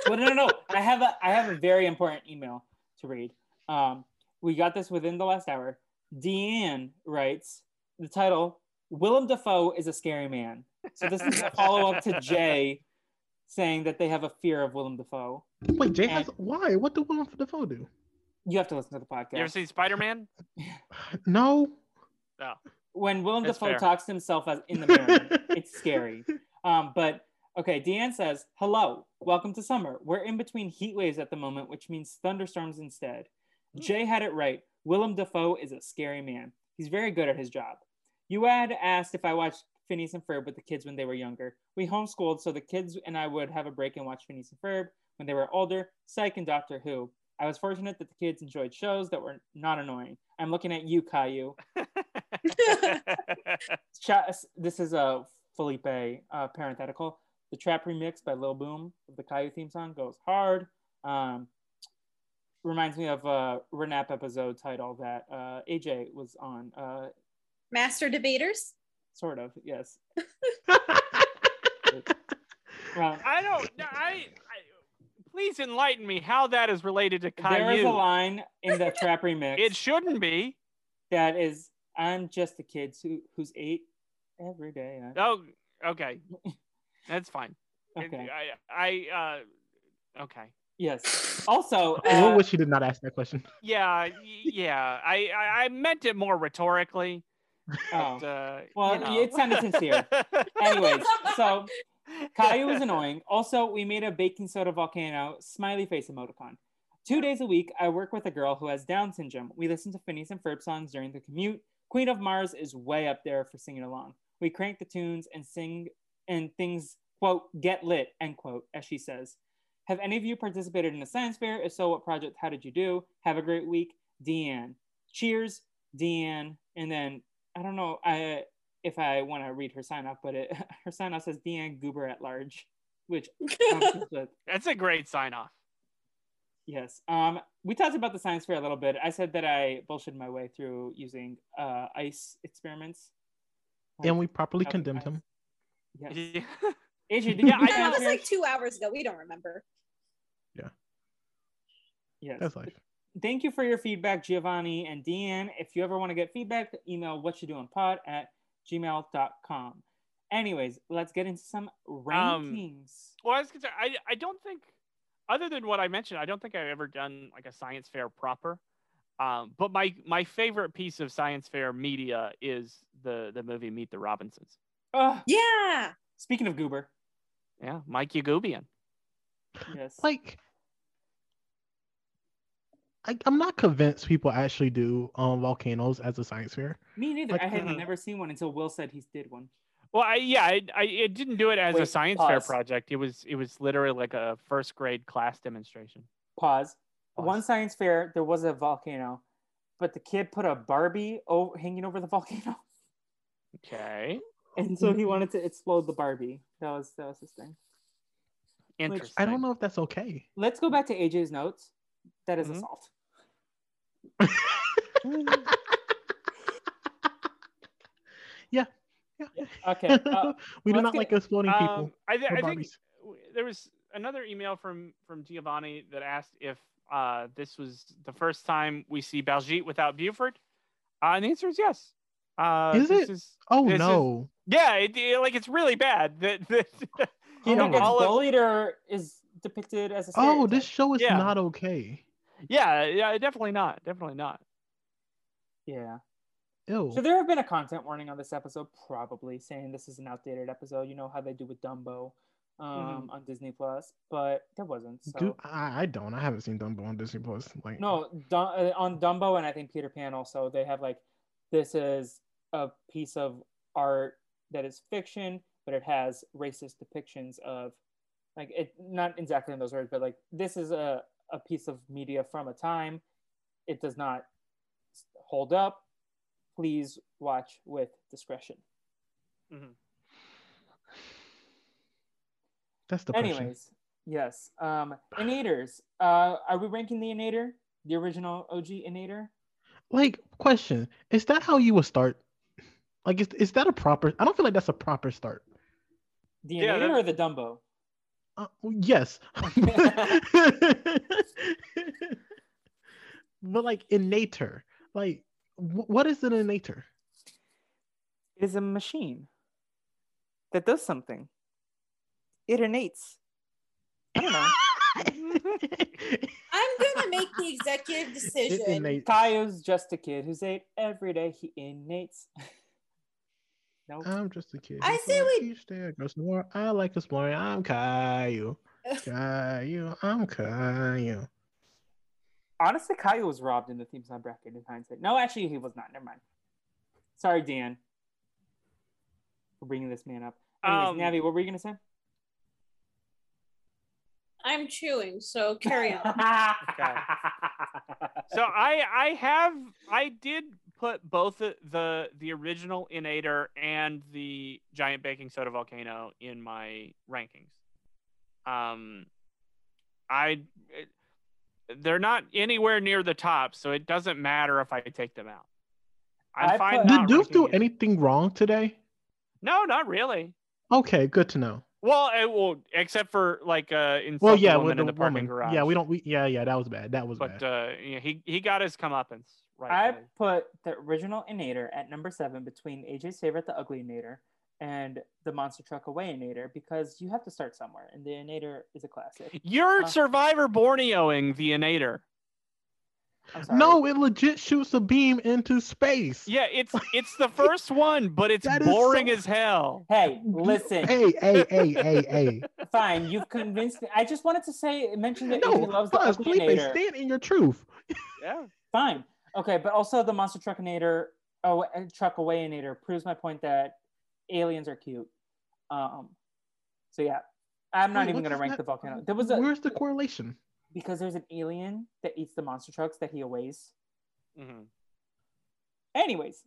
well, no, no, no. I have a I have a very important email to read. Um, we got this within the last hour. Deanne writes the title: Willem Dafoe is a scary man. So this is a follow up to Jay saying that they have a fear of Willem Dafoe. Wait, Jay has And- why? What did Willem Dafoe do? You have to listen to the You ever podcast. seen Spider-Man? No. When Willem That's Dafoe fair. talks to himself as in the mirror, it's scary. Um, but okay, Deanne says, "Hello, welcome to summer. We're in between heat waves at the moment, which means thunderstorms instead." Jay had it right. Willem Dafoe is a scary man. He's very good at his job. You had asked if I watched Phineas and Ferb with the kids when they were younger. We homeschooled, so the kids and I would have a break and watch Phineas and Ferb when they were older, Psych and Doctor Who. I was fortunate that the kids enjoyed shows that were not annoying. I'm looking at you, Caillou. Cha- this is a Felipe uh, parenthetical. The trap remix by Lil Boom of the Caillou theme song goes hard. Um, reminds me of a Renap episode title that uh, AJ was on. Uh, Master debaters. sort of, yes. Um, I don't I, I please enlighten me how that is related to there is a Caillou. line in the trap remix It shouldn't be. that is, "I'm just a kid who, who's eight every day." I-" Oh, okay. That's fine. It- Okay. I, I uh, okay. Yes. Also, what uh, was she did not ask that question? Yeah, y- yeah. I, I, I meant it more rhetorically. oh. But, uh, Well, you know. it sounded sincere. anyways, so Caillou was annoying. Also, we made a baking soda volcano smiley face emoticon. Two days a week, I work with a girl who has Down syndrome. We listen to Phineas and Ferb songs during the commute. Queen of Mars is way up there for singing along. We crank the tunes and sing and things, quote, get lit, end quote, as she says. Have any of you participated in a science fair? If so, what project? How did you do? Have a great week. Deanne. Cheers, Deanne. And then I don't know I if I want to read her sign off, but it her sign off says Deanne Goober at large, which um, I'm obsessed with. That's a great sign off. Yes. Um, we talked about the science fair a little bit. I said that I bullshitted my way through using uh, ice experiments. and we properly Like, condemned ice- him. Yes. Yeah. AJ, did Yeah, you I do that science was like fairs? two hours ago. We don't remember. Yes. That's life. Thank you for your feedback, Giovanni and Deanne. If you ever want to get feedback, email what you doing pod at gmail.com. Anyways, let's get into some Um, rankings. Well, I was concerned. I I don't think, other than what I mentioned, I don't think I've ever done like a science fair proper. Um, but my my favorite piece of science fair media is the the movie Meet the Robinsons. Ugh, Yeah. speaking of Goober, Yeah, Mike Yagubian. yes. Like, I, I'm not convinced people actually do um, volcanoes as a science fair. Me neither. Like, mm-hmm. I had uh, never seen one until Will said he did one. Well, I yeah, I, I it didn't do it as a Wait, science fair pause. project. It was it was literally like a first grade class demonstration. Pause. Pause. One science fair, there was a volcano, but the kid put a Barbie o- hanging over the volcano, Okay, and so he Mm-hmm. wanted to explode the Barbie. That was that was his thing. interesting. I don't know if that's okay. Let's go back to AJ's notes. That is Mhm. Mm-hmm. assault. yeah. Yeah. Okay. uh, we do let's not get- like exploding people. Um, I, th- or I think Barbies. w- there was another email from from Giovanni that asked if uh, this was the first time we see Baljeet without Buford. Uh, and the answer is yes. Uh, Is this it? is- Oh this is- no. yeah, it, it- like it's really bad that, that he either all gets of- bullied or is depicted as a. Oh, stereotype. this show is Yeah. not okay. yeah, yeah, definitely not, definitely not. Yeah. Ew. Should there have been a content warning on this episode? Probably saying this is an outdated episode. You know how they do with Dumbo um, Mm-hmm. on Disney Plus, but there wasn't. So. Do, I, I don't. I haven't seen Dumbo on Disney Plus. Like No, Dum- uh, on Dumbo and I think Peter Pan also, they have like this is a piece of art that is fiction, but it has racist depictions of like it not exactly in those words, but like this is a, a piece of media from a time. It does not s- hold up. Please watch with discretion. that's the Anyways, yes. Um Innators. Uh are we ranking the Innator? The original OG Innator? Like question: Is that how you would start? Like is is that a proper? I don't feel like that's a proper start. The Yeah, that- Innator or the Dumbo? Uh, well, yes. but like in nature, like wh- what is it in nature? It is a machine that does something. It innates. I don't know. I'm gonna make the executive It decision. innate- Kaio's just a kid who's eight every day. He innates. nope. I'm just a kid. I who say likes we- Each day I grow some more. I like this morning. I'm Caillou. Caillou. I'm Caillou. Honestly, Kaio was robbed in the theme song bracket in hindsight. No, actually, he was not. Never mind. Sorry, Dan, for bringing this man up. Anyways, Um, Navi, what were you gonna say? I'm chewing, so carry on. So I I have I did put both the the, the original Innator and the giant baking soda volcano in my rankings. Um, I it- they're not anywhere near the top, so it doesn't matter if I take them out. I'm I fine. put- Did not Duke do ranking it. anything wrong today? No, not really. Okay, good to know. Well, it, well, except for like uh, insult Well, yeah, the with woman the, in the parking woman. garage. Yeah, we don't. We, yeah, yeah, that was bad. That was But bad. uh, you know, he he got his comeuppance. Right. I put the original Innator at number seven between AJ's favorite, the ugly Innator, and the monster truck away Innator because you have to start somewhere, and the Innator is a classic. You're Uh. Survivor Borneoing the Innator. I'm sorry. no, it legit shoots a beam into space. uh, Yeah, it's it's the first one, but it's That is boring so- as hell. Hey, listen, Hey, hey, hey, hey, hey. fine, you've convinced me. I just wanted to say, mention that no, AJ loves the Buzz, ugly Felipe, Innator. stand in your truth. Yeah. Fine, okay, but also the monster truck Innator, oh, and truck away Innator proves my point that aliens are cute. Um, so yeah, I'm not Wait, even what gonna does rank that- the volcano. There was a Where's the correlation? because there's an alien that eats the monster trucks that he aways. Mhm. Anyways,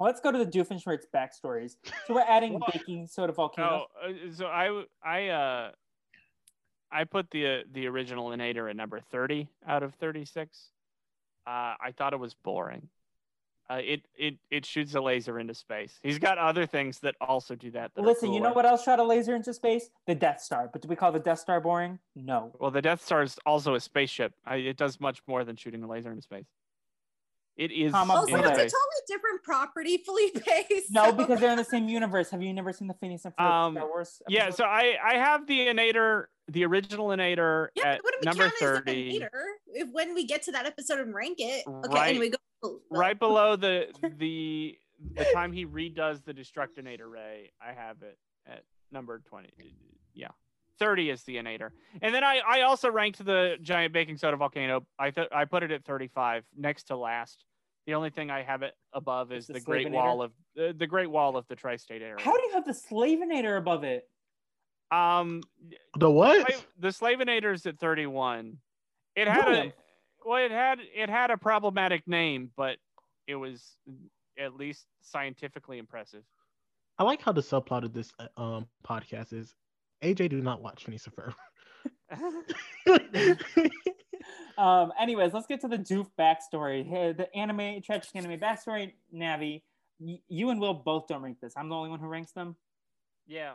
Let's go to the Doofenshmirtz backstories. So we're adding What? baking soda volcano. Oh, uh, so I w- I uh I put the uh, the original Inator at number thirty out of thirty six. Uh, I thought it was boring. Uh, it it it shoots a laser into space. He's got other things that also do that. that are Listen, you know cooler. what else shot a laser into space? The Death Star. But do we call the Death Star boring? No. Well, the Death Star is also a spaceship. I, it does much more than shooting a laser into space. It is. Comma, in Also, it's a Anyway. totally space. different property, Felipe. No, so- because they're in the same universe. Have you never seen the Phineas and Ferb Um, Star Wars? Yeah, episode? so I I have the Inator, the original Inator yeah, at it wouldn't be number counted as an thirty, eater if when we get to that episode and rank it. Okay, Right. and we go oh, right below the the the time he redoes the Destructinator Ray. I have it at number twenty. Yeah, thirty is the Inator, and then I I also ranked the giant baking soda volcano. I th- I put it at thirty five, next to last. The only thing I have it above is It's the the, Great Slavinator? Wall of uh, the Great Wall of the Tri-State Area. How do you have the Slavinator above it? um, The what? Slave- the Slavinator's at 31. It had William. a well, it had it had a problematic name, but it was at least scientifically impressive. I like how the subplot of this uh, um podcast is AJ do not watch Phineas and Ferb. Um, anyways, let's get to the doof backstory. Here, The anime, tragic anime backstory, Navi. y- You and Will both don't rank this. I'm the only one who ranks them. Yeah.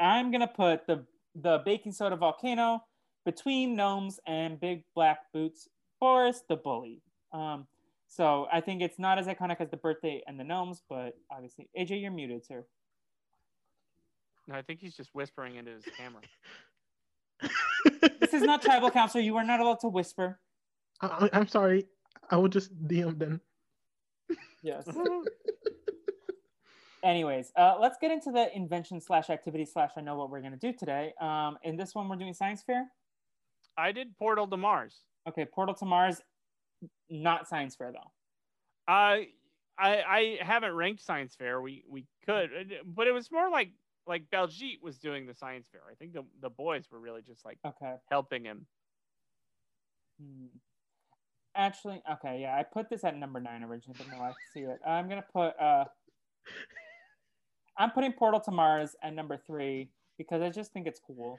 I'm gonna put the the baking soda volcano between gnomes and big black boots Boris the bully. Um, so I think it's not as iconic as the birthday and the gnomes, but obviously AJ, you're muted, sir. No, I think he's just whispering into his camera. This is not tribal council. You are not allowed to whisper. I, I- I'm sorry. I will just DM them. Yes. Anyways, uh, let's get into the invention slash activity slash I know what we're gonna do today. Um, in this one, we're doing science fair. I did Portal to Mars. Okay, Portal to Mars, not science fair though. I I I haven't ranked Science Fair. We we could, but it was more like like Belgique was doing the Science Fair. I think the the boys were really just like Okay. helping him. Hmm. Actually, okay, yeah, I put this at number nine originally, but no, I see it. I'm gonna put. Uh, I'm putting Portal to Mars at number three because I just think it's cool.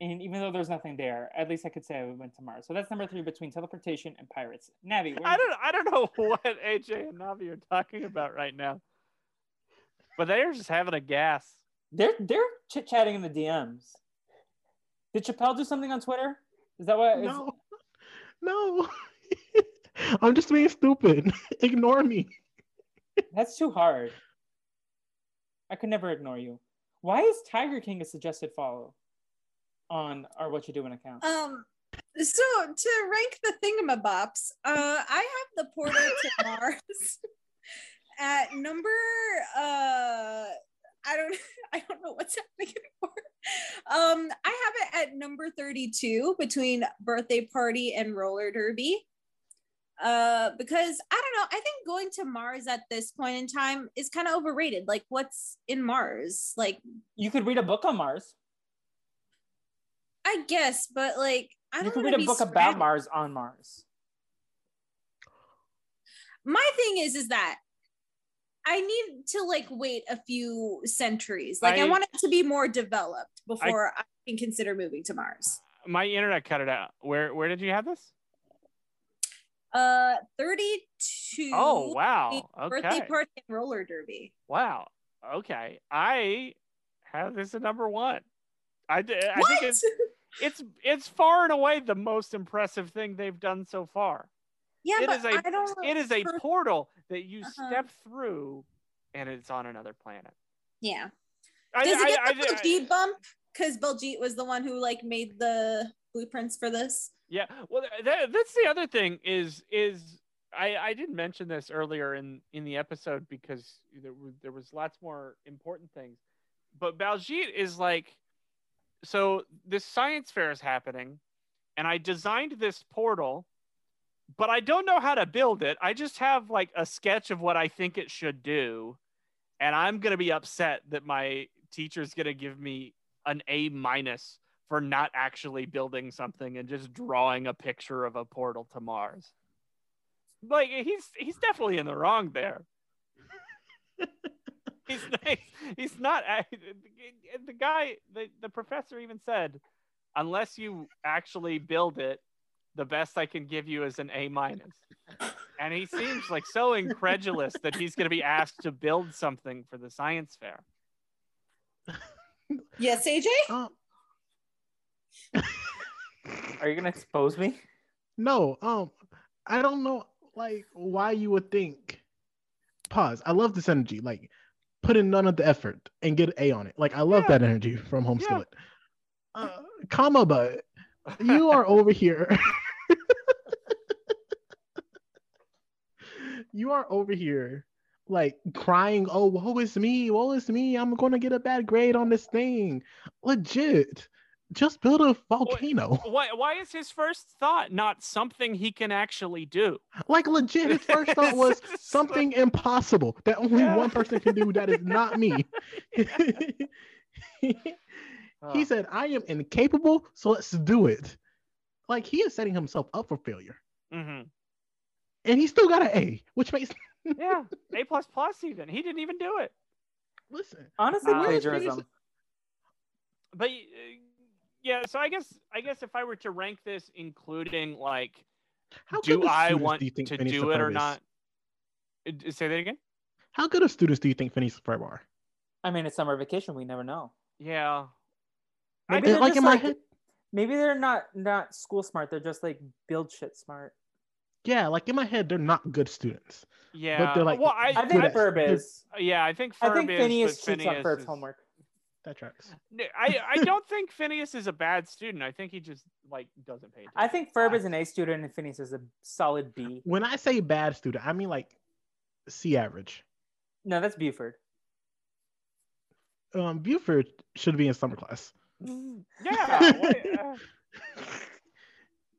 And even though there's nothing there, at least I could say I went to Mars. So that's number three between teleportation and pirates. Navi, where I don't I don't know what AJ and Navi are talking about right now. But they are just having a gas. They're they're chit chatting in the DMs. Did Chappelle do something on Twitter? Is that what? is- No. No. I'm just being stupid. Ignore me. That's too hard. I could never ignore you. Why is Tiger King a suggested follow on our What You Doing account? Um, so to rank the thingamabops, uh, I have the portal to Mars at number uh, I don't I don't know what's happening anymore. Um, I have it at number thirty-two between birthday party and roller derby. Uh, because I don't know, I think going to Mars at this point in time is kind of overrated. Like, what's in Mars? Like, you could read a book on Mars. I guess, but like, I don't You could wanna read a be book surrounded- about Mars on Mars. my thing is is that I need to like wait a few centuries. Like I, I- want it to be more developed before I, can consider moving to Mars. My internet cut it out. Where where did you have this? Uh 32 Oh wow. birthday Okay. party and roller derby. Wow. Okay. I have this at number one. I, d- I what? think it's it's it's far and away the most impressive thing they've done so far. yeah, it but is a I don't it is a Oh, per- portal that you Uh-huh. step through and it's on another planet. Yeah. I, Does it get I- the I- I- Baljeet bump? Because Baljeet was the one who like made the blueprints for this. Yeah, well, th- that, that's the other thing is is I I did mention this earlier in in the episode because there were, there was lots more important things, but Baljeet is like, so this science fair is happening, and I designed this portal, but I don't know how to build it. I just have like a sketch of what I think it should do, and I'm gonna be upset that my teacher's gonna give me an A minus for not actually building something and just drawing a picture of a portal to Mars. Like he's he's definitely in the wrong there. he's nice. He's not. act- the- The guy, the, the professor even said, unless you actually build it, the best I can give you is an A minus. And he seems like so incredulous that he's going to be asked to build something for the science fair. Yes, AJ? Um, Are you gonna expose me? No, um, I don't know, like why you would think. Pause. I love this energy. Like, put in none of the effort and get an A on it. Like, I love that energy from Homeschooling. Uh, comma, but you are over here. you are over here, like crying. Oh, woe is me! Woe is me! I'm gonna get a bad grade on this thing. Legit. Just build a volcano. Why, why is his first thought not something he can actually do? Like legit, his first thought was something impossible that only Yeah. one person can do. That is not me. he said, "I am incapable, so let's do it." Like he is setting himself up for failure, hmm and he still got an A, which makes Yeah, A plus plus even. He didn't even do it. listen. Honestly, Uh, plagiarism. but uh, yeah so i guess i guess if i were to rank this including like How good do of i students want do you think to Phineas do it Ferb or is? not Uh, d- say that again How good of students do you think Phineas Ferb are? I mean, it's summer vacation. We never know. yeah I Maybe did- they're like just in my like, head, maybe they're not not school smart. They're just like build shit smart. yeah, like in my head, they're not good students, yeah but they're like well i, I good think I at- Ferb they're- is. yeah i think I Ferb think is, Phineas but cheats Phineas on Ferb's is- homework. that tracks. N- I, I don't think Phineas is a bad student. I think he just like doesn't pay attention. I think Ferb is an A student and Phineas is a solid B. When I say bad student, I mean like C average. No, that's Buford. Um, Buford should be in summer class. yeah, why- uh,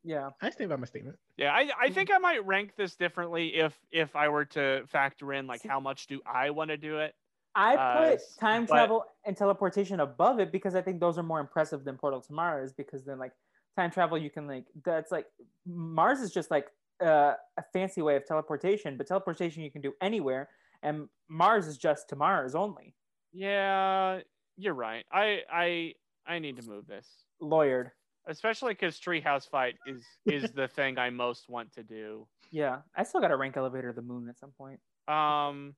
Yeah. I stand by my statement. yeah. I, Mm-hmm. I think I might rank this differently if if I were to factor in like See- how much do I want to do it. I Uh, put s- time but- travel and teleportation above it because I think those are more impressive than Portal to Mars because then like time travel you can like that's like Mars is just like uh, a fancy way of teleportation, but teleportation you can do anywhere, and Mars is just to Mars only. Yeah, you're right. I I I need to move this, Lawyered, especially because treehouse fight is is the thing I most want to do. yeah. I still got to rank elevator to the moon at some point. Um,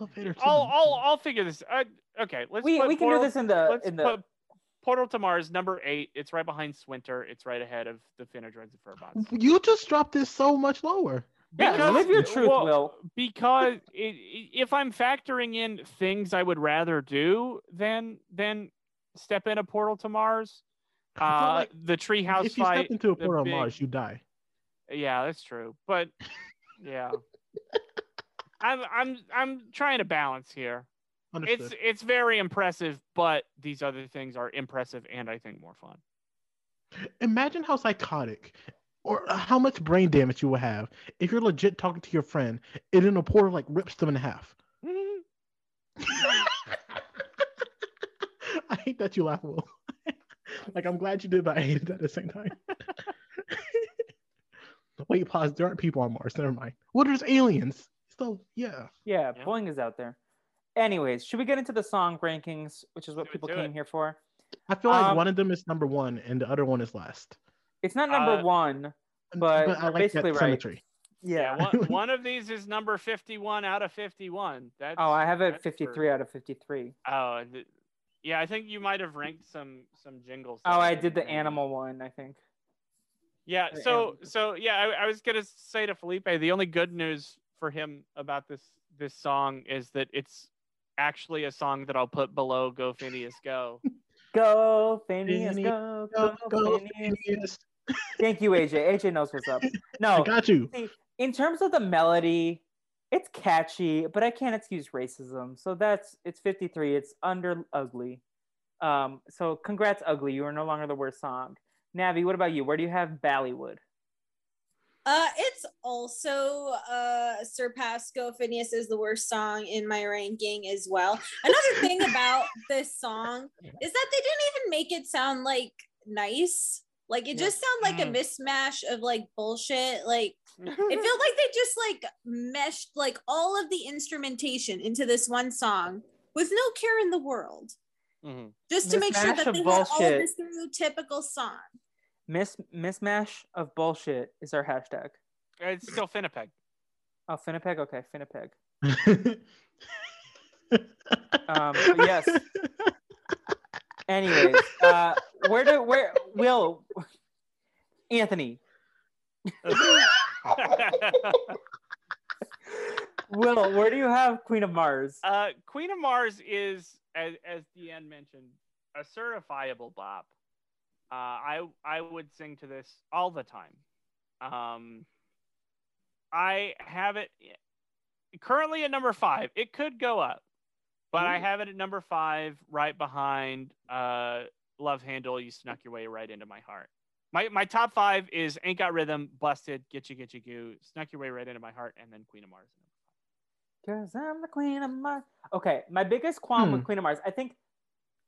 Elevator. to I'll the I'll moon. I'll figure this. Uh, okay, let's. we put we can Portal- do this in the Let's in the. put Portal to Mars number eight. It's right behind Swinter. It's right ahead of the Finodroids and Furbots. You just dropped this so much lower. yeah, Because- live your truth, well, Will. Because i- i if I'm factoring in things I would rather do than than step in a portal to Mars, I feel uh, like the treehouse if you fight. step into a the portal on big- Mars, you die. Yeah, that's true. But yeah. I'm I'm I'm trying to balance here. Understood. It's it's very impressive, but these other things are impressive and I think more fun. Imagine how psychotic or how much brain damage you will have if you're legit talking to your friend and then a portal like rips them in half. I hate that you laugh, Will. like I'm glad you did, but I hated that at the same time. Wait, pause. There aren't people on Mars. Never mind. Well, there's aliens. So yeah. Yeah, Yeah. polling is out there. Anyways, should we get into the song rankings, which is what Let's people do came it. here for? I feel like Um, one of them is number one and the other one is last. It's not number Uh, one. N- But I we're like basically that right. symmetry. Yeah, one, one of these is number 51 out of 51. That's Oh, I have it that's for- 53 out of 53. Oh, and th- yeah, I think you might have ranked some some jingles. Oh, that I didn't did the rank. animal one, I think. Yeah, the so animal. so yeah, I, I was gonna say to Felipe, the only good news for him about this this song is that it's actually a song that I'll put below "Go Phineas Go." Go, Phineas, Phineas, go, Go, go, go, Phineas. Phineas. Thank you, AJ. AJ knows what's up. No, I got you. in terms of the melody, it's catchy, but I can't excuse racism. So that's it's 53. It's under ugly. Um, so congrats, ugly. You are no longer the worst song. Navi, what about you? Where do you have Ballywood? Uh, it's also uh, Sir Pasco Phineas is the worst song in my ranking as well. Another thing about this song is that they didn't even make it sound like nice. Like it Yeah. Mm. just sounded like a mismatch of like bullshit. Like it felt like they just like meshed like all of the instrumentation into this one song with no care in the world, Mhm. just to make sure Mismatch that of they had all of bullshit. this stereotypical song. Miss mismash of bullshit is our hashtag. It's still Finnipeg. Oh, Finnipeg. Okay, Finnipeg. um, yes. Anyways, uh, where do where Will Anthony Will where do you have Queen of Mars? uh, Queen of Mars is, as, as Deanne mentioned, a certifiable bop. Uh, I I would sing to this all the time. Um, I have it currently at number five. It could go up, but I have it at number five, right behind uh, "Love Handle." You snuck your way right into my heart. My my top five is "Ain't Got Rhythm," "Busted," "Getcha Getcha Goo," "Snuck Your Way Right Into My Heart," and then "Queen of Mars." Cause I'm the Queen of Mars. Okay, my biggest qualm with Hmm. Queen of Mars, I think,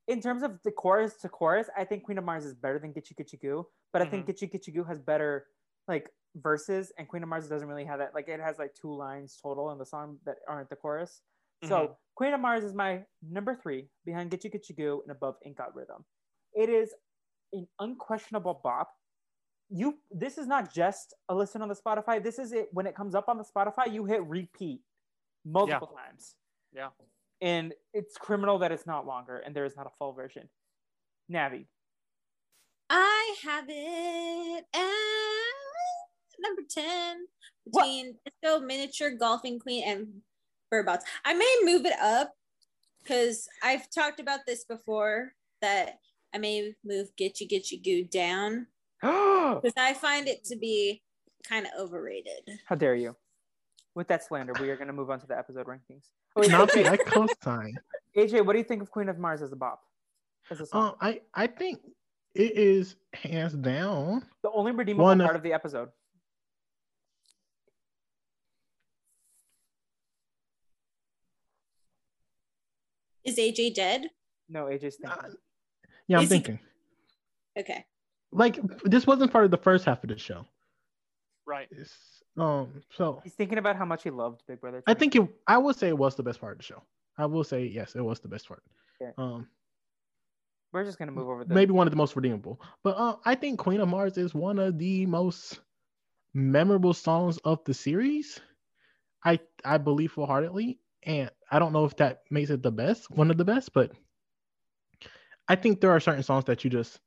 in terms of the chorus to chorus, I think Queen of Mars is better than Gitchy Gitchy Goo, but I think Gitchy Gitchy Goo has better like verses, and Queen of Mars doesn't really have that. Like it has like two lines total in the song that aren't the chorus. So Queen of Mars is my number three behind Gitchy Gitchy Goo and above Ain't Got Rhythm. It is an unquestionable bop. You this is not just a listen on the Spotify. This is it when it comes up on the Spotify, you hit repeat multiple times. Yeah. And it's criminal that it's not longer and there is not a full version. Navi. I have it at number 10 What? between Disco Miniature Golfing Queen and Furbots. I may move it up because I've talked about this before that I may move Gitchy Gitchy Goo down because I find it to be kind of overrated. How dare you? With that slander, we are going to move on to the episode rankings. Oh, wait, Not AJ, I co-sign. AJ, what do you think of Queen of Mars as a bop? As a song? Um, I I think it is hands down. the only redeemable one of- part of the episode. Is AJ dead? No, AJ's thinking. Uh, Yeah, I'm Is he- thinking Okay. like this wasn't part of the first half of the show. Right. It's, um, so He's thinking about how much he loved Big Brother. I think it. I will say it was the best part of the show. I will say yes, it was the best part. Okay. Um, we're just going to move over the maybe one of the most redeemable. But uh, I think Queen of Mars is one of the most memorable songs of the series. I I believe wholeheartedly, and I don't know if that makes it the best, one of the best, but I think there are certain songs that you just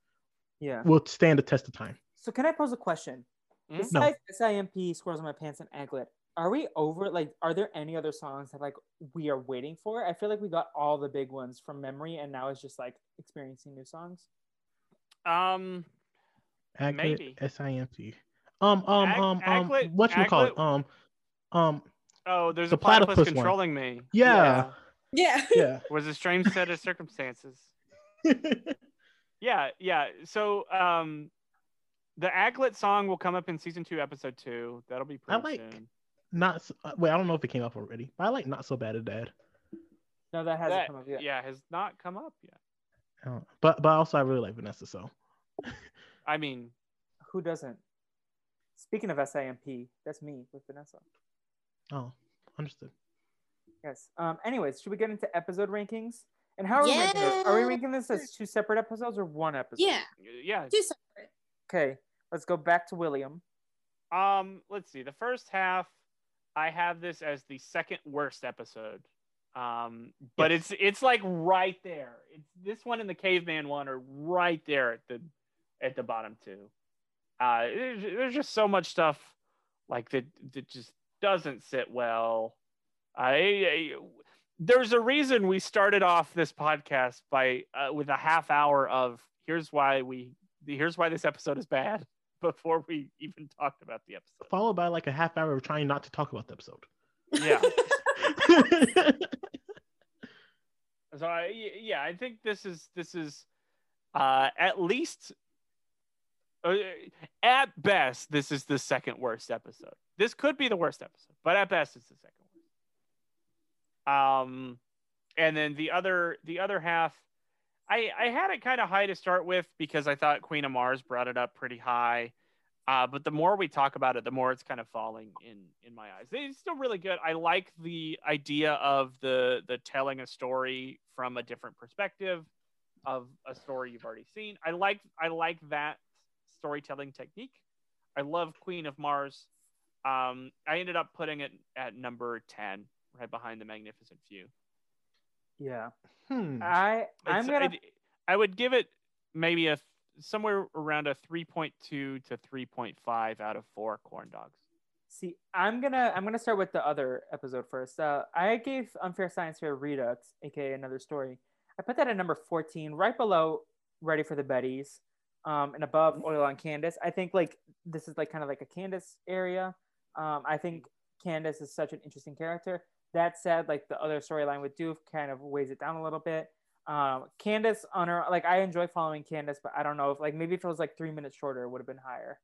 Yeah. will stand the test of time. So can I pose a question? Hmm? Besides SIMP, Squirrels in My Pants, and Aglet, are we over? Like, are there any other songs that like we are waiting for? I feel like we got all the big ones from memory, and now it's just like experiencing new songs. Um, Maybe. S I M P. Um um Ag- um um Aglet- what you call it? Aglet- Um um oh, there's The a platypus, platypus one. controlling me. yeah Yeah. yeah. Was a strange set of circumstances. Yeah, yeah. So, um, the Aglet song will come up in season two, episode two. That'll be I pretty like- soon. Not so, uh, wait, I don't know if it came up already, but I like not so bad at dad. No, that hasn't That- come up yet. Yeah, has not come up yet. Uh, but but also I really like Vanessa. So I mean, Who doesn't? Speaking of SIMP, that's me with Vanessa. oh, understood. Yes. Um. Anyways, should we get into episode rankings? And how are we ranking this? Are we Yeah. ranking this as two separate episodes or one episode? Yeah. yeah. Just Okay. Let's go back to William. Um, let's see. The first half, I have this as the second worst episode. Um, but it's it's like right there. It's this one and the caveman one are right there at the at the bottom two. Uh, there's, there's just so much stuff like that that just doesn't sit well. I, I there's a reason we started off this podcast by uh, with a half hour of here's why we here's why this episode is bad before we even talked about the episode. Followed by like a half hour of trying not to talk about the Yeah. episode. So I, y- yeah, I think this is this is uh, at least uh, at best this is the second worst episode. This could be the worst episode, but at best it's the second worst. Um, and then the other the other half, I, I had it kind of high to start with because I thought Queen of Mars brought it up pretty high. Uh, but the more we talk about it, the more it's kind of falling in in my eyes. It's still really good. I like the idea of the the telling a story from a different perspective of a story you've already seen. I like I like that storytelling technique. I love Queen of Mars. Um, I ended up putting it at number ten, right behind the Magnificent Few. Yeah. Hmm. I I'm It's- gonna I'd- I would give it maybe a th- somewhere around a 3.2 to 3.5 out of four corn dogs. See, I'm gonna I'm gonna start with the other episode first. Uh, I gave Unfair Science Fair Redux, aka Another Story. I put that at number 14, right below Ready for the Bettys, um, and above Oil on Candace. I think like this is like kind of like a Candace area. Um, I think Candace is such an interesting character. That said, like the other storyline with Doof kind of weighs it down a little bit. Um, Candace on her like I enjoy following Candace, but I don't know if like maybe if it was like three minutes shorter, it would have been higher.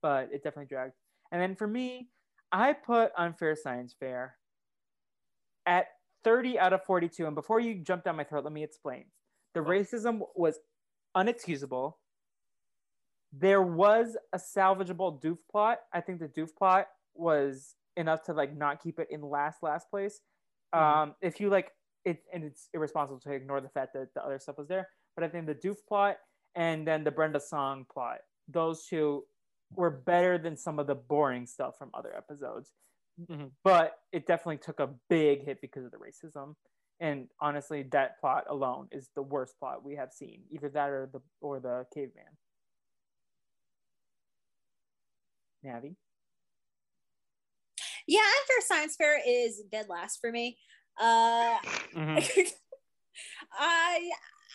But it definitely dragged. And then for me, I put Unfair Science Fair at 30 out of 42. And before you jump down my throat, let me explain. The racism was unexcusable. There was a salvageable doof plot. I think the doof plot was enough to like not keep it in last last place. Um, if you like it, and it's irresponsible to ignore the fact that the other stuff was there. But I think the doof plot and then the Brenda song plot, those two were better than some of the boring stuff from other episodes. Mhm. But it definitely took a big hit because of the racism. And honestly, that plot alone is the worst plot we have seen. Either that or the or the caveman. Navi. Yeah, Unfair Science Fair is dead last for me. Uh, Mm-hmm. I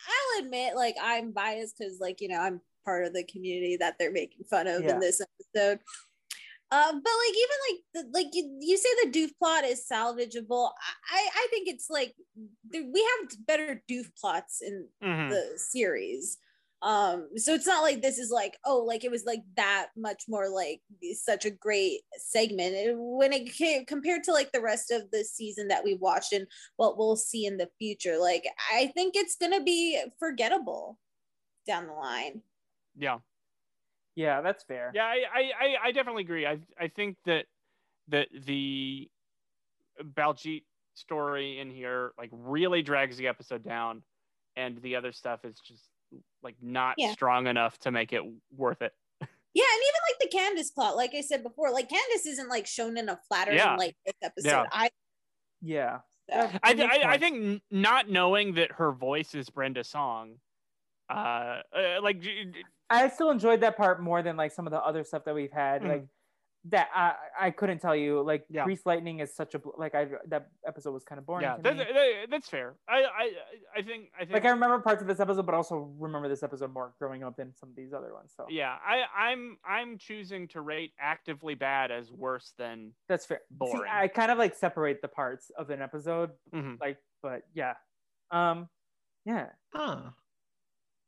I'll admit, like I'm biased because, like you know, I'm part of the community that they're making fun of Yeah. in this episode. Uh, but like even like the, like you, you say the doof plot is salvageable. I- I I think it's like there, we have better doof plots in Mm-hmm. Hmm. the series. Um, so it's not like this is like oh like it was like that much more like such a great segment It- when it came, compared to like the rest of the season that we watched and what we'll see in the future. Like I think it's gonna be forgettable down the line. Yeah. Yeah, that's fair. Yeah, I, I, I- I definitely agree. I, I think that that the Baljeet story in here like really drags the episode down and the other stuff is just like not Yeah. strong enough to make it worth it. Yeah, and even like the Candace plot, like I said before, like Candace isn't like shown in a flattering Yeah. like this episode. Yeah. I Yeah. Yeah. I, That makes I, I sense. think n- not knowing that her voice is Brenda's song, uh, uh, like j- j- I still enjoyed that part more than like some of the other stuff that we've had. Mhm. Like that, I I couldn't tell you. Like Yeah. Grease Lightning is such a bl- like I that episode was kind of boring. yeah, to that, me. that- that's fair. I, I, I think, I think, like I remember parts of this episode, but also remember this episode more growing up than some of these other ones. So yeah, I, I'm, I'm choosing to rate actively bad as worse than. that's fair. See, Boring. I kind of like separate the parts of an episode, Mm-hmm. Mhm. like, but yeah, um, yeah, Huh.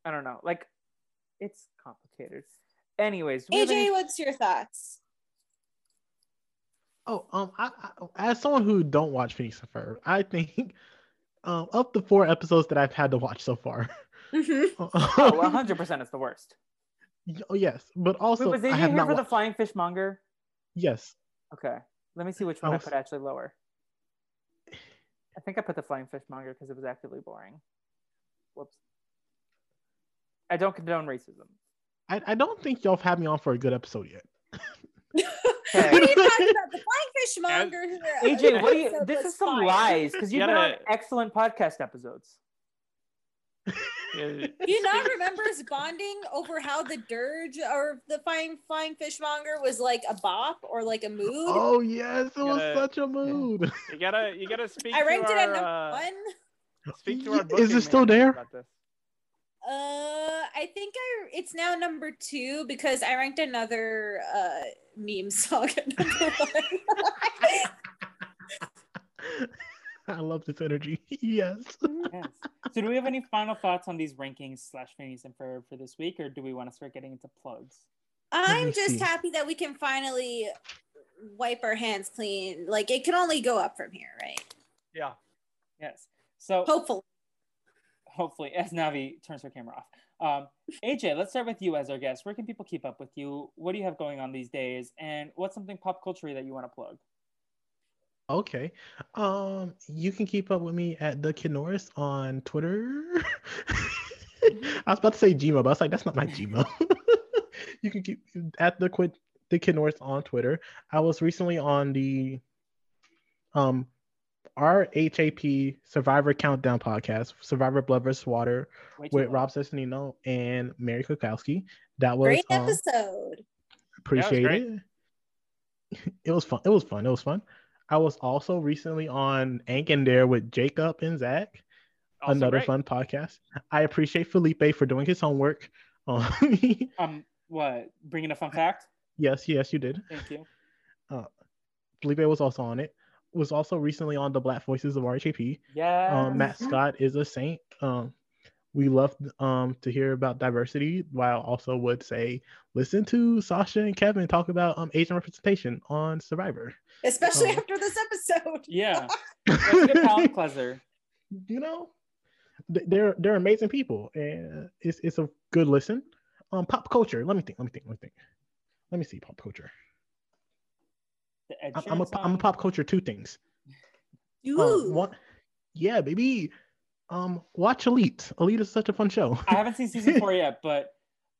I don't know, like, it's complicated. Anyways, do we have any- AJ, what's your thoughts? Oh, um, I, I, as someone who don't watch Phoenix and Ferb, I think um, of the four episodes that I've had to watch so far. Mhm. oh, one hundred percent, it's the worst. oh, yes, but Wait, also was I AJ have here not. for the watched- flying fishmonger? yes, Okay, let me see which one I was- put actually lower. I think I put the flying fishmonger because it was actively boring. Whoops. I don't condone racism. I, I don't think y'all have had me on for a good episode yet. Okay. What are you talking about? The flying fishmonger. who- AJ, what do you? episode This was is some fire. lies because you've You been on gotta- excellent podcast episodes. Uh, You not remember us bonding over how the dirge or the flying flying fishmonger was like a bop or like a mood? Oh yes, it was Gotta- such a mood. you gotta, you gotta speak. I to ranked it at our, number uh, one. Speak to our. Is it booking still manager there? about this. Uh, I think I it's now number two because I ranked another uh meme song at number one. I love this energy. Yes. Yes. So, do we have any final thoughts on these rankings slash Phineas and Ferb for this week, or do we want to start getting into plugs? I'm just see. happy that we can finally wipe our hands clean. Like it can only go up from here, right? Yeah. Yes. So Hopefully. hopefully as Navi turns her camera off. Um, AJ, let's start with you as our guest. Where can people keep up with you? What do you have going on these days? And what's something pop culture that you want to plug? Okay. Um, you can keep up with me at the Kid Norris on Twitter. I was about to say Gmail, but I was like, that's not my Gmail. you can keep at the quid the Kid Norris on Twitter. I was recently on the um RHAP Survivor Countdown podcast, Survivor Blood vs. Water, Way too with long. Rob Sessanino and Mary Kukowski. That was Great um, episode. appreciate great. it. It was fun. It was fun. It was fun. I was also recently on Ank and There with Jacob and Zach. Also another great. fun podcast. I appreciate Felipe for doing his homework on me. Um, what? Bringing a fun fact? yes, yes, you did. Thank you. Felipe was also on it. Was also recently on the Black Voices of RHAP. Yeah. Um, Matt Scott is a saint. Um, we love um, to hear about diversity, while also would say listen to Sasha and Kevin talk about um, Asian representation on Survivor. Especially um, after this episode. Oh. yeah. Let's get a palate cleanser. you know, th- they're they're amazing people, and it's it's a good listen. Um, pop culture. Let me think. Let me think. Let me think. Let me see pop culture. The Ed I'm, I'm a Sheeran am a song. pop culture two things. Ooh. Oh, Um, one, yeah, baby. Um, watch Elite. Elite is such a fun show. I haven't seen season four yet, but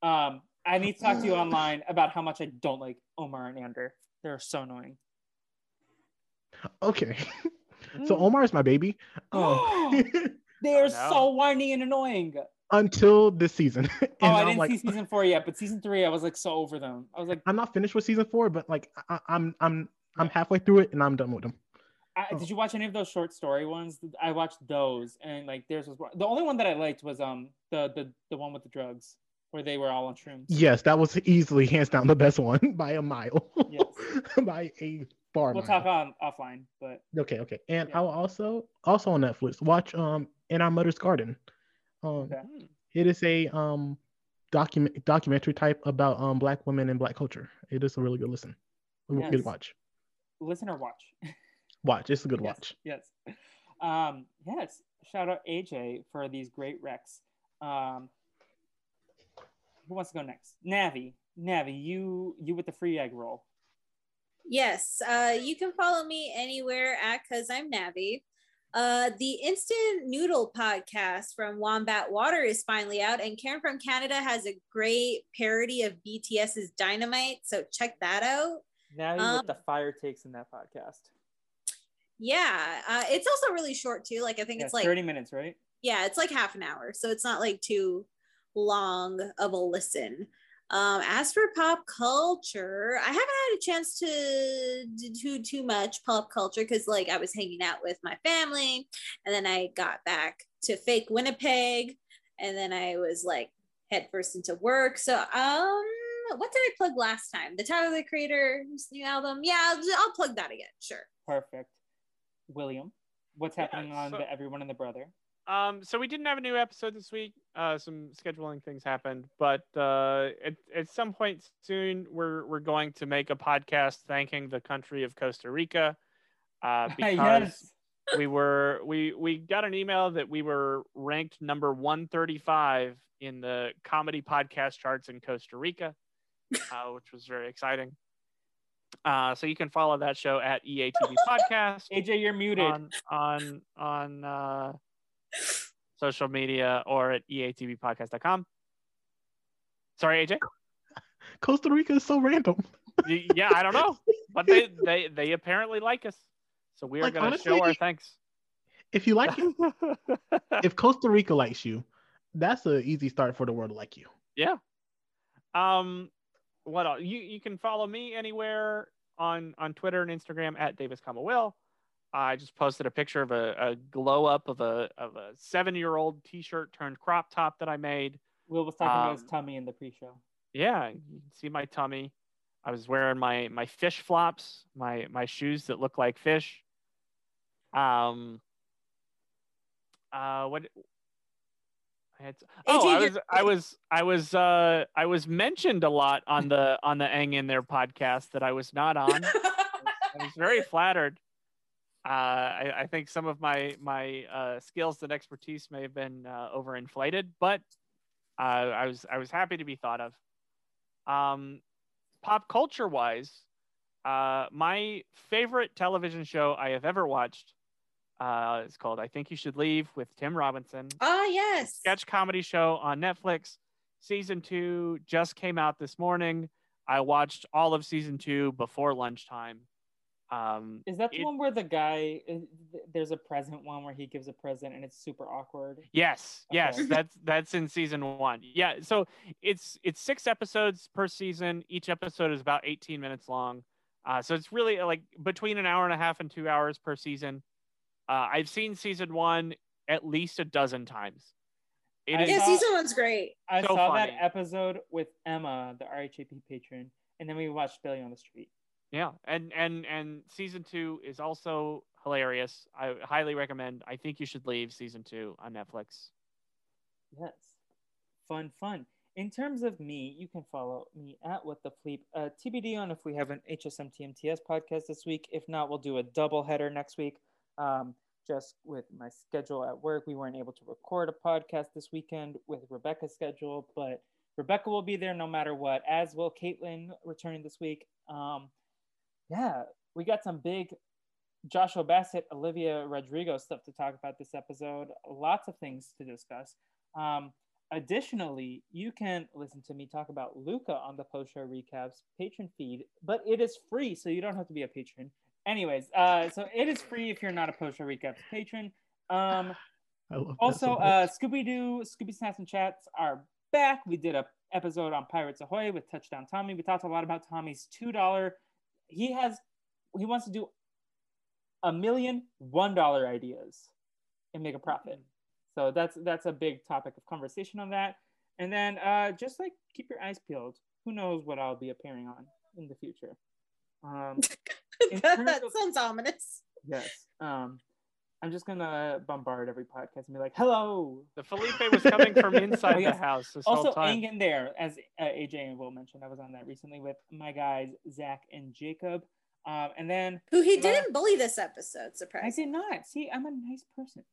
um, I need to talk to you online about how much I don't like Omar and Ander. They're so annoying. okay, so Mm. Omar is my baby. Um, They're no. Oh, so whiny and annoying. until this season. and oh, I I'm didn't like, see season four yet, but season three, I was like so over them. I was like, I'm not finished with season four, but like I, I- I'm I'm I'm halfway through it and I'm done with them. I, did you watch any of those short story ones? I watched those, and like theirs was the only one that I liked was um the the the one with the drugs where they were all on shrooms. Yes, that was easily hands down the best one by a mile. Yes. by a bar We'll mile. talk on offline, but Okay, okay. And Yeah. I will also also on Netflix watch um In Our Mother's Garden. Um Okay. Hmm. it is a um document documentary type about um black women and black culture. It is a really good listen. A Yes. Good watch. listen or watch. Watch. It's a good Yes, watch. Yes. Um, yes. Shout out AJ for these great recs. Um, who wants to go next? Navi. Navi, you you with the free egg roll. Yes, uh, you can follow me anywhere at Cause I'm Navi. Uh, the Instant Noodle podcast from Wombat Water is finally out, and Karen from Canada has a great parody of BTS's Dynamite, so check that out. Navi Um, with the fire takes in that podcast. Yeah, uh, it's also really short too. Like I think Yeah, it's like 30 minutes, right? yeah, it's like half an hour, so it's not like too long of a listen. Um, as for pop culture, I haven't had a chance to do too much pop culture because, like, I was hanging out with my family, and then I got back to fake Winnipeg, and then I was like headfirst into work. So, um, what did I plug last time? The Tyler the Creator's new album. Yeah, I'll, I'll plug that again. Sure. Perfect. William, what's Yeah, happening on so- the Everyone and the Brother? Um, so we didn't have a new episode this week. Uh, some scheduling things happened, but uh, at, at some point soon, we're we're going to make a podcast thanking the country of Costa Rica uh, because yes. we were we we got an email that we were ranked number 135 in the comedy podcast charts in Costa Rica, uh, which was very exciting. Uh, so you can follow that show at E EATV Podcast AJ, you're muted. on on on uh, social media or at E eatvpodcast.com. Sorry, AJ. Costa Rica is so random. Y- yeah, I don't know, but they they they apparently like us, so we are Like, going honestly, to show our thanks. If you like it, if Costa Rica likes you, that's an easy start for the world to like you. um, what else? You you can follow me anywhere on on Twitter and Instagram at Davis comma Will. I just posted a picture of a, a glow up of a of a seven year old t shirt turned crop top that I made. Will was talking about his um, tummy in the pre-show. yeah you can see my tummy i was wearing my my fish flops my my shoes that look like fish um uh what I had oh, I AJ, was, you're- I was, I was, uh, I was mentioned a lot on the on the Ang in There podcast that I was not on. I was very flattered. Uh, I, I think some of my my uh, skills and expertise may have been uh, overinflated, but uh, I was I was happy to be thought of. Um, pop culture wise, uh, my favorite television show I have ever watched uh, is called "I Think You Should Leave" with Tim Robinson Ah, yes. sketch comedy show on Netflix. Season two just came out this morning. I watched all of season two before lunchtime. Um, Is that the It- one where the guy uh, there's a present one where he gives a present and it's super awkward? yes, yes, Okay. that's that's in season one. Yeah, so it's it's six episodes per season. Each episode is about eighteen minutes long. Uh, so it's really uh, like between an hour and a half and two hours per season. Uh, I've seen season one at least a dozen times. It I is Yeah, saw- season one's great. I So saw funny. that episode with Emma, the RHAP patron, and then we watched Billy on the Street. Yeah, and and and season two is also hilarious. I highly recommend. I think you should leave season two on Netflix. Yes. Fun, fun. In terms of me, you can follow me at What the Fleep. Uh, TBD on if we have an HSMTMTS podcast this week. If not, we'll do a double header next week. Um, just with my schedule at work, we weren't able to record a podcast this weekend with Rebecca's schedule, but Rebecca will be there no matter what, as will Caitlin returning this week. Um, yeah, we got some big Joshua Bassett, Olivia Rodrigo stuff to talk about this episode. Lots of things to discuss. Um, additionally, you can listen to me talk about Luca on the post show recaps patron feed, but it is free, so you don't have to be a patron. Anyways, uh, so it is free if you're not a post show recaps patron. Um, I love that so also, much. uh, Scooby Doo, Scooby Snaps and Chats are back. We did a episode on Pirates Ahoy with Touchdown Tommy. We talked a lot about Tommy's two dollar. He has, he wants to do a million one dollar ideas and make a profit. So that's that's a big topic of conversation on that. And then uh, just like keep your eyes peeled. Who knows what I'll be appearing on in the future? Um, In that, terms that of- sounds ominous. yes. Um, I'm just gonna bombard every podcast and be like, "Hello, The Felipe was coming from inside Oh, yes. the house this also whole time. hang in there as uh, aj and will mentioned i was on that recently with my guys zach and jacob um, and then Who he Uh, didn't bully this episode, i surprise. did not see i'm a nice person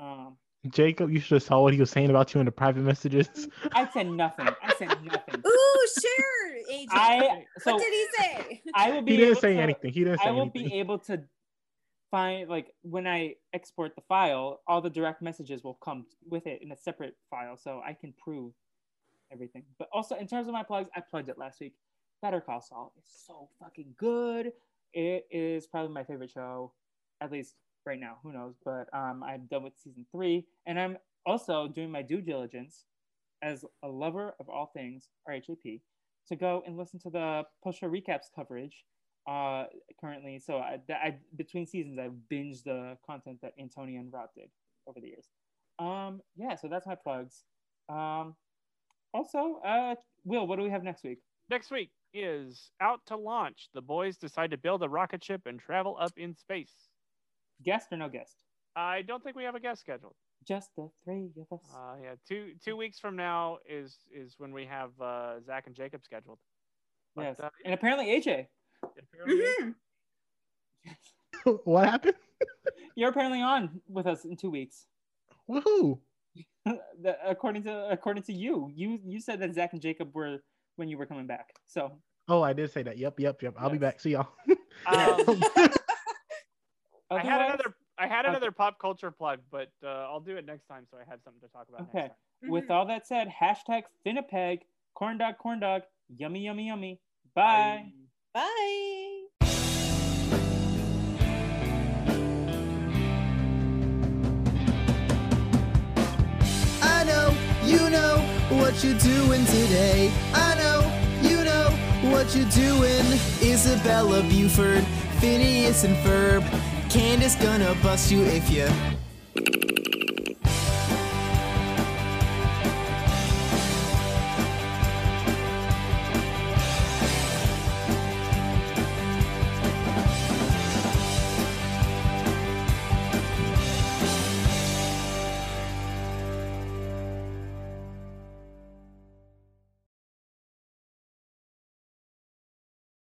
um, Jacob, you should have saw what he was saying about you in the private messages. i said nothing i said nothing Ooh, share, AJ. i so what did he say? i will be He didn't able say to- anything. He didn't say i will anything. be able to find like when i export the file all the direct messages will come with it in a separate file so i can prove everything but also in terms of my plugs i plugged it last week better call saul is so fucking good it is probably my favorite show at least right now who knows but um, i'm done with season three and i'm also doing my due diligence as a lover of all things rhap to go and listen to the post show recaps coverage uh, currently. So I, th- I between seasons, I've binged the content that Antonio and Rob did over the years. Um, yeah, so that's my plugs. Um, also, uh, Will, what do we have next week? Next week is out to launch. The boys decide to build a rocket ship and travel up in space. Guest or no guest? I don't think we have a guest scheduled. Just the three of us. Uh, yeah, two two weeks from now is is when we have uh, Zach and Jacob scheduled. But, yes, uh, and apparently AJ, apparently- Mhm. what happened? you're apparently on with us in two weeks. Woohoo! The- according to according to you, you you said that Zach and Jacob were when you were coming back. So Oh, I did say that. Yep, yep, yep. I'll be Yes. back. See y'all. Um, I had otherwise- another I had Okay. another pop culture plug, but uh, I'll do it next time so I have something to talk about next Okay. time. mm-hmm. With all that said, hashtag Finnipeg, corn dog, corn dog, yummy, yummy, yummy. Bye. Bye. Bye. I know you know what you're doing today. I know you know what you're doing. Isabella Buford, Phineas and Ferb. Candace gonna bust you if you